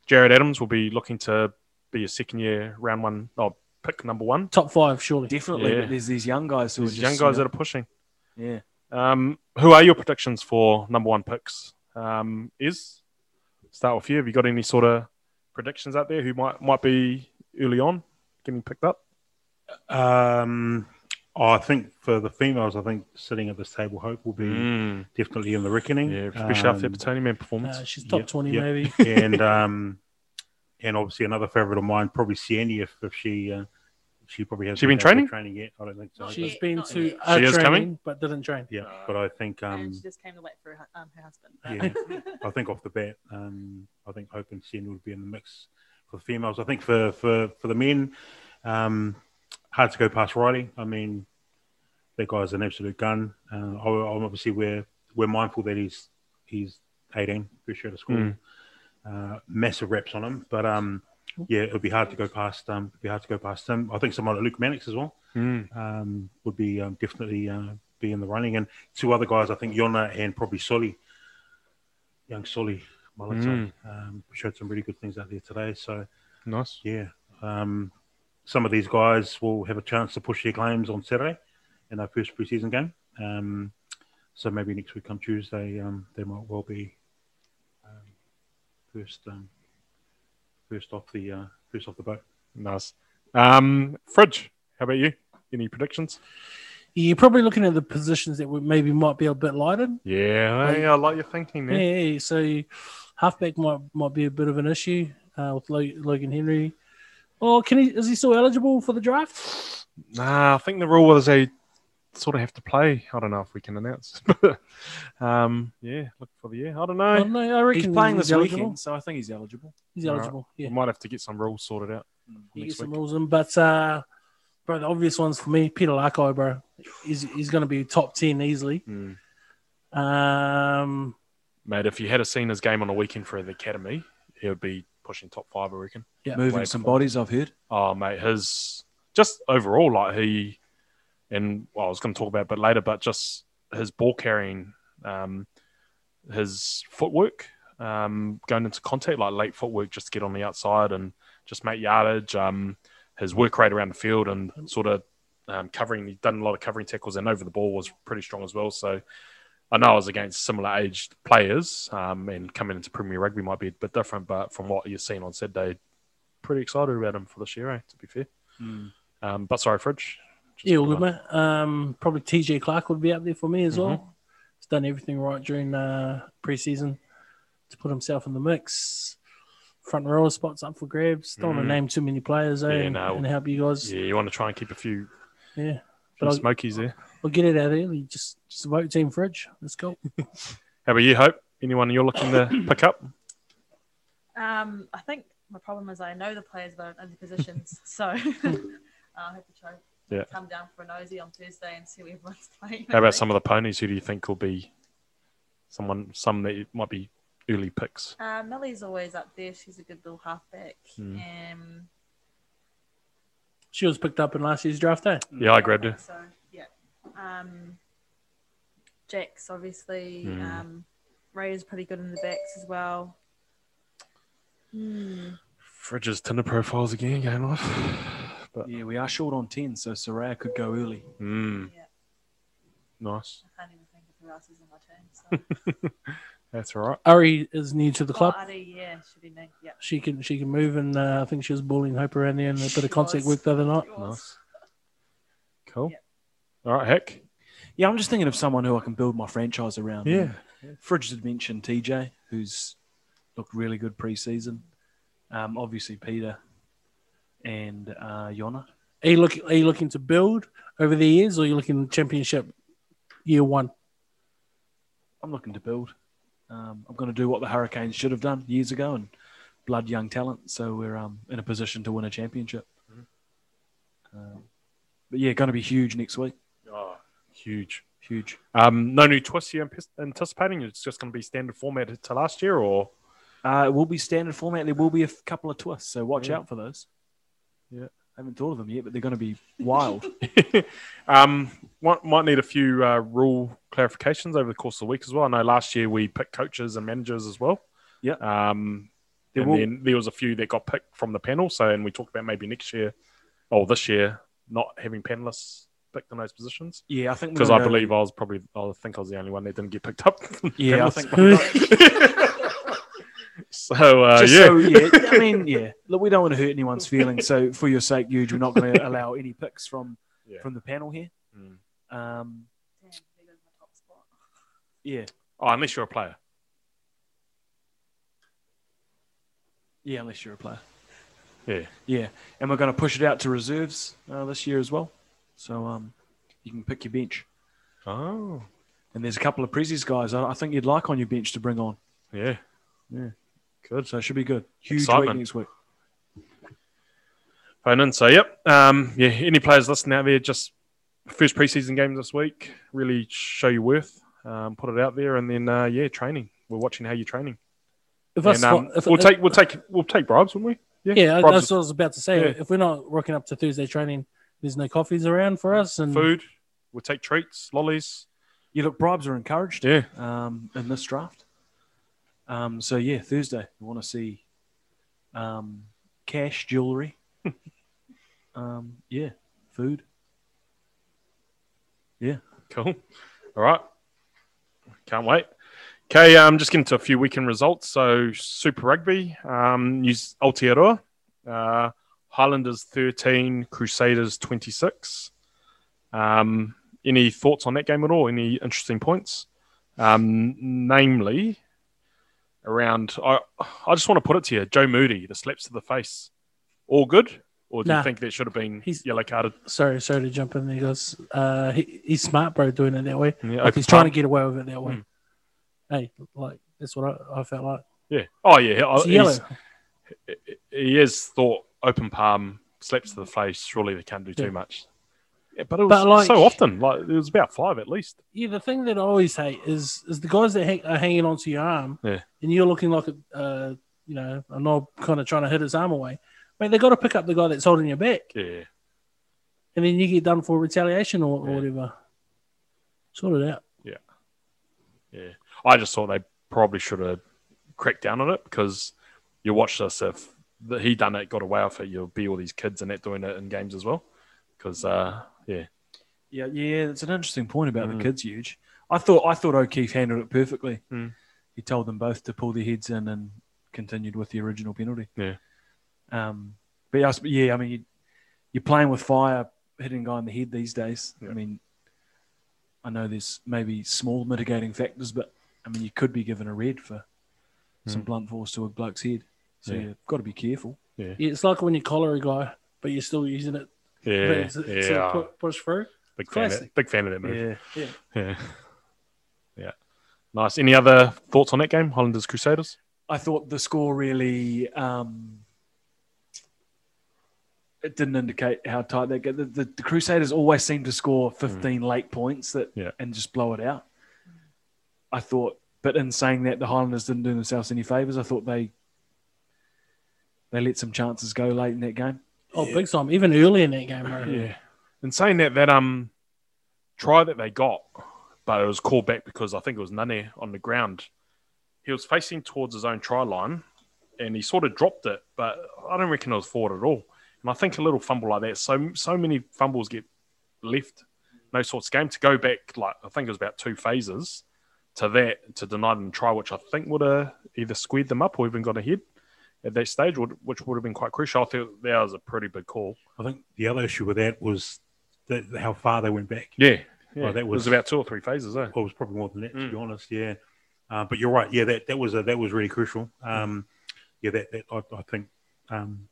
G: Jared Adams will be looking to be a second year round one, oh, pick number one.
H: Top five, surely.
J: Definitely.
G: Yeah.
J: But there's these young guys who
G: These
J: are
G: young
J: just,
G: guys
J: you
G: that are pushing.
J: know, yeah.
G: Um, who are your predictions for number one picks? Um, is start with you. Have you got any sort of predictions out there who might might be early on getting picked up?
I: Um, I think for the females, I think sitting at this table, Hope will be
G: Mm.
I: definitely in the reckoning. Yeah,
G: especially after
I: [LAUGHS]
G: the Tony Man performance.
H: Uh, she's top 20
G: [LAUGHS]
H: maybe.
I: and um, and obviously another favourite of mine, probably Sandy, if, if she uh, she probably hasn't
G: She been
I: had her
G: training?
I: training yet. I don't think so.
H: She's
I: but-
H: been to
I: She
H: a
I: is
H: training,
I: coming?
H: but didn't train.
I: Yeah, but I think um,
B: and she just came to wait for her, um, her husband.
I: yeah, I think off the bat, um, I think Hope and Sin would be in the mix for the females. I think for for for the men, um, hard to go past Riley. I mean, that guy's an absolute gun. Uh, I- I'm obviously we're we're mindful that he's he's 18, first year of school.
G: Mm.
I: Uh, massive reps on him, but um, yeah, it would be hard to go past. Um, it'd be hard to go past him. I think someone like Luke Mannix as well
G: Mm.
I: um, would be um, definitely uh, be in the running. And two other guys, I think Yona and probably Solly, young Solly Malatai, um, showed some really good things out there today. So
G: Nice.
I: yeah, um, some of these guys will have a chance to push their claims on Saturday in their first preseason game. Um, so maybe next week, come Tuesday, um, they might well be um, first um, first off the uh, first off the boat.
G: Nice. Um, Fridge, how about you? Any predictions?
H: You're probably looking at the positions that we maybe might be a bit lighter.
G: Yeah, I, I like your thinking
H: Yeah,
G: there.
H: yeah, so halfback might might be a bit of an issue uh, with Lo- Logan Henry. Or can he? Is he still eligible for the draft?
G: Nah, I think the rule was they sort of have to play. I don't know if we can announce. [LAUGHS] um, yeah, look for the year. I don't know.
H: I don't know, I reckon
G: he's playing
H: he's
G: this
H: eligible.
G: weekend, so I think he's eligible.
H: He's eligible.
G: We
H: Yeah,
G: might have to get some rules sorted out.
H: he
G: next
H: gets some
G: week.
H: rules in. But uh, bro, the obvious ones for me, Peter Larko, bro, he's he's going to be top ten easily.
G: Mm.
H: Um,
G: Mate, if you had a seen his game on the weekend for the academy, he would be pushing top five, I reckon.
H: Yeah.
G: Way
J: Moving some
G: before.
J: bodies, I've heard.
G: Oh, mate, his just overall, like he and well, I was going to talk about it a bit later, but just his ball carrying, um, his footwork, um, going into contact, like late footwork, just to get on the outside and just make yardage, um, his work rate around the field and sort of um, covering, he done a lot of covering tackles and over the ball was pretty strong as well. So I know I was against similar aged players um, and coming into Premier Rugby might be a bit different, but from what you've seen on Saturday, pretty excited about him for this year, eh, to be fair.
H: Hmm.
G: Um, but sorry, Fridge. Just
H: yeah, all
G: put
H: good,
G: on-
H: mate. Um, probably TJ Clark would be up there for me as
G: Mm-hmm.
H: well. He's done everything right during uh, preseason to put himself in the mix. Front row spots up for grabs. Don't want
G: Mhm.
H: to name too many players, eh?
G: Yeah,
H: and,
G: no.
H: and help you guys.
G: Yeah, you want to try and keep a few,
H: yeah. But
G: few
H: I'll-
G: smokies there.
H: We'll get it out early. Just just vote Team Fridge.
G: [LAUGHS]
H: Let's go.
G: How about you, Hope? Anyone you're looking
H: [COUGHS]
G: to pick up?
B: [LAUGHS] Um, I think my problem is I know the players, but I don't know the positions.
G: [LAUGHS]
B: so [LAUGHS] I'll have to try
G: Yeah.
B: come down for a nosy on Thursday and see where everyone's [LAUGHS] playing.
G: How about some of the ponies? Who do you think will be someone, some that might be early picks?
B: Uh, Millie's always up there. She's a good little halfback.
G: Mm.
B: Um,
H: She was picked up in last year's draft, eh?
G: Yeah, I grabbed her.
B: think So yeah, um, Jax obviously.
G: Mm.
B: Um, Ray is pretty good in the backs as well. Hmm.
G: Fridge's Tinder profiles again going off. But
J: Yeah, we are short on 10, so Soraya could go early.
G: mm,
B: Yeah,
G: nice.
B: I can't even think of who else is in my team. So.
G: That's all right.
H: Ari is new to the club.
B: Oh, Adi, yeah,
G: [LAUGHS]
B: should be me. Yeah.
H: She can she can move, and uh, I think she was bullying Hope around there and a bit
B: She
H: of contact
B: was.
H: work the other night.
G: Nice. Cool.
B: Yeah.
G: All right, heck.
J: Yeah, I'm just thinking of someone who I can build my franchise around.
G: Yeah.
J: Fridge did mention TJ, who's looked really good preseason. Um, obviously, Peter and uh, Yona.
H: Are you look Are you looking to build over the years, or are you looking championship year one?
J: I'm looking to build. Um, I'm going to do what the Hurricanes should have done years ago and blood young talent. So we're um, in a position to win a championship. Um, but yeah, going to be huge next week.
G: Oh, huge.
J: Huge.
G: Um, no new twists you're antis- anticipating? It's just going to be standard format to last year, or
J: Uh, it will be standard format. There will be a f- couple of twists, so watch out for those.
G: Yeah.
J: I haven't thought of them yet, but they're going to be wild.
G: [LAUGHS] um, might, might need a few uh, rule clarifications over the course of the week as well. I know last year we picked coaches and managers as well.
J: Yeah.
G: Um,
J: There
G: and
J: will-
G: then there was a few that got picked from the panel. So, and we talked about maybe next year or this year not having panelists picked in those positions
J: yeah, I think we're
G: because I
J: gonna go-
G: believe I was [LAUGHS] probably I think I was the only one that didn't get picked up.
J: Yeah, I
G: Panelists.
J: think
G: So uh,
J: Just
G: yeah.
J: so, yeah, I mean, yeah. Look, we don't want to hurt anyone's feelings. So, for your sake, Huge, we're
G: [LAUGHS]
J: not going to allow any picks from from the panel here.
G: Mm.
J: Um, yeah,
G: oh, unless you're a player.
J: yeah, unless you're a player.
G: Yeah.
J: Yeah, and we're going to push it out to reserves uh, this year as well. So um, you can pick your bench.
G: Oh.
J: And there's a couple of Prezi's guys I, I think you'd like on your bench to bring on.
G: Yeah.
J: Yeah.
G: Good.
J: So it should be good. Huge
G: Excitement.
J: week next week.
G: phone in. So, yep. Um, yeah, any players listening out there, just first preseason game this week. Really show your worth. Um, put it out there, and then uh, yeah, training. We're watching how you're training.
H: If
G: and,
H: us
G: um,
H: wa- if-
G: we'll
H: if-
G: take we'll take we'll take bribes, wouldn't we?
H: Yeah, I-
G: bribes
H: that's
G: is-
H: what I was about to say.
G: Yeah.
H: If we're not rocking up to Thursday training, there's no coffees around for us and
G: Food. We'll take treats, lollies.
J: Yeah, look, bribes are encouraged.
G: Yeah.
J: Um, in this draft. Um, so yeah, Thursday we want to see, um, cash
G: [LAUGHS]
J: jewelry. um, yeah, food. Yeah.
G: Cool. All right. Can't wait. Okay, um, just getting to a few weekend results. So Super Rugby, um, New Aotearoa, uh, Highlanders 13, Crusaders 26. Um, any thoughts on that game at all? Any interesting points? Um, namely, around, I, I just want to put it to you, Joe Moody, the slaps to the face, all good? Or do
H: Nah.
G: you think that should have been yellow carded?
H: sorry, sorry to jump in there, guys. Uh, he, he's smart, bro, doing it that way.
G: Yeah,
H: like
G: open Hmm.
H: he's trying to
G: palm.
H: get away with it that way. Hey, like that's what I, I felt like.
G: Yeah. Oh, yeah. I-
H: It's
G: he's-
H: yellow.
G: He has thought open palm, slaps to the face. Surely they can't do
H: Yeah.
G: too much. Yeah, but it was
H: But, like-
G: so often. Like it was about five at least.
H: Yeah, the thing that I always hate is is the guys that hang, are hanging onto your arm,
G: Yeah.
H: and you're looking like a uh, you know a knob, kind of trying to hit his arm away. Mate, they got to pick up the guy that's holding your back,
G: Yeah.
H: and then you get done for retaliation or, or whatever. Sort it out.
G: Yeah. Yeah. I just thought they probably should have cracked down on it because you watch this. If the, he done it, got away with it, you'll be all these kids and that doing it in games as well. Because uh, yeah,
J: Yeah, yeah, that's an interesting point about
H: Mm.
J: the kids. Huge. I thought I thought O'Keefe handled it perfectly.
G: Mm.
J: He told them both to pull their heads in and continued with the original penalty.
G: Yeah.
J: Um, but yeah, I sp- yeah, I mean, you, you're playing with fire, hitting a guy in the head these days. I mean, I know there's maybe small mitigating factors, but I mean, you could be given a red for some
H: Mm.
J: blunt force to a bloke's head. So
H: Yeah.
J: you've got to be careful.
G: Yeah.
H: Yeah, it's like when you collar a guy, but you're still using it.
G: Yeah,
H: to- to
G: yeah.
H: pu- push through.
G: big
H: It's
G: fan, of,
H: classic.
G: that- big fan of that move.
H: Yeah.
G: Yeah. Yeah. Nice. Any other thoughts on that game? Hollanders Crusaders.
J: I thought the score really um, it didn't indicate how tight they get. The, the, the Crusaders always seem to score 15 late points that
G: Yeah.
J: and just blow it out. I thought, but in saying that, the Highlanders didn't do themselves any favors. I thought they they let some chances go late in that game.
H: Oh, big time! Even early in that game, right?
G: Yeah. And saying that, that um try that they got, but it was called back because I think it was Nane on the ground. He was facing towards his own try line, and he sort of dropped it, but I don't reckon it was forward at all. And I think a little fumble like that, so so many fumbles get left, no sorts of game to go back. Like I think it was about two phases to that to deny them try, which I think would have either squared them up or even got ahead at that stage, would- which would have been quite crucial. I think that was a pretty big call.
I: I think the other issue with that was that how far they went back.
G: Yeah.
I: Well,
G: Yeah.
I: that
G: It
I: was,
G: was about two or three phases, eh?
I: Well, it was probably more than that, to be honest. Yeah, uh, but you're right. Yeah, that, that was a, that was really crucial. Um, yeah, that, that I, I think. Um,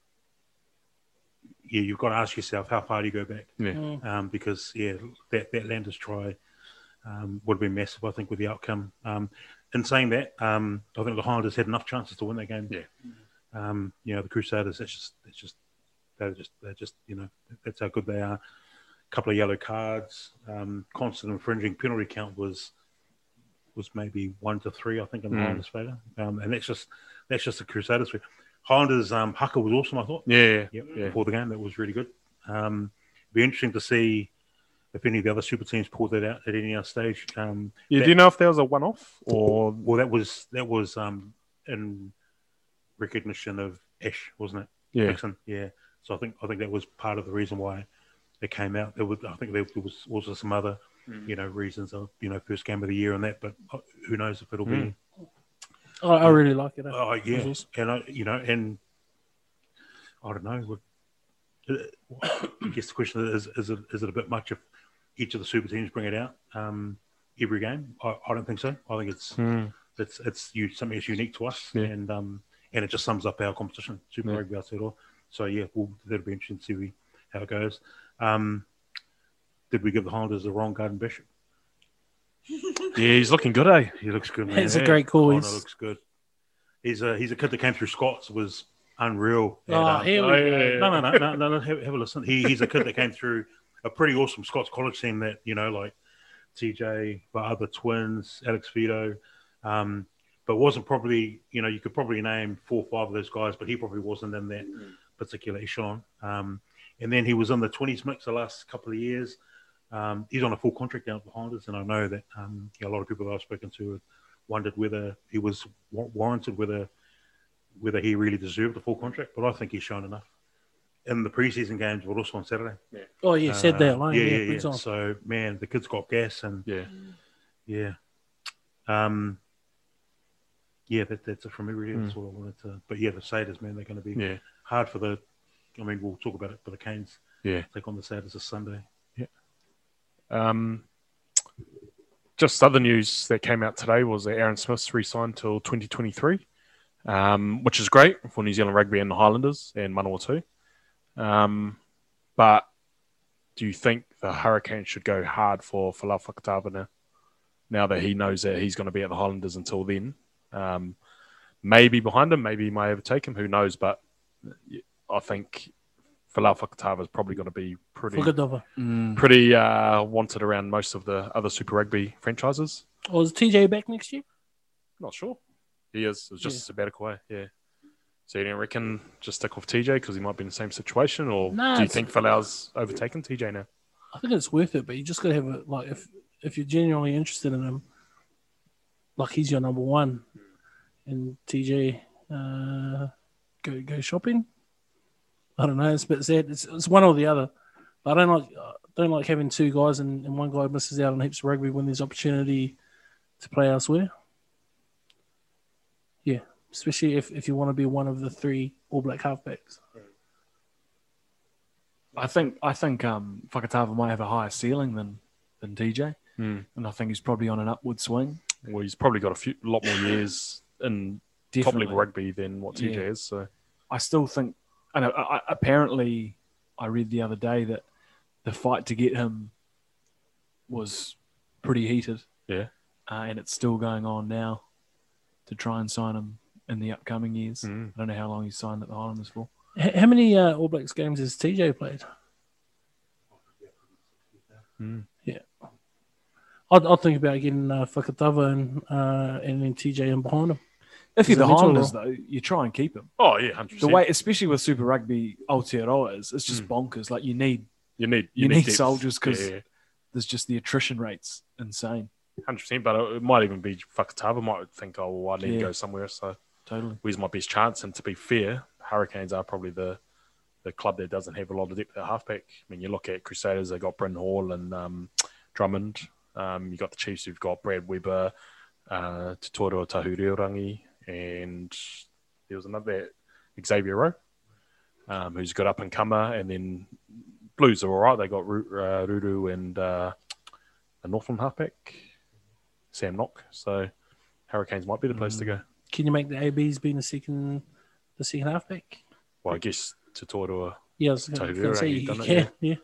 I: yeah, you've got to ask yourself how far do you go back?
G: Yeah.
H: Mm.
I: Um, because yeah, that that Landers try um, would have been massive, I think, with the outcome. Um, in saying that, um, I think the Highlanders had enough chances to win that game.
G: Yeah.
I: Um, you know, the Crusaders. That's just that's just they're just they're just you know that's how good they are. A couple of yellow cards, um, constant infringing penalty count was was maybe one to three, I think, in the
G: Mm.
I: Highlanders' favour. Um, and that's just that's just the Crusaders' way. Highlanders um, Hucker was awesome, I thought.
G: Yeah,
I: Yep,
G: yeah.
I: Before the game, that was really good. Um, it'd be interesting to see if any of the other super teams pull that out at any other stage. Um,
G: Yeah,
I: that-
G: do you know if there was a one-off or
I: well, that was that was um, in recognition of Ash, wasn't it?
G: Yeah.
I: Dixon, yeah. So I think I think that was part of the reason why it came out. There was I think there was also some other
G: Mm.
I: uh, you know reasons of you know first game of the year and that, but who knows if it'll be
H: I, I really like it. eh?
I: Oh yeah, and I, you know, and I don't know. look, it- I guess the question is: is it is it a bit much if each of the super teams bring it out um, every game? I, I don't think so. I think it's
G: Hmm.
I: it's it's you, something that's unique to us,
G: Yeah.
I: and um, and it just sums up our competition, Super
G: Yeah.
I: Rugby Aotearoa. So yeah, we'll, that'll be interesting to see we, how it goes. Um, did we give the Highlanders the wrong garden bishop?
G: Yeah, he's looking good, eh?
I: He looks [LAUGHS] good.
H: It's a great call.
I: Connor
H: He's-
I: looks good. He's a he's a kid that came through Scots was unreal.
H: Oh, here we
I: oh,
H: go.
I: yeah, yeah, yeah. No, no, no, no, no, no. Have, have a listen. He, he's a kid that came through a pretty awesome Scots college team that you know, like TJ, but other twins, Alex Vito, um, but wasn't probably you know you could probably name four or five of those guys, but he probably wasn't in that particular echelon. Um, and then he was in the twenties mix the last couple of years. Um, he's on a full contract down behind us, and I know that um, you know, a lot of people that I've spoken to have wondered whether he was wa- warranted, whether whether he really deserved a full contract. But I think he's shown enough in the preseason games, but also on Saturday. Yeah.
H: Oh, yeah, said that alone,
I: Uh, Yeah,
H: yeah,
I: yeah,
H: big
I: yeah.
H: time.
I: So man, the kid's got gas, and
G: yeah,
I: yeah, um, yeah. That, that's it from me. Really, that's all I wanted to. But yeah, the Saders, man, they're going to be
G: Hmm. Yeah.
I: hard for the. I mean, we'll talk about it, but the Canes
G: Yeah.
I: take on the Saders this Sunday.
G: Um, just other news that came out today was that Aaron Smith's re-signed till 2023, um, which is great for New Zealand Rugby and the Highlanders and Manawa too. Um, but do you think the Hurricanes should go hard for Falau Fakatavana now that he knows that he's going to be at the Highlanders until then? Um, maybe behind him, maybe he may overtake him, who knows? But I think Falau Fakatava is probably going to be pretty
H: Whakatava.
G: pretty uh, wanted around most of the other Super Rugby franchises.
H: Or Oh, is TJ back next year?
G: Not sure. He is. It was just
H: Yeah.
G: a sabbatical way, yeah. So you don't reckon just stick with TJ because he might be in the same situation, or
H: Nah,
G: do you
H: it's-
G: think Falau's overtaken TJ now?
H: I think it's worth it, but you just got to have a like if if you're genuinely interested in him, like he's your number one, and TJ uh, go go shopping. I don't know. It's a bit sad. It's, it's one or the other. But I don't like I don't like having two guys and, and one guy misses out on heaps of rugby when there's opportunity to play elsewhere. Yeah, especially if, if you want to be one of the three All Black halfbacks.
J: I think I think um, Fakatava might have a higher ceiling than than DJ,
G: Hmm.
J: and I think he's probably on an upward swing.
G: Well, he's probably got a few, lot more years in
J: Definitely.
G: top level rugby than what TJ
J: Yeah.
G: is. So
J: I still think, and I, I, apparently, I read the other day that the fight to get him was pretty heated.
G: Yeah.
J: uh, and it's still going on now to try and sign him in the upcoming years.
G: Mm.
J: I don't know how long he's signed at the Highlanders for.
H: H- how many uh, All Blacks games has TJ played?
G: Hmm.
H: Yeah. I'd, I'd think about getting uh, Fakatava and, uh, and then TJ in behind him.
J: If
H: Is
J: you're the
H: it Mitchell
J: Highlanders,
H: or-
J: though, you try and keep him.
G: oh yeah, hundred
J: The
G: percent.
J: way, especially with Super Rugby Aotearoa, is it's just
G: Mm.
J: bonkers. Like you need
G: You need
J: you need
G: depth.
J: soldiers 'cause-
G: Yeah, yeah.
J: there's just the attrition rates insane.
G: hundred percent. But it, it might even be Fakatava might think, oh, well, I need
J: Yeah.
G: to go somewhere. So
J: Totally.
G: where's my best chance? And to be fair, Hurricanes are probably the the club that doesn't have a lot of depth at halfback. I mean, you look at Crusaders, they got Bryn Hall and um, Drummond. Um, you got the Chiefs, who've got Brad Weber, uh, Totoro Tahureorangi, and there was another Xavier Rowe, um, who's got up and comer. And then Blues are all right. They got Ru- uh, Ruru and uh, a Northland halfback, Sam Knock. So Hurricanes might be the place to go.
H: Can you make the ABs being the second the second halfback?
G: Well, I guess Totoro
H: Yeah, I was
G: Totally
H: going to
G: right,
H: say
G: you've
H: you
G: done
H: can.
G: it,
H: yeah.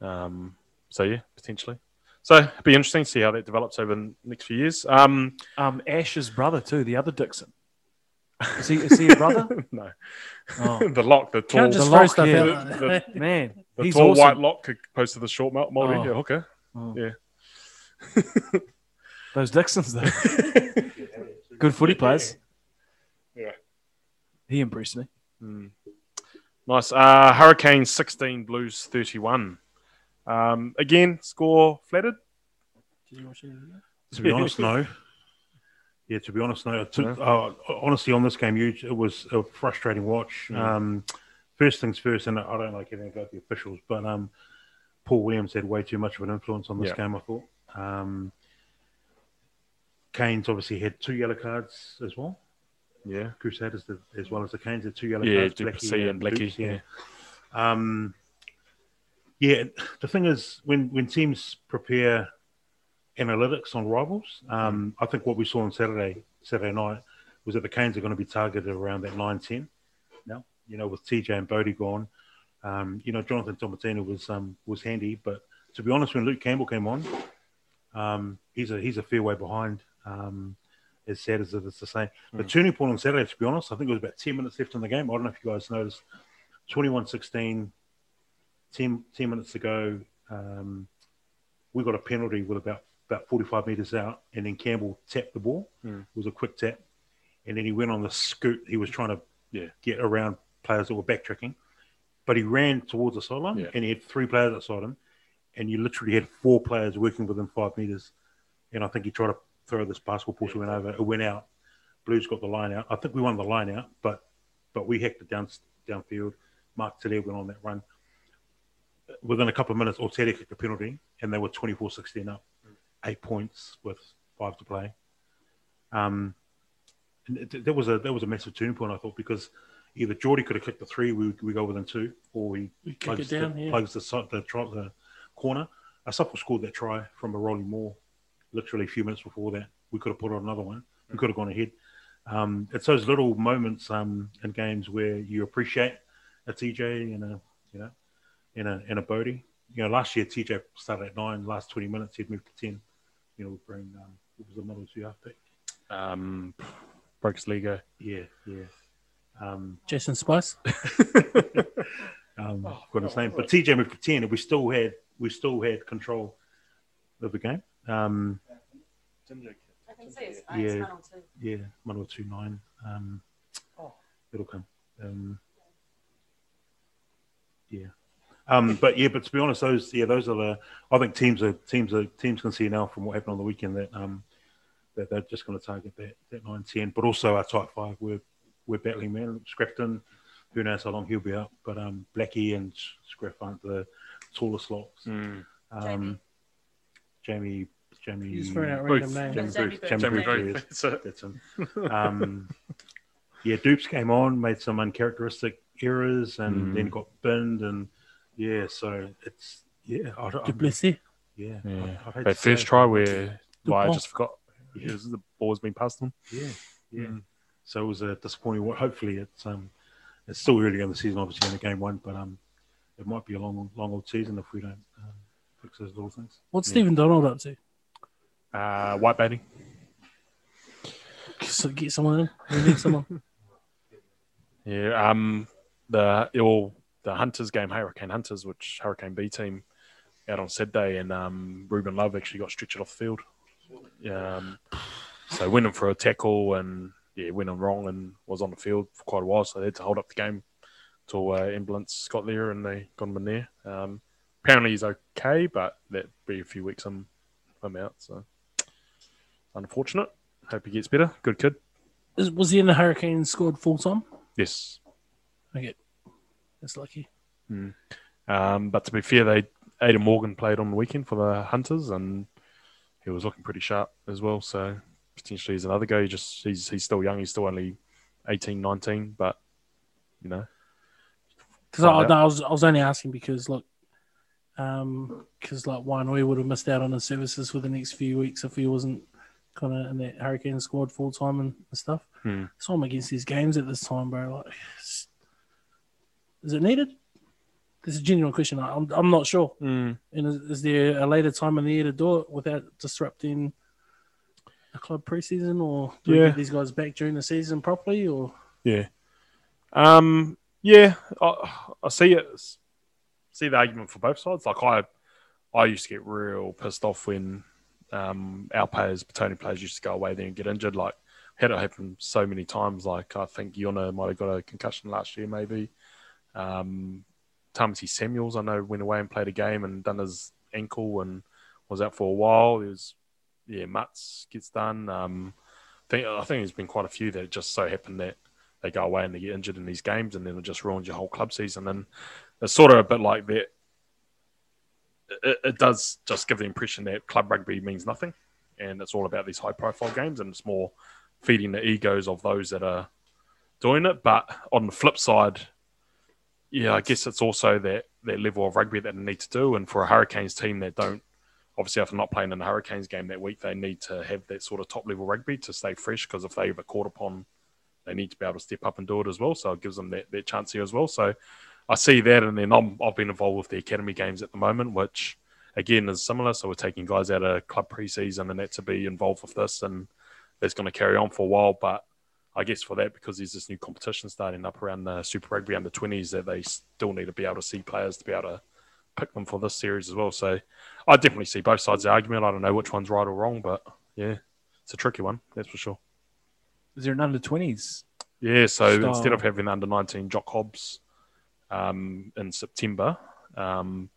G: Um, so yeah, potentially. So it'll be interesting to see how that develops over the next few years. Um,
J: Um, Ash's brother too, the other Dixon. Is he, is he a brother?
G: [LAUGHS] no,
J: Oh,
G: [LAUGHS] the lock, the tall,
H: Can't just
J: The
H: throw
J: lock,
H: stuff
J: yeah.
H: out.
G: The-
J: man,
H: [LAUGHS]
G: the
J: he's
G: tall
J: awesome.
G: white lock opposed to the short mul- Maori
J: Oh.
G: yeah, hooker.
J: Oh.
G: Yeah.
J: [LAUGHS] Those Dixons though,
H: [LAUGHS]
J: good footy players.
G: Yeah.
J: He impressed me.
G: Mm. Nice. Uh, Hurricane sixteen, Blues thirty-one. Um, again, score flattered.
H: Did you watch it again?
I: To be
G: [LAUGHS]
I: honest, no. Yeah, to be honest, no. To, uh, honestly, on this game, huge. It was a frustrating watch.
G: Mm.
I: Um, first things first, and I don't like anything about the officials, but um, Paul Williams had way too much of an influence on this
G: Yeah.
I: game. I thought um, Canes obviously had two yellow cards as well. Yeah, Crusaders did, as well as the Canes had two yellow
G: Yeah,
I: cards. uh,
G: Duplessis and Blackie,
I: Dukes, yeah. Um, yeah, the thing is, when when teams prepare analytics on rivals, um, I think what we saw on Saturday Saturday night was that the Canes are going to be targeted around that 9-10 now. You know, with TJ and Bodie gone, um, you know Jonathan Tomatino was um, was handy, but to be honest, when Luke Campbell came on, um, he's a he's a fair way behind. Um, as sad as it is to say, the
L: Mm.
I: turning point on Saturday, to be honest, I think it was about ten minutes left in the game. I don't know if you guys noticed, 21-16, 10, 10 minutes to go. Um, we got a penalty with about about forty five meters out, and then Campbell tapped the ball.
L: Mm.
I: It was a quick tap, and then he went on the scoot. He was trying to get around players that were backtracking, but he ran towards the sideline and he had three players outside him, and you literally had four players working within five meters. And I think he tried to throw this basketball push went over. It went out. Blues got the line out. I think we won the line out, but but we hacked it down downfield. Mark Tadea went on that run. uh, Within a couple of minutes, Ortega kicked a penalty, and they were 24-16 up, eight points with five to play. Um, and it- that was a that was a massive turning point, I thought, because either Geordie could have kicked the three, we, we go within two, or he
H: kick it down,
I: the,
H: yeah.
I: plugs the, side- the, try- the corner. A supple scored that try from a rolling Moore literally a few minutes before that. We could have put on another one. We could have gone ahead. Um, it's those little moments um, in games where you appreciate a TJ and a you know and a and a Bodie. You know, last year TJ started at nine. Last twenty minutes he'd moved to ten. You know, we bring um, what was the middle two halfback?
G: Um, uh, Brooks Ligo.
I: Yeah, yeah. Um,
H: Jason Spice.
I: [LAUGHS] um, got his name. But TJ moved to ten, and we still had we still had control of the game. Um,
B: I can see it's
I: yeah, yeah, one or two nine. Um, it'll come. Um, yeah, um, but yeah, but to be honest, those yeah, those are the. I think teams are teams are teams can see now from what happened on the weekend that um that they're just going to target that that nine ten, but also our type five. We're we're battling man Scrapton. Who knows how long he'll be out? But um, Blackie and Scrap aren't the tallest locks.
G: Hmm.
I: Um, Mm. Jamie. Jamie.
H: He's throwing out random names.
I: Jamie
H: Jamie
I: Booth.
H: Booth.
I: Jamie
H: Jamie
G: [LAUGHS]
I: Booth,
H: Booth.
I: yes. That's him. Um, yeah, Dupes came on, made some uncharacteristic errors, and
G: Mm-hmm.
H: Mm.
I: then got binned. And yeah, so it's yeah. I, don't- I'm-
H: Duplessis.
I: Yeah,
G: Yeah.
I: I- I'd
G: That
I: hate to
G: first
I: say it.
G: try where Dwyer
I: Dupont.
G: just forgot
I: Yeah.
G: his- the ball's been passed to him.
I: Yeah, yeah. So it was a disappointing one. Hopefully, it's um, it's still early in the season, obviously, in game one, but um, it might be a long, long old season if we don't um, fix those little things.
H: What's Stephen Donald up to?
G: Uh, white baiting.
H: So get someone in. We need someone.
G: Yeah, um, the all the Hunters game, Hurricane Hunters, which Hurricane B team out on Saturday, and um, Ruben Love actually got stretched off the field. Um, so went in for a tackle and yeah, went in wrong and was on the field for quite a while. So they had to hold up the game till uh, ambulance got there and they got him in there. Um, apparently he's okay, but that'd be a few weeks I'm I'm out. So unfortunate. Hope he gets better. Good kid.
H: Is, was he in the Hurricane squad full time?
G: Yes.
H: Okay. That's lucky.
G: Mm. Um, but to be fair, they Adam Morgan played on the weekend for the Hunters, and he was looking pretty sharp as well. So potentially he's another guy. He just he's he's still young. He's still only 18, 19, but you know,
H: Because I, no, I was I was only asking because look, um, because like Wainui would have missed out on his services for the next few weeks if he wasn't kind of in that Hurricane squad full time and stuff.
G: Hmm.
H: So I'm against these games at this time, bro. Like, s- is it needed? This is a genuine question. I- I'm I'm not sure.
G: Mm.
H: And is, is there a later time in the year to do it without disrupting the club preseason, or do we
G: Yeah.
H: get these guys back during the season properly, or
G: Yeah. Um. Yeah. I, I see it. See the argument for both sides. Like I, I used to get real pissed off when um, our players, Tony players, used to go away there and get injured. Like had it happen so many times. Like I think Yona might have got a concussion last year, maybe. Um, Tamati Samuels, I know, went away and played a game and done his ankle and was out for a while. There was, yeah, Mutz gets done. Um, think, I think there's been quite a few that it just so happened that they go away and they get injured in these games, and then it just ruins your whole club season. And it's sort of a bit like that. It, it does just give the impression that club rugby means nothing. and it's all about these high profile games, and it's more feeding the egos of those that are doing it. But on the flip side, yeah, I guess it's also that that level of rugby that they need to do, and for a Hurricanes team that don't obviously after not playing in the Hurricanes game that week, they need to have that sort of top level rugby to stay fresh because if they ever caught upon, they need to be able to step up and do it as well. So it gives them that, that chance here as well. So I see that, and then I'm, I've been involved with the academy games at the moment, which again is similar. So we're taking guys out of club preseason and that to be involved with this, and that's going to carry on for a while. But I guess for that, because there's this new competition starting up around the Super Rugby under 20s, that they still need to be able to see players to be able to pick them for this series as well. So I definitely see both sides of the argument. I don't know which one's right or wrong, but yeah, it's a tricky one, that's for sure.
J: Is there an under 20s?
G: Yeah, so
J: Style.
G: instead of having under 19 Jock Hobbs um, in September, um,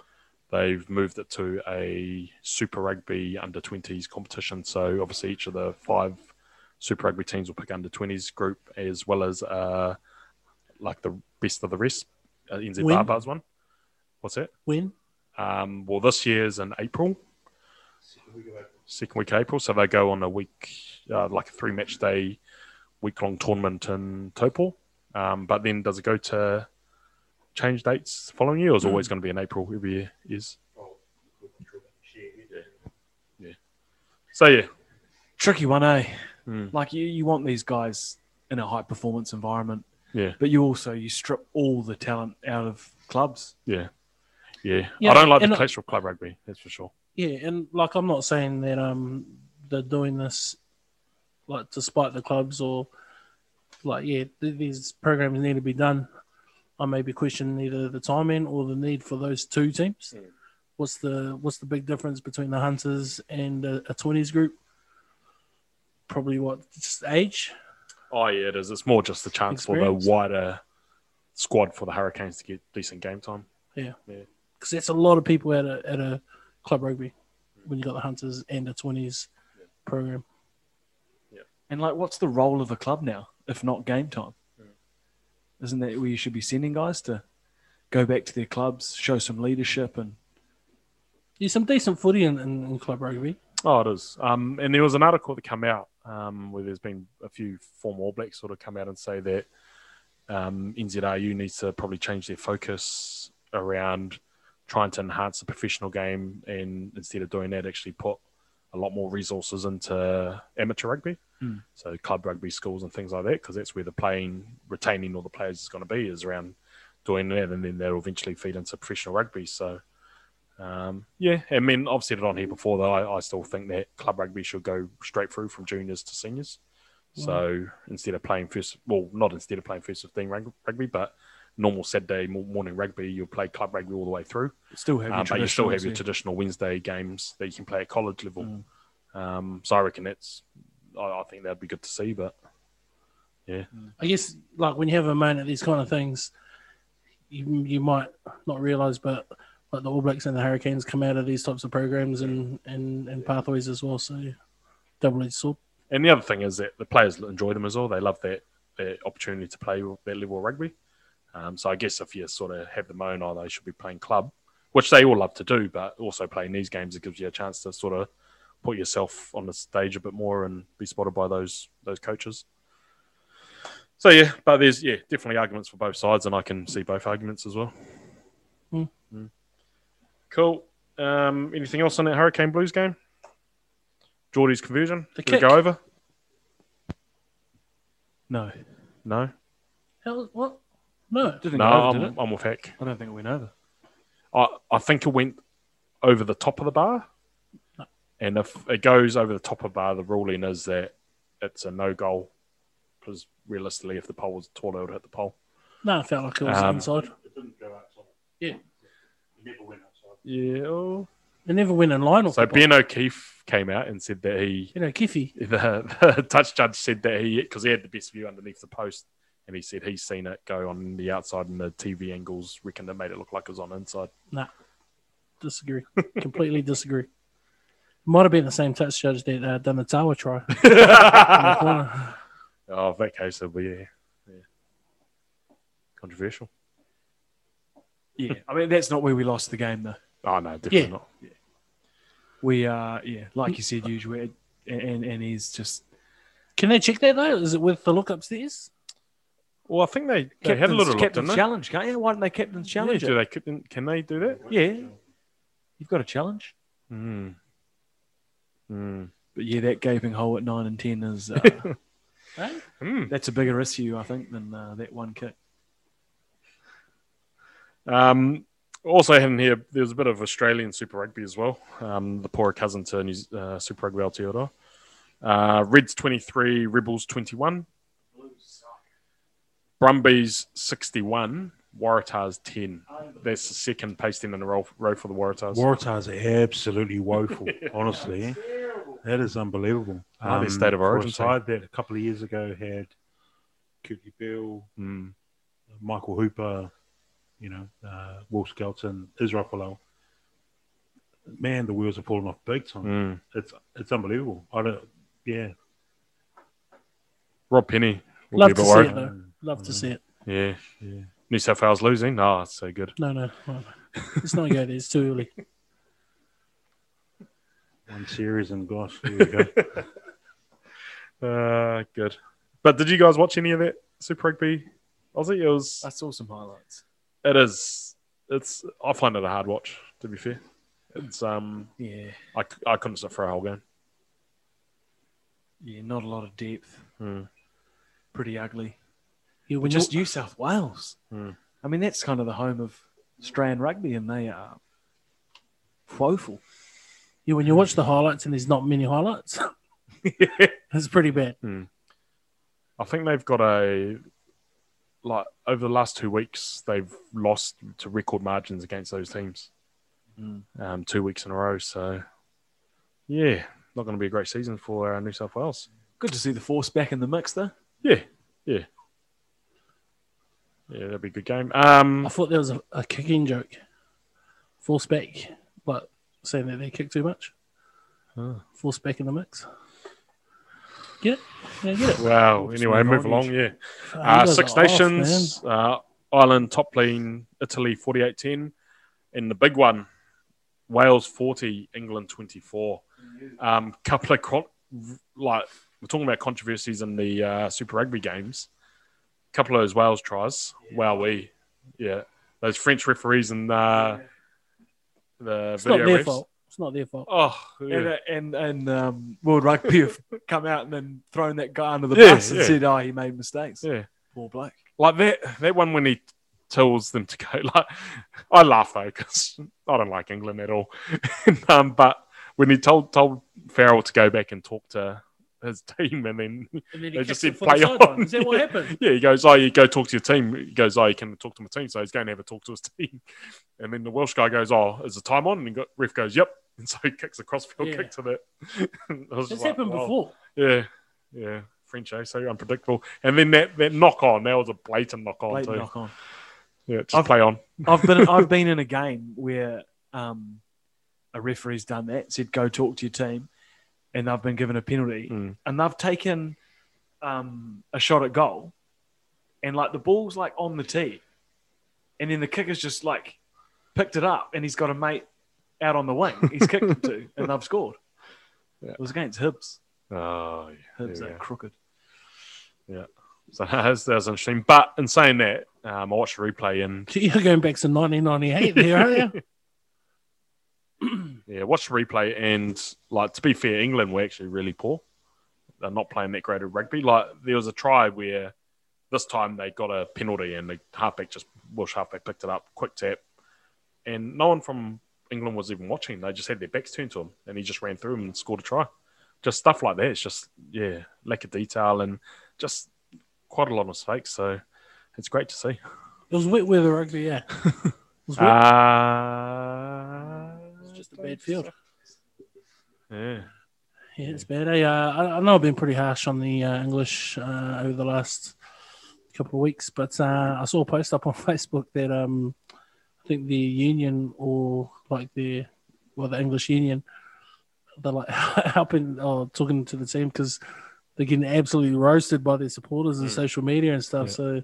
G: they've moved it to a Super Rugby under 20s competition. So obviously, each of the five Super Rugby teams will pick under 20s group as well as uh, like the best of the rest, uh, NZ
H: When?
G: Bar Bars one. What's that?
H: When?
G: Um, well, this year's in April. Second week of April. So they go on a week, uh, like a three match day, week long tournament in Topol. Um, but then does it go to change dates the following year or is it always going to be in April every year? Is So yeah,
J: tricky one, eh?
G: Mm.
J: Like you, you want these guys in a high performance environment,
G: Yeah.
J: But you also you strip all the talent out of clubs.
G: Yeah, yeah.
H: Yeah,
G: I don't like the
H: and I-
G: clash of club rugby. That's for sure.
H: Yeah, and like I'm not saying that um they're doing this like to spite the clubs or like yeah th- these programs need to be done. I maybe question either the timing or the need for those two teams. What's the what's the big difference between the hunters and a, a 20s group? Probably what just age.
G: Oh yeah, it is. It's more just the chance for
H: Experience.
G: the wider squad for the Hurricanes to get decent game time.
H: Yeah,
G: Yeah.
H: because that's a lot of people at a at a club rugby when you got the hunters and the 20s program.
J: And like, what's the role of a club now if not game time?
G: Hmm.
J: Isn't that where you should be sending guys to go back to their clubs, show some leadership, and
H: Yeah, some decent footy in, in, in club rugby.
G: Oh, it is. Um, and there was an article that came out um, where there's been a few former All Blacks sort of come out and say that um, NZRU needs to probably change their focus around trying to enhance the professional game and instead of doing that, actually put a lot more resources into amateur rugby.
J: Hmm.
G: So club rugby schools and things like that, because that's where the playing, retaining all the players is going to be is around doing that, and then that'll eventually feed into professional rugby. So, um, yeah, I mean, I've said it on here before though. I, I still think that club rugby should go straight through from juniors to seniors. So instead of playing first, well, not instead of playing first fifteen rug- rugby, but normal Saturday mo- morning rugby, you'll play club rugby all the way through.
J: Still have your
G: um, but you still have
J: traditionals,
G: your
J: yeah.
G: traditional Wednesday games that you can play at college level. Um, so I reckon that's, I, I think that'd be good to see. But yeah,
H: I guess like when you have a moan at these kind of things, you you might not realize, but like the All Blacks and the Hurricanes come out of these types of programs and and, and pathways as well. So yeah, double edged sword.
G: And the other thing is that the players enjoy them as well. They love that, that opportunity to play with their level of rugby. Um, so I guess if you sort of have the moan, oh, they should be playing club, which they all love to do, but also playing these games, it gives you a chance to sort of put yourself on the stage a bit more and be spotted by those those coaches. So yeah, but there's yeah definitely arguments for both sides, and I can see both arguments as well.
H: Hmm.
G: Mm. Cool. Um, anything else on that Hurricane Blues game? Geordie's conversion.
H: The
G: Did it
H: kick.
G: go over?
J: no,
G: No.
H: Hell, what? No,
J: didn't
G: No,
J: go over,
G: I'm,
J: did it?
G: I'm with Heck.
J: I don't think it went over.
G: I, I think it went over the top of the bar. And if it goes over the top of the bar, the ruling is that it's a no goal. Because realistically, if the pole was taller, it would hit the pole.
H: no, it felt like it was
G: Um,
H: inside.
I: It didn't go outside.
H: Yeah,
I: It never went outside.
G: Yeah.
H: it never went in line.
G: So Ben O'Keefe came out and said that he, [LAUGHS]
H: you know, Kiffy.
G: the, the touch judge said that he, because he had the best view underneath the post, and he said he's seen it go on the outside and the TV angles reckon it made it look like it was on the inside.
J: [LAUGHS]
H: Nah, disagree. Completely disagree. Might have been the same touch judge that uh, done the tower
G: [LAUGHS]
H: try. In the corner.
G: Oh, that case, it'll be yeah. yeah. Controversial.
J: Yeah, I mean that's not where we lost the game though.
G: Oh, no, definitely
H: Yeah.
G: not. Mm.
J: We uh yeah, like you said, usually and and he's just
H: Can they check that though? Is it with the look upstairs?
G: Well, I think they, they had a
J: captain's,
G: little look, didn't
J: captain's
G: they?
J: challenge. Can't you? Why don't they captain's
G: Yeah,
J: challenge?
G: do
J: it?
G: they, can, can they do that?
J: yeah, you've got a challenge.
G: Hmm.
J: Mm. But yeah, that gaping hole at nine and ten
G: [LAUGHS]
J: is uh,
G: Hmm.
J: that's a bigger issue, I think, than uh, that one kick.
G: Um, also, in here, there was a bit of Australian Super Rugby as well. Um, the poorer cousin to New, Z- uh, Super Rugby Aotearoa. Uh, Reds 23, Rebels 21. Brumbies 61, Waratahs 10. That's the second pasting in a row, row for the Waratahs.
I: Waratahs are absolutely woeful, honestly. eh? That is unbelievable.
G: Ah, their state of
I: for a
G: origin
I: side that a couple of years ago had Kirky Bill,
G: Mm.
I: Michael Hooper, you know, uh, Will Skelton, Israel Folau. Man, the wheels are falling off big time.
G: Mm.
I: It's it's unbelievable. I don't. Yeah,
G: Rob Penny. will
H: Love
G: be a
H: to
G: bit
H: see
G: worried.
H: it though. Love
G: Mm.
H: to see it.
G: Yeah. New South Wales losing? No, it's so good.
H: No, no, no. Let's not go there. It's too
G: [LAUGHS]
H: early.
I: one series and gosh,
G: [LAUGHS]
I: here we go.
G: Uh, good. But did you guys watch any of that Super Rugby Aussie? It was.
J: I saw some highlights.
G: It is. It's. I find it a hard watch. To be fair, it's. Um.
J: Yeah,
G: I, c- I couldn't sit for a whole game.
J: yeah, not a lot of depth.
G: Mm.
J: Pretty ugly.
H: Yeah,
J: But
H: when
J: just
H: you,
J: New South Wales.
G: Mm.
J: I mean, that's kind of the home of Australian rugby, and they are woeful.
H: yeah, when you watch the highlights and there's not
G: [LAUGHS]
H: many highlights, it's pretty bad.
G: I think they've got a. Like over the last two weeks, they've lost to record margins against those teams.
J: Mm.
G: Um, two weeks in a row. So, yeah, not going to be a great season for uh, New South Wales.
J: Good to see the force back in the mix, though.
G: Yeah, yeah, yeah. That'd be a good game. Um,
H: I thought there was a, a kicking joke. Force back, but saying that they kick too much. Force back in the mix. Get it? Yeah, get it.
G: Wow.
H: Just
G: Anyway,
H: move
G: move
H: on.
G: along. Yeah.
H: Oh, you
G: Uh,
H: guys
G: Six
H: are off,
G: Nations, uh, Ireland top lane, Italy 48-10. And the big one, Wales 40, England 24. Um, couple of, con- like, we're talking about controversies in the uh, Super Rugby games. couple of those Wales tries. Wow, we. Yeah. Those French referees and uh, the
H: it's not
G: video
H: their
G: refs.
H: fault. It's not their fault.
G: Oh, yeah.
J: And, uh, and and um, World
G: [LAUGHS]
J: Rugby have come out and then thrown that guy under the
G: Yeah,
J: bus and
G: yeah.
J: said, "Oh, he made mistakes."
G: yeah.
J: Poor bloke.
G: like that that one when he tells them to go [LAUGHS] like i laugh though because i don't like england at all [LAUGHS] um, but when he told told farrell to go back and talk to his [LAUGHS] team and then
H: And then
G: they just said
H: kicked it from
G: play
H: the sideline.
G: on
H: Is that what
G: [LAUGHS]
H: happened?
G: yeah he goes oh you go talk to your team he goes oh you can talk to my team so he's going to have a talk to his [LAUGHS] team and then the welsh guy goes oh is the time on and the ref goes yep [LAUGHS] and so he kicks a crossfield
H: Yeah.
G: kick to that [LAUGHS] I was
H: This
G: just like, oh.
H: happened
G: "Wow."
H: before.
G: yeah yeah French, eh? So unpredictable. And then that, that knock on, that was a blatant knock on,
J: Blatant
G: too.
J: knock on.
G: [LAUGHS] Yeah, just
J: I've-
G: play on.
J: I've been I've been in a game where um, a referee's done that, said go talk to your team, and they've been given a penalty,
G: Mm.
J: and they've taken um, a shot at goal, and like the ball's like on the tee, and then the kicker's just like picked it up, and he's got a mate out on the wing he's kicked it to,
G: [LAUGHS]
J: and they've scored.
G: Yeah.
J: It was against Hibs.
G: Oh, yeah.
J: Hibs
G: There we
J: are
G: go.
J: crooked.
G: So that's, that was interesting. But in saying that, um, I watched a replay and
H: [LAUGHS] You're going back to 1998 there, aren't you?
G: yeah, watched the replay and like to be fair, England were actually really poor. They're not playing that great of rugby. Like there was a try where this time they got a penalty and the halfback just Welsh halfback picked it up, quick tap, and no one from England was even watching. They just had their backs turned to him, and he just ran through him and scored a try. Just stuff like that. It's just yeah, lack of detail and just quite a lot of mistakes. So it's great to see.
H: It was wet weather rugby, yeah. It was wet.
G: Uh,
H: it's just a bad field.
G: yeah.
H: Yeah, it's bad. eh? uh, I, I know I've been pretty harsh on the uh, English uh, over the last couple of weeks, but uh, I saw a post up on [LAUGHS] Facebook that um, I think the union or like the well the English union they're like [LAUGHS] helping or talking to the team because they're getting absolutely roasted by their supporters and social media and stuff.
G: Yeah.
H: So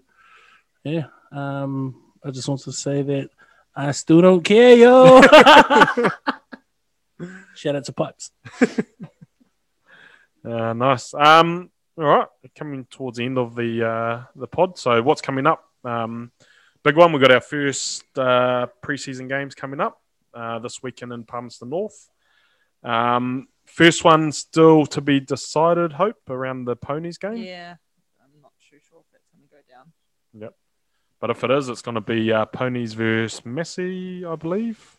H: yeah, um, I just want to say that I still don't care, yo. Shout out to Pipes.
G: Uh, nice. Um, all right, we're coming towards the end of the uh, the pod. So what's coming up? Um, big one. We've got our first uh, preseason games coming up uh, this weekend in Palmerston North. Um, first one still to be decided. Hope around the ponies game.
B: Yeah, I'm not too sure if that's going to go
G: [LAUGHS]
B: down.
G: Yep. But if it is, it's going to be uh, ponies versus Messi, I believe.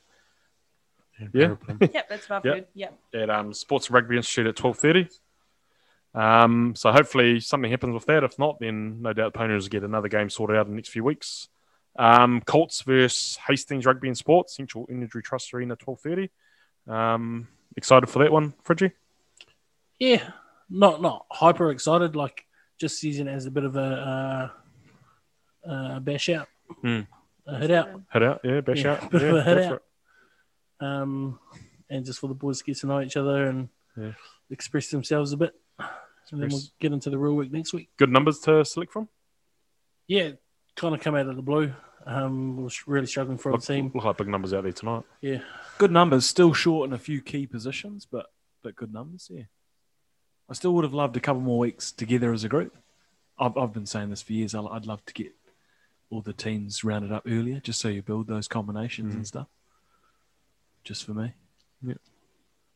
G: Yeah.
B: Yep, that's what I've heard. Yep.
G: At um, Sports and Rugby Institute at twelve thirty. Um, so hopefully something happens with that. If not, then no doubt the ponies will get another game sorted out in the next few weeks. Um, Colts versus Hastings Rugby and Sports Central Energy Trust Arena twelve thirty. Um, excited for that one, Fridgie.
H: Yeah, not not hyper excited. Like just using it as a bit of a uh, uh, bash out,
G: Hmm.
H: a hit out,
G: Head out, yeah, bash
H: Yeah, [LAUGHS]
G: out,
H: bit of
G: yeah,
H: a hit
G: go for
H: out. Um, and just for the boys to get to know each other and
G: Yeah.
H: express themselves a bit, and then we'll
G: Express.
H: get into the real week next week.
G: it. Good numbers to select from.
H: Yeah, kind of come out of the blue. Um, we we're really struggling for a
G: Look,
H: team.
G: look like big numbers out there tonight.
H: Yeah,
J: Good numbers, still short in a few key positions, but but good numbers. Yeah, I still would have loved a couple more weeks together as a group. I've I've been saying this for years. I'll, I'd love to get all the teams rounded up earlier, just so you build those combinations
H: Mm.
J: and stuff. Just for me.
G: Yeah.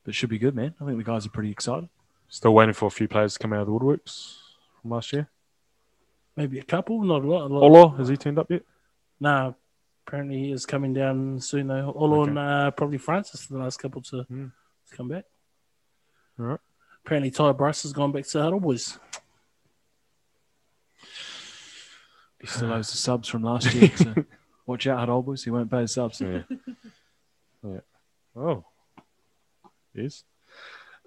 J: But it should be good, man. I think the guys are pretty excited.
G: Still waiting for a few players to come out of the woodworks from last year.
H: maybe a couple, not a lot. A lot.
G: Ola, has he turned up yet?
H: Nah, apparently he is coming down soon though. All
G: Okay.
H: on uh, probably Francis the last couple to,
G: Mm.
H: to come back.
G: All right.
H: Apparently Ty Bryce has gone back to Huddle Boys.
J: He still owes the subs from last year. So watch out, old boys. He won't pay his subs.
G: Yeah. Oh, yes.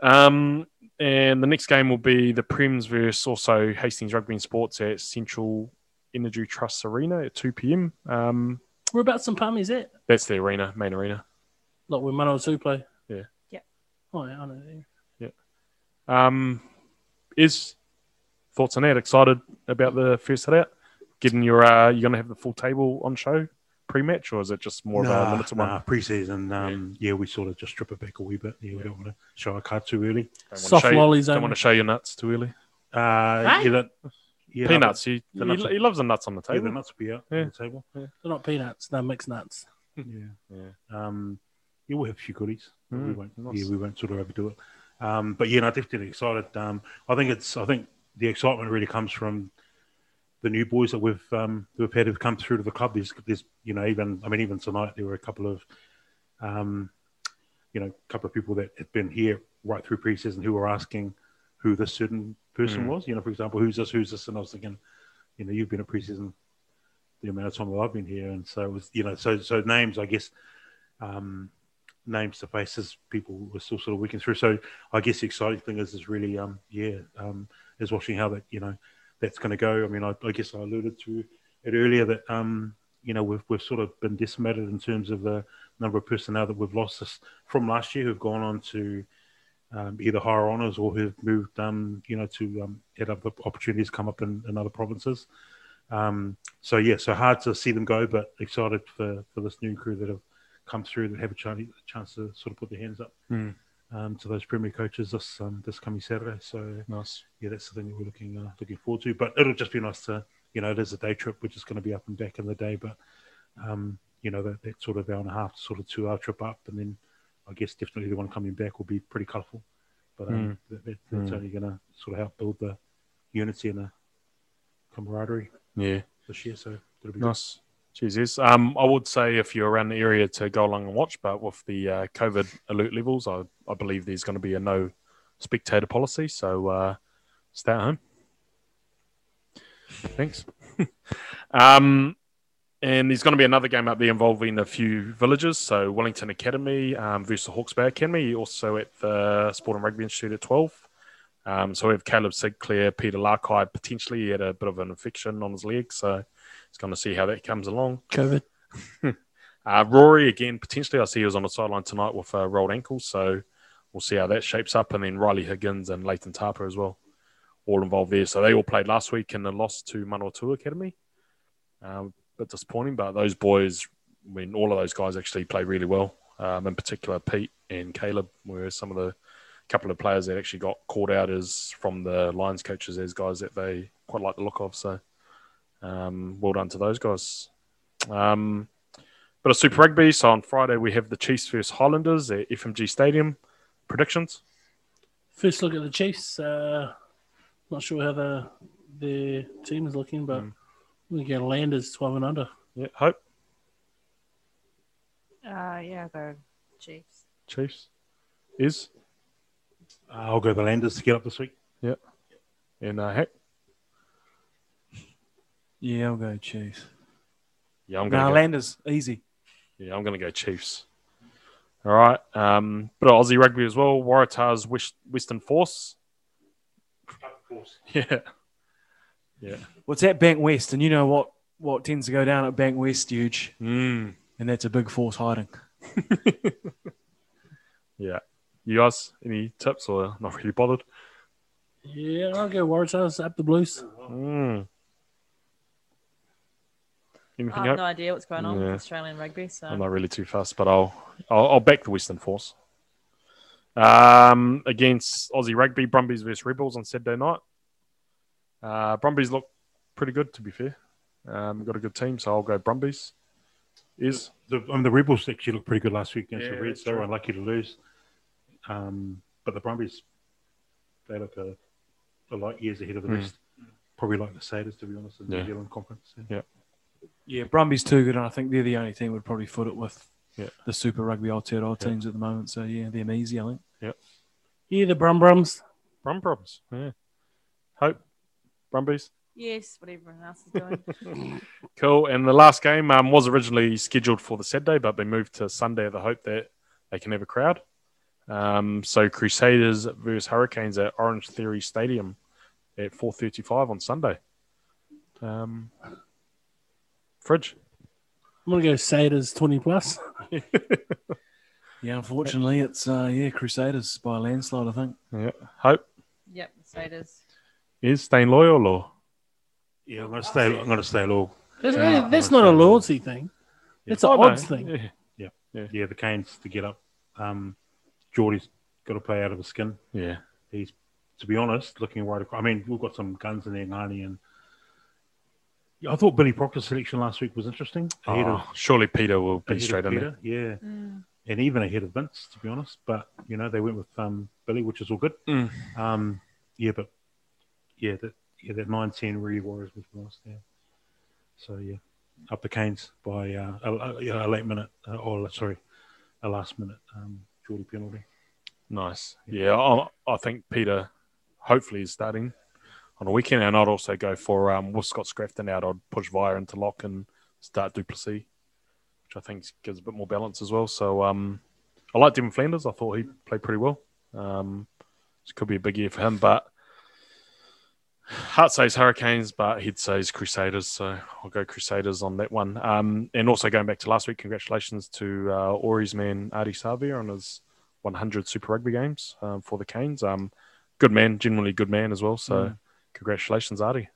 G: Um, and the next game will be the Prems versus also Hastings Rugby and Sports at Central Energy Trust Arena at 2 p.m. Um,
H: Whereabouts in Palm is that?
G: that's the arena, main arena.
H: eh? Like where Mano Two play.
G: Yeah.
B: Yep.
H: Oh yeah, I know. yeah.
G: Um, is thoughts on that? Excited about the first hit out? Getting your uh, you're gonna have the full table on show pre-match, or is it just more of a
I: Nah,
G: limited
I: nah,
G: one?
I: pre-season, um, yeah. we sort of just strip it back a wee bit. Yeah, we don't want to show our card too early.
G: Don't wanna
H: Soft
G: show you-
H: lollies
G: Don't
H: only.
G: want to show your nuts too early.
I: Uh,
H: Hey?
I: yeah, that, yeah,
G: Peanuts. He, he,
I: the nuts are-
G: he loves the nuts on the
I: that- Yeah, the
G: table.
I: nuts will be out
G: Yeah.
I: on the table.
H: They're not peanuts, they're mixed nuts.
I: Yeah.
G: Yeah.
I: Um, yeah, we'll have a few goodies. but we
G: Mm,
I: won't.
G: nice.
I: Yeah, we won't sort of overdo it. Um, but yeah, no, definitely excited. Um, I think it's. I think the excitement really comes from the new boys that we've um, who have had have come through to the club. There's, there's, you know, even I mean, even tonight there were a couple of, um, you know, a couple of people that had been here right through pre-season who were asking who this certain person
G: Mm.
I: was. You know, for example, who's this? Who's this? And I was thinking, you know, you've been at pre-season the amount of time that I've been here, and so it was, you know, so so names, I guess, um, names to faces, people were still sort of working through. So I guess the exciting thing is, is really, um, yeah, um, is watching how that, you know, that's going to go. I mean, I, I guess I alluded to it earlier that, um, you know, we've we've sort of been decimated in terms of the number of personnel that we've lost this, from last year who've gone on to. Um, either higher honours or who've moved, um, you know, to um, had other opportunities come up in, in other provinces. Um, so yeah, so hard to see them go, but excited for, for this new crew that have come through that have a chance, a chance to sort of put their hands up
G: Mm.
I: um, to those premier coaches this um, this coming Saturday. So
G: Nice.
I: yeah, that's the thing that we're looking uh, looking forward to. But it'll just be nice to you know it is a day trip. We're just going to be up and back in the day, but um, you know that, that sort of hour and a half, sort of two hour trip up, and then I guess definitely the one coming back will be pretty colourful. But um, that, that, that's only going to sort of help build the unity and the camaraderie
G: Yeah.
I: this year. So it'll be nice.
G: Nice. Jesus. Um, I would say if you're around the area to go along and watch, but with the uh, COVID alert levels, I, I believe there's going to be a no spectator policy. So uh, stay at home. Thanks. [LAUGHS] um, and there's going to be another game up there involving a few villages. So Wellington Academy um, versus Hawke's Bay Academy, also at the Sport and Rugby Institute at 12. Um, so we have Caleb Sigclair, Peter Larkai, potentially he had a bit of an infection on his leg. So it's going to see how that comes along.
H: COVID.
G: Uh, Rory, again, potentially, I see he was on the sideline tonight with a rolled ankle. So we'll see how that shapes up. And then Riley Higgins and Leighton Tarper as well, all involved there. So they all played last week in the loss to Manawatu Academy. Um, bit disappointing, but those boys, I mean, all of those guys actually played really well. Um, in particular, Pete and Caleb were some of the couple of players that actually got called out as from the Lions coaches as guys that they quite like the look of. So um, well done to those guys. Um, but of Super Rugby. So on Friday we have the Chiefs versus Highlanders at FMG Stadium. Predictions?
H: First look at the Chiefs. Uh, not sure how the their team is looking,
G: Hmm.
H: but we get Landers twelve and under.
G: Yeah, hope
B: Uh, yeah, go Chiefs.
G: Chiefs is
I: Uh, I'll go the Landers to get up this week.
G: yeah, and uh, heck,
J: Yeah, I'll go Chiefs.
G: yeah, I'm
J: Nah,
G: going. to
J: Landers, easy.
G: yeah, I'm going to go Chiefs. All right, um, but Aussie rugby as well. Waratahs West, Western Force. [LAUGHS] Yeah, yeah.
J: What's at Bank West? And you know what? What tends to go down at Bank West, huge,
G: Mm.
J: and that's a big force hiding.
G: Yeah. You guys, any tips or not really bothered?
H: Yeah, I'll go Waratahs up the Blues.
G: Mm. Anything
K: Uh,
B: I have
G: up?
B: no idea what's going on
G: Yeah.
B: with Australian rugby. So
G: I'm not really too fast, but I'll, I'll I'll back the Western Force. Um, against Aussie Rugby, Brumbies versus Rebels on Saturday night. Uh, Brumbies look pretty good, to be fair. Um, got a good team, so I'll go Brumbies. Is
I: The, I mean, the Rebels actually looked pretty good last week against
G: Yeah,
I: the Reds.
G: that's
I: They were
G: right.
I: unlucky to lose. Um, but the Brumbies, they look a, a light years ahead of the
G: Mm.
I: rest. Probably like the Satyrs, to be honest, in the
G: Yeah.
I: New Zealand conference. Yeah.
J: Yeah, Brumbies too good, and I think they're the only team would probably foot it with
G: Yeah.
J: the Super Rugby Aotearoa teams at the moment. So yeah, them easy, I think.
H: Yeah, the Brum Brums.
G: Brum Brums? Yeah. Hope Brumbies.
B: yes, what everyone else is doing.
G: [LAUGHS] Cool. And the last game um, was originally scheduled for the Saturday, but they moved to Sunday. The hope that they can have a crowd. Um, so Crusaders versus Hurricanes at Orange Theory Stadium at four thirty-five on Sunday. Um, fridge.
H: I'm gonna go Satyrs twenty plus.
J: Yeah, unfortunately, it's uh, yeah Crusaders by a landslide, I think.
G: Yeah. Hope
B: yep, Crusaders.
G: is staying loyal or
I: Yeah, I'm going to stay. I'm going to stay low.
H: That's,
I: Yeah.
H: that's not a loyalty thing. It's an
G: Oh, no.
H: odds thing.
G: Yeah.
I: Yeah, the Canes to get up. Um, Geordie's got to play out of his skin.
G: Yeah.
I: He's, to be honest, looking right across. I mean, we've got some guns in there, Ngani, and Yeah, I thought Billy Proctor's selection last week was interesting. Ahead of-
G: Oh, surely Peter will
I: ahead
G: be
I: of
G: straight in there.
I: Peter, Yeah. And even ahead of Vince, to be honest. But, you know, they went with um, Billy, which is all good.
G: Mm.
I: Um, yeah, but, yeah, that yeah, that 9 10 really Warriors was lost there. So, yeah, up the Canes by uh, a, a, yeah, a late minute, uh, or sorry, a last minute um, Geordie penalty.
G: Nice. Yeah, I, I think Peter hopefully is starting on a weekend, and I'd also go for um, with Scott Scrafton out. I'd push Via into lock and start Duplessis, which I think gives a bit more balance as well. So um, I like Devin Flanders. I thought he played pretty well. Um, this could be a big year for him, but Hart says Hurricanes, but he'd says Crusaders. So I'll go Crusaders on that one. Um, and also going back to last week, congratulations to uh, Ori's man Adi Savia on his 100 Super Rugby games um, for the Canes. Um, good man, generally good man as well. So congratulations, Artie.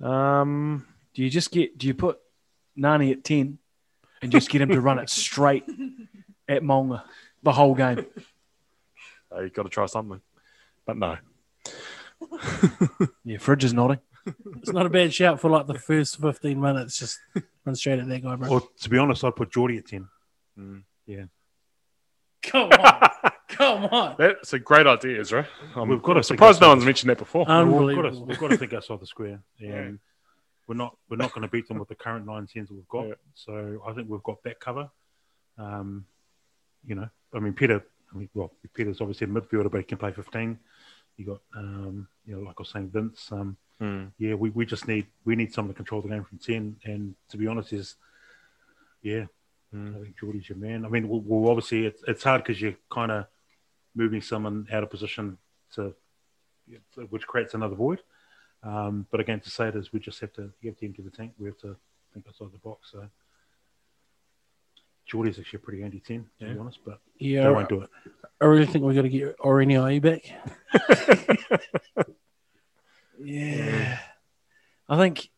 G: Um,
J: Do you just get? Do you put Nani at ten and just get him to run it straight at Monga the whole game?
G: uh, you've got to try something, but no.
J: Yeah, Fridge is nodding.
H: It's not a bad shout for like the first fifteen minutes. Just run straight at that guy, bro.
I: Or, to be honest, I'd put Geordie at 10.
H: Come on, come on.
G: That's a great idea, Ezra. I'm,
I: We've got
G: I'm
I: to think
G: surprised
I: outside
G: no one's
I: the-
G: mentioned that before.
I: We've got, to,
H: Unbelievable.
I: we've got to think outside the square. And we're not we're not going to beat them with the current nine tens that we've got.
G: Yeah.
I: So I think we've got that cover. Um, you know, I mean Peter. I mean, well, Peter's obviously a midfielder, but he can play fifteen. You got, um, you know, like I was saying, Vince. Um,
G: Mm.
I: yeah, we, we just need we need someone to control the game from ten. And to be honest, is yeah,
G: Mm.
I: I think Geordie's your man. I mean, well, well obviously it's it's hard because you're kind of moving someone out of position to, which creates another void. Um, but again, to say it is, we just have to you have to empty the tank. We have to think outside the box. So Geordie's actually a pretty handy ten, to
G: Yeah.
I: be honest. But they
H: Yeah,
I: won't do it.
H: I really think we're gonna get Orini back.
J: Yeah, I think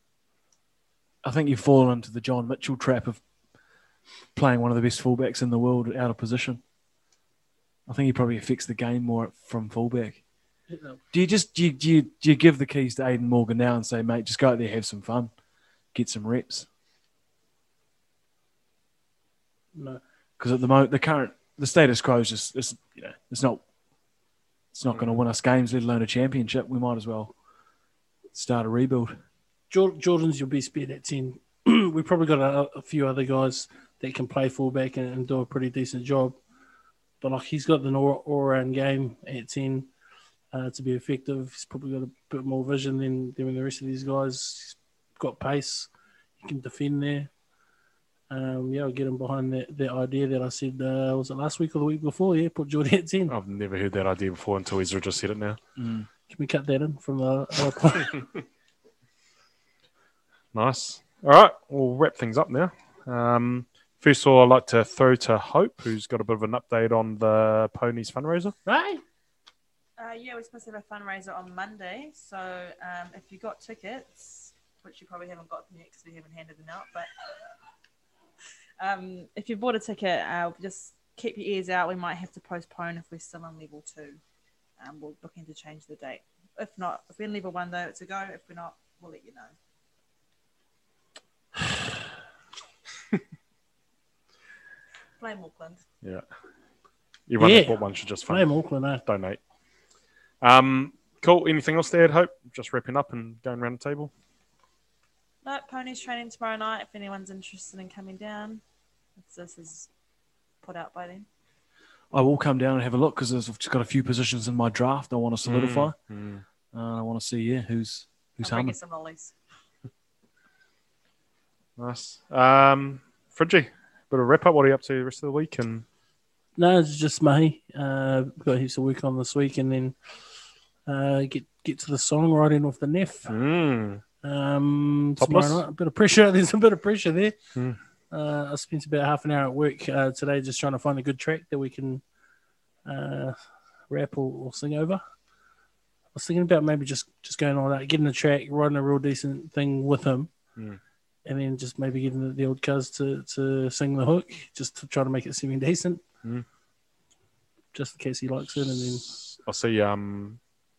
J: I think you've fallen into the John Mitchell trap of playing one of the best fullbacks in the world out of position. I think he probably affects the game more from fullback. Do you just do you, do you do you give the keys to Aiden Morgan now and say, mate, just go out there, have some fun, get some reps?
H: No.
J: Because at the moment, the current the status quo is just it's you know it's not it's not going to
L: Mm.
J: win us games, let alone a championship. We might as well start a rebuild.
H: Jor- Jordan's your best bet at 10. [CLEARS THROAT] We've probably got a, a few other guys that can play fullback and, and do a pretty decent job. But like he's got the all round game at 10 uh, to be effective. He's probably got a bit more vision than, than the rest of these guys. He's got pace. He can defend there. Um, yeah, I'll get him behind that, that idea that I said, uh, was it last week or the week before? Yeah, put Jordan at
G: Hmm. Oh.
H: 10.
L: I've never heard that idea before until Ezra just said it now.
H: Mm. Can we cut that in from uh, the other part?
G: Nice. All right, we'll wrap things up now. Um, first of all, I'd like to throw to Hope, who's got a bit of an update on the ponies fundraiser.
H: [LAUGHS] Right.
B: Uh, yeah, we're supposed to have a fundraiser on Monday. So um, if you got tickets, which you probably haven't got yet because we haven't handed them out, but um, if you bought a ticket, uh, just keep your ears out. We might have to postpone if we're still on level two. Um, we're looking to change the date. If not, if we're in level one, though, it's a go. If we're not, we'll let you know. Blame Auckland.
G: Yeah. Everyone
H: Yeah.
G: that bought one should just fund.
H: Blame Auckland, eh?
G: Donate. Um, cool. Anything else to add, Hope? Just wrapping up and going around the table.
B: No, Pony's training tomorrow night if anyone's interested in coming down. If this is put out by then.
J: I will come down and have a look because I've just got a few positions in my draft I want to solidify.
L: Mm,
J: Uh, I want to see yeah who's who's
B: I'll bring you
J: humming.
B: some lollies.
G: Nice. Um, Fridgie, bit of wrap up. What are you up to the rest of the week? And
H: No, it's just Mahi. Uh, we've got heaps of work on this week, and then uh, get get to the songwriting of the Neff. Hmm. Um,
G: Topless?
H: tomorrow night. a bit of pressure. [LAUGHS] There's a bit of pressure there.
G: Mm.
H: Uh, I spent about half an hour at work uh, today just trying to find a good track that we can uh, rap or, or sing over. I was thinking about maybe just just going on that, getting a track, writing a real decent thing with him,
L: Mm.
H: and then just maybe getting the, the old cuz to, to sing the hook, just to try to make it seem decent,
L: Mm.
H: just in case he likes it. And then
L: I see um,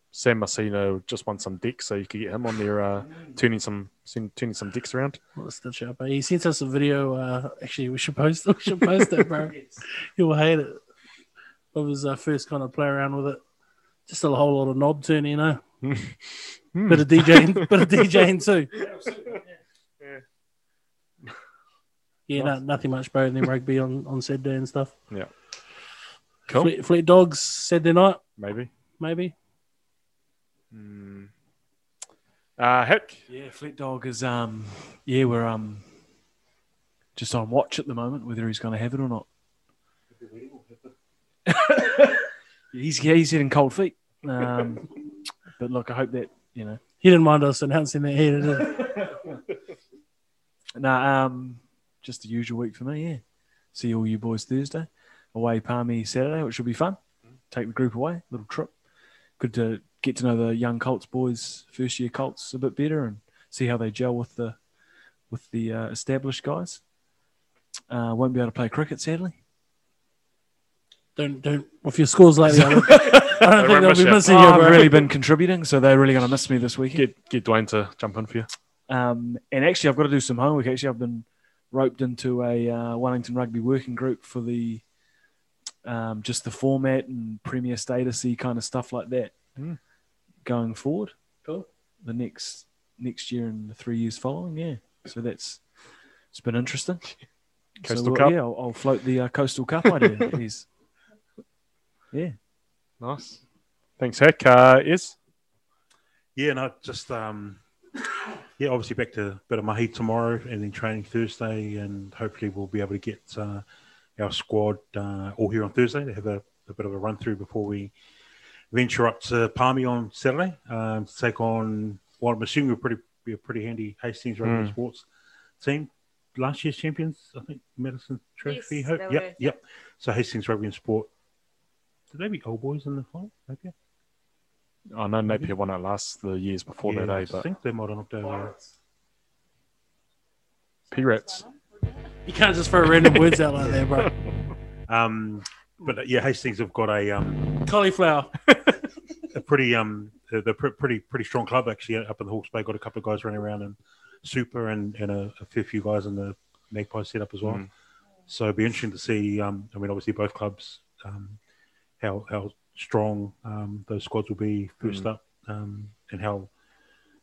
L: Sam Massino just won some dicks, so you could get him on there uh, turning some send, turning some dicks around.
H: What's the show? But he sent us a video. Uh, actually, we should post. We should post it,
J: [LAUGHS]
H: bro. You'll hate it. It was our first kind of play around with it. Just a whole lot of knob turning, you know.
J: Hmm.
H: Bit of
J: [LAUGHS]
H: DJing, bit of DJing too. Yeah, no, nothing much, bro. And then rugby on on Saturday and stuff.
L: Yeah.
G: Cool.
H: Fleet, Fleet Dogs Saturday night,
L: Maybe.
H: maybe.
L: Mm.
G: uh, Hick,
J: Yeah, Fleet Dog is um yeah we're um just on watch at the moment whether he's going to have it or not. he's yeah, he's hitting cold feet. Um, but look, I hope that you know.
H: He didn't mind us announcing that here. Did
J: [LAUGHS]
H: he?
J: Nah, um, just the usual week for me. Yeah, see all you boys Thursday, away Palmy Saturday, which should be fun. Take the group away, little trip. Good to get to know the young Colts boys, first year Colts, a bit better, and see how they gel with the with the uh, established guys. Uh, won't be able to play cricket sadly.
H: Don't don't. With your scores lately, I don't, I don't think they'll be missing
J: Oh,
H: you,
J: I've
H: bro.
J: really been contributing, so they're really going to miss me this weekend.
L: Get get Dwayne to jump in for you.
J: Um, and actually, I've got to do some homework. Actually, I've been roped into a uh, Wellington Rugby working group for the um, just the format and premier statusy kind of stuff like that
L: Mm.
J: going forward.
H: Cool.
J: The next next year and the three years following, yeah. So that's it's been [LAUGHS] interesting.
L: Coastal
J: so,
L: Cup.
J: yeah, I'll, I'll float the uh, coastal cup [LAUGHS] idea. Yes. yeah,
G: nice. Thanks, Hick. Uh, is
I: Yeah, no, just um, yeah, obviously back to a bit of mahi tomorrow, and then training Thursday, and hopefully we'll be able to get uh, our squad uh, all here on Thursday to have a, a bit of a run through before we venture up to Palmy on Saturday um, to take on what I'm assuming will pretty be a pretty handy Hastings rugby
L: Mm.
I: sports team. Last year's champions, I think, Madison Trophy.
B: Yes,
I: hope.
B: they
I: Yep,
B: were.
I: yep. So Hastings rugby and sport. Did they be old boys in the final? Okay.
L: I know Napier won it last the years before
I: Yeah,
L: that,
I: I
L: eh? But
I: think they might have knocked over.
L: P Rats.
H: You can't just throw random words out like that, bro.
I: Um, But uh, yeah, Hastings have got a um,
H: cauliflower,
I: a pretty um, they're, they're pre- pretty pretty strong club actually uh, up in the Hawke's Bay. Got a couple of guys running around in super and and a, a fair few guys in the Magpie setup as well.
G: Mm.
I: So it'd be interesting to see. Um, I mean, obviously both clubs, um, how how strong um, those squads will be first
G: Mm.
I: up, um, and how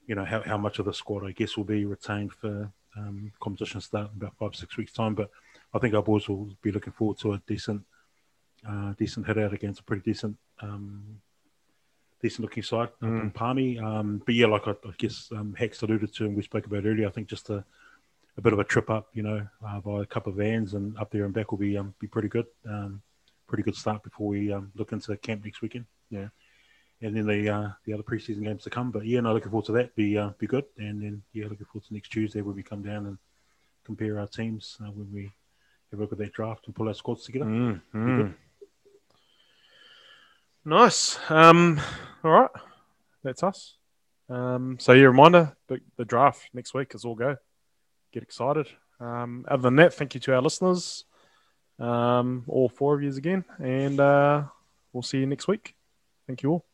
I: you know how, how much of the squad I guess will be retained for um, competition start in about five six weeks time. But I think our boys will be looking forward to a decent uh, decent hit out against a pretty decent um, decent looking side up in Palmy. Um, but yeah, like I, I guess um, Hex alluded to and we spoke about earlier, I think just a, a bit of a trip up, you know, uh, by a couple of vans and up there and back will be um, be pretty good. Um, pretty good start before we um, look into camp next weekend. Yeah. And then the uh, the other preseason games to come, but yeah, no, looking forward to that. Be uh, be good, and then yeah, looking forward to next Tuesday when we come down and compare our teams uh, when we have a look at that draft and pull our squads together.
M: Mm,
I: Be
M: mm.
I: good.
M: Nice. Um, all right. That's us.
G: Um, so yeah, reminder: the, the draft next week is all go. Get excited. Um, other than that, thank you to our listeners, um, all four of you again, and uh, we'll see you next week. Thank you all.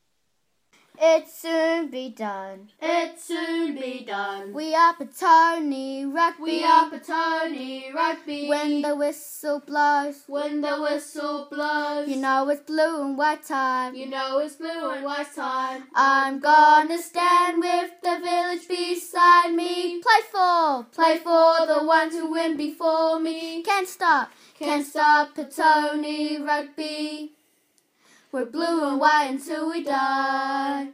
K: It soon be done. It soon be done. We are Petone Rugby.
N: We are Petone Rugby.
K: When the whistle blows.
N: When the whistle blows.
K: You know it's blue and white time.
N: You know it's blue and white time.
K: I'm gonna stand with the village beside me. Play for, play for the ones who win before me. Can't stop, can't stop Petone Rugby. We're blue and white until we die.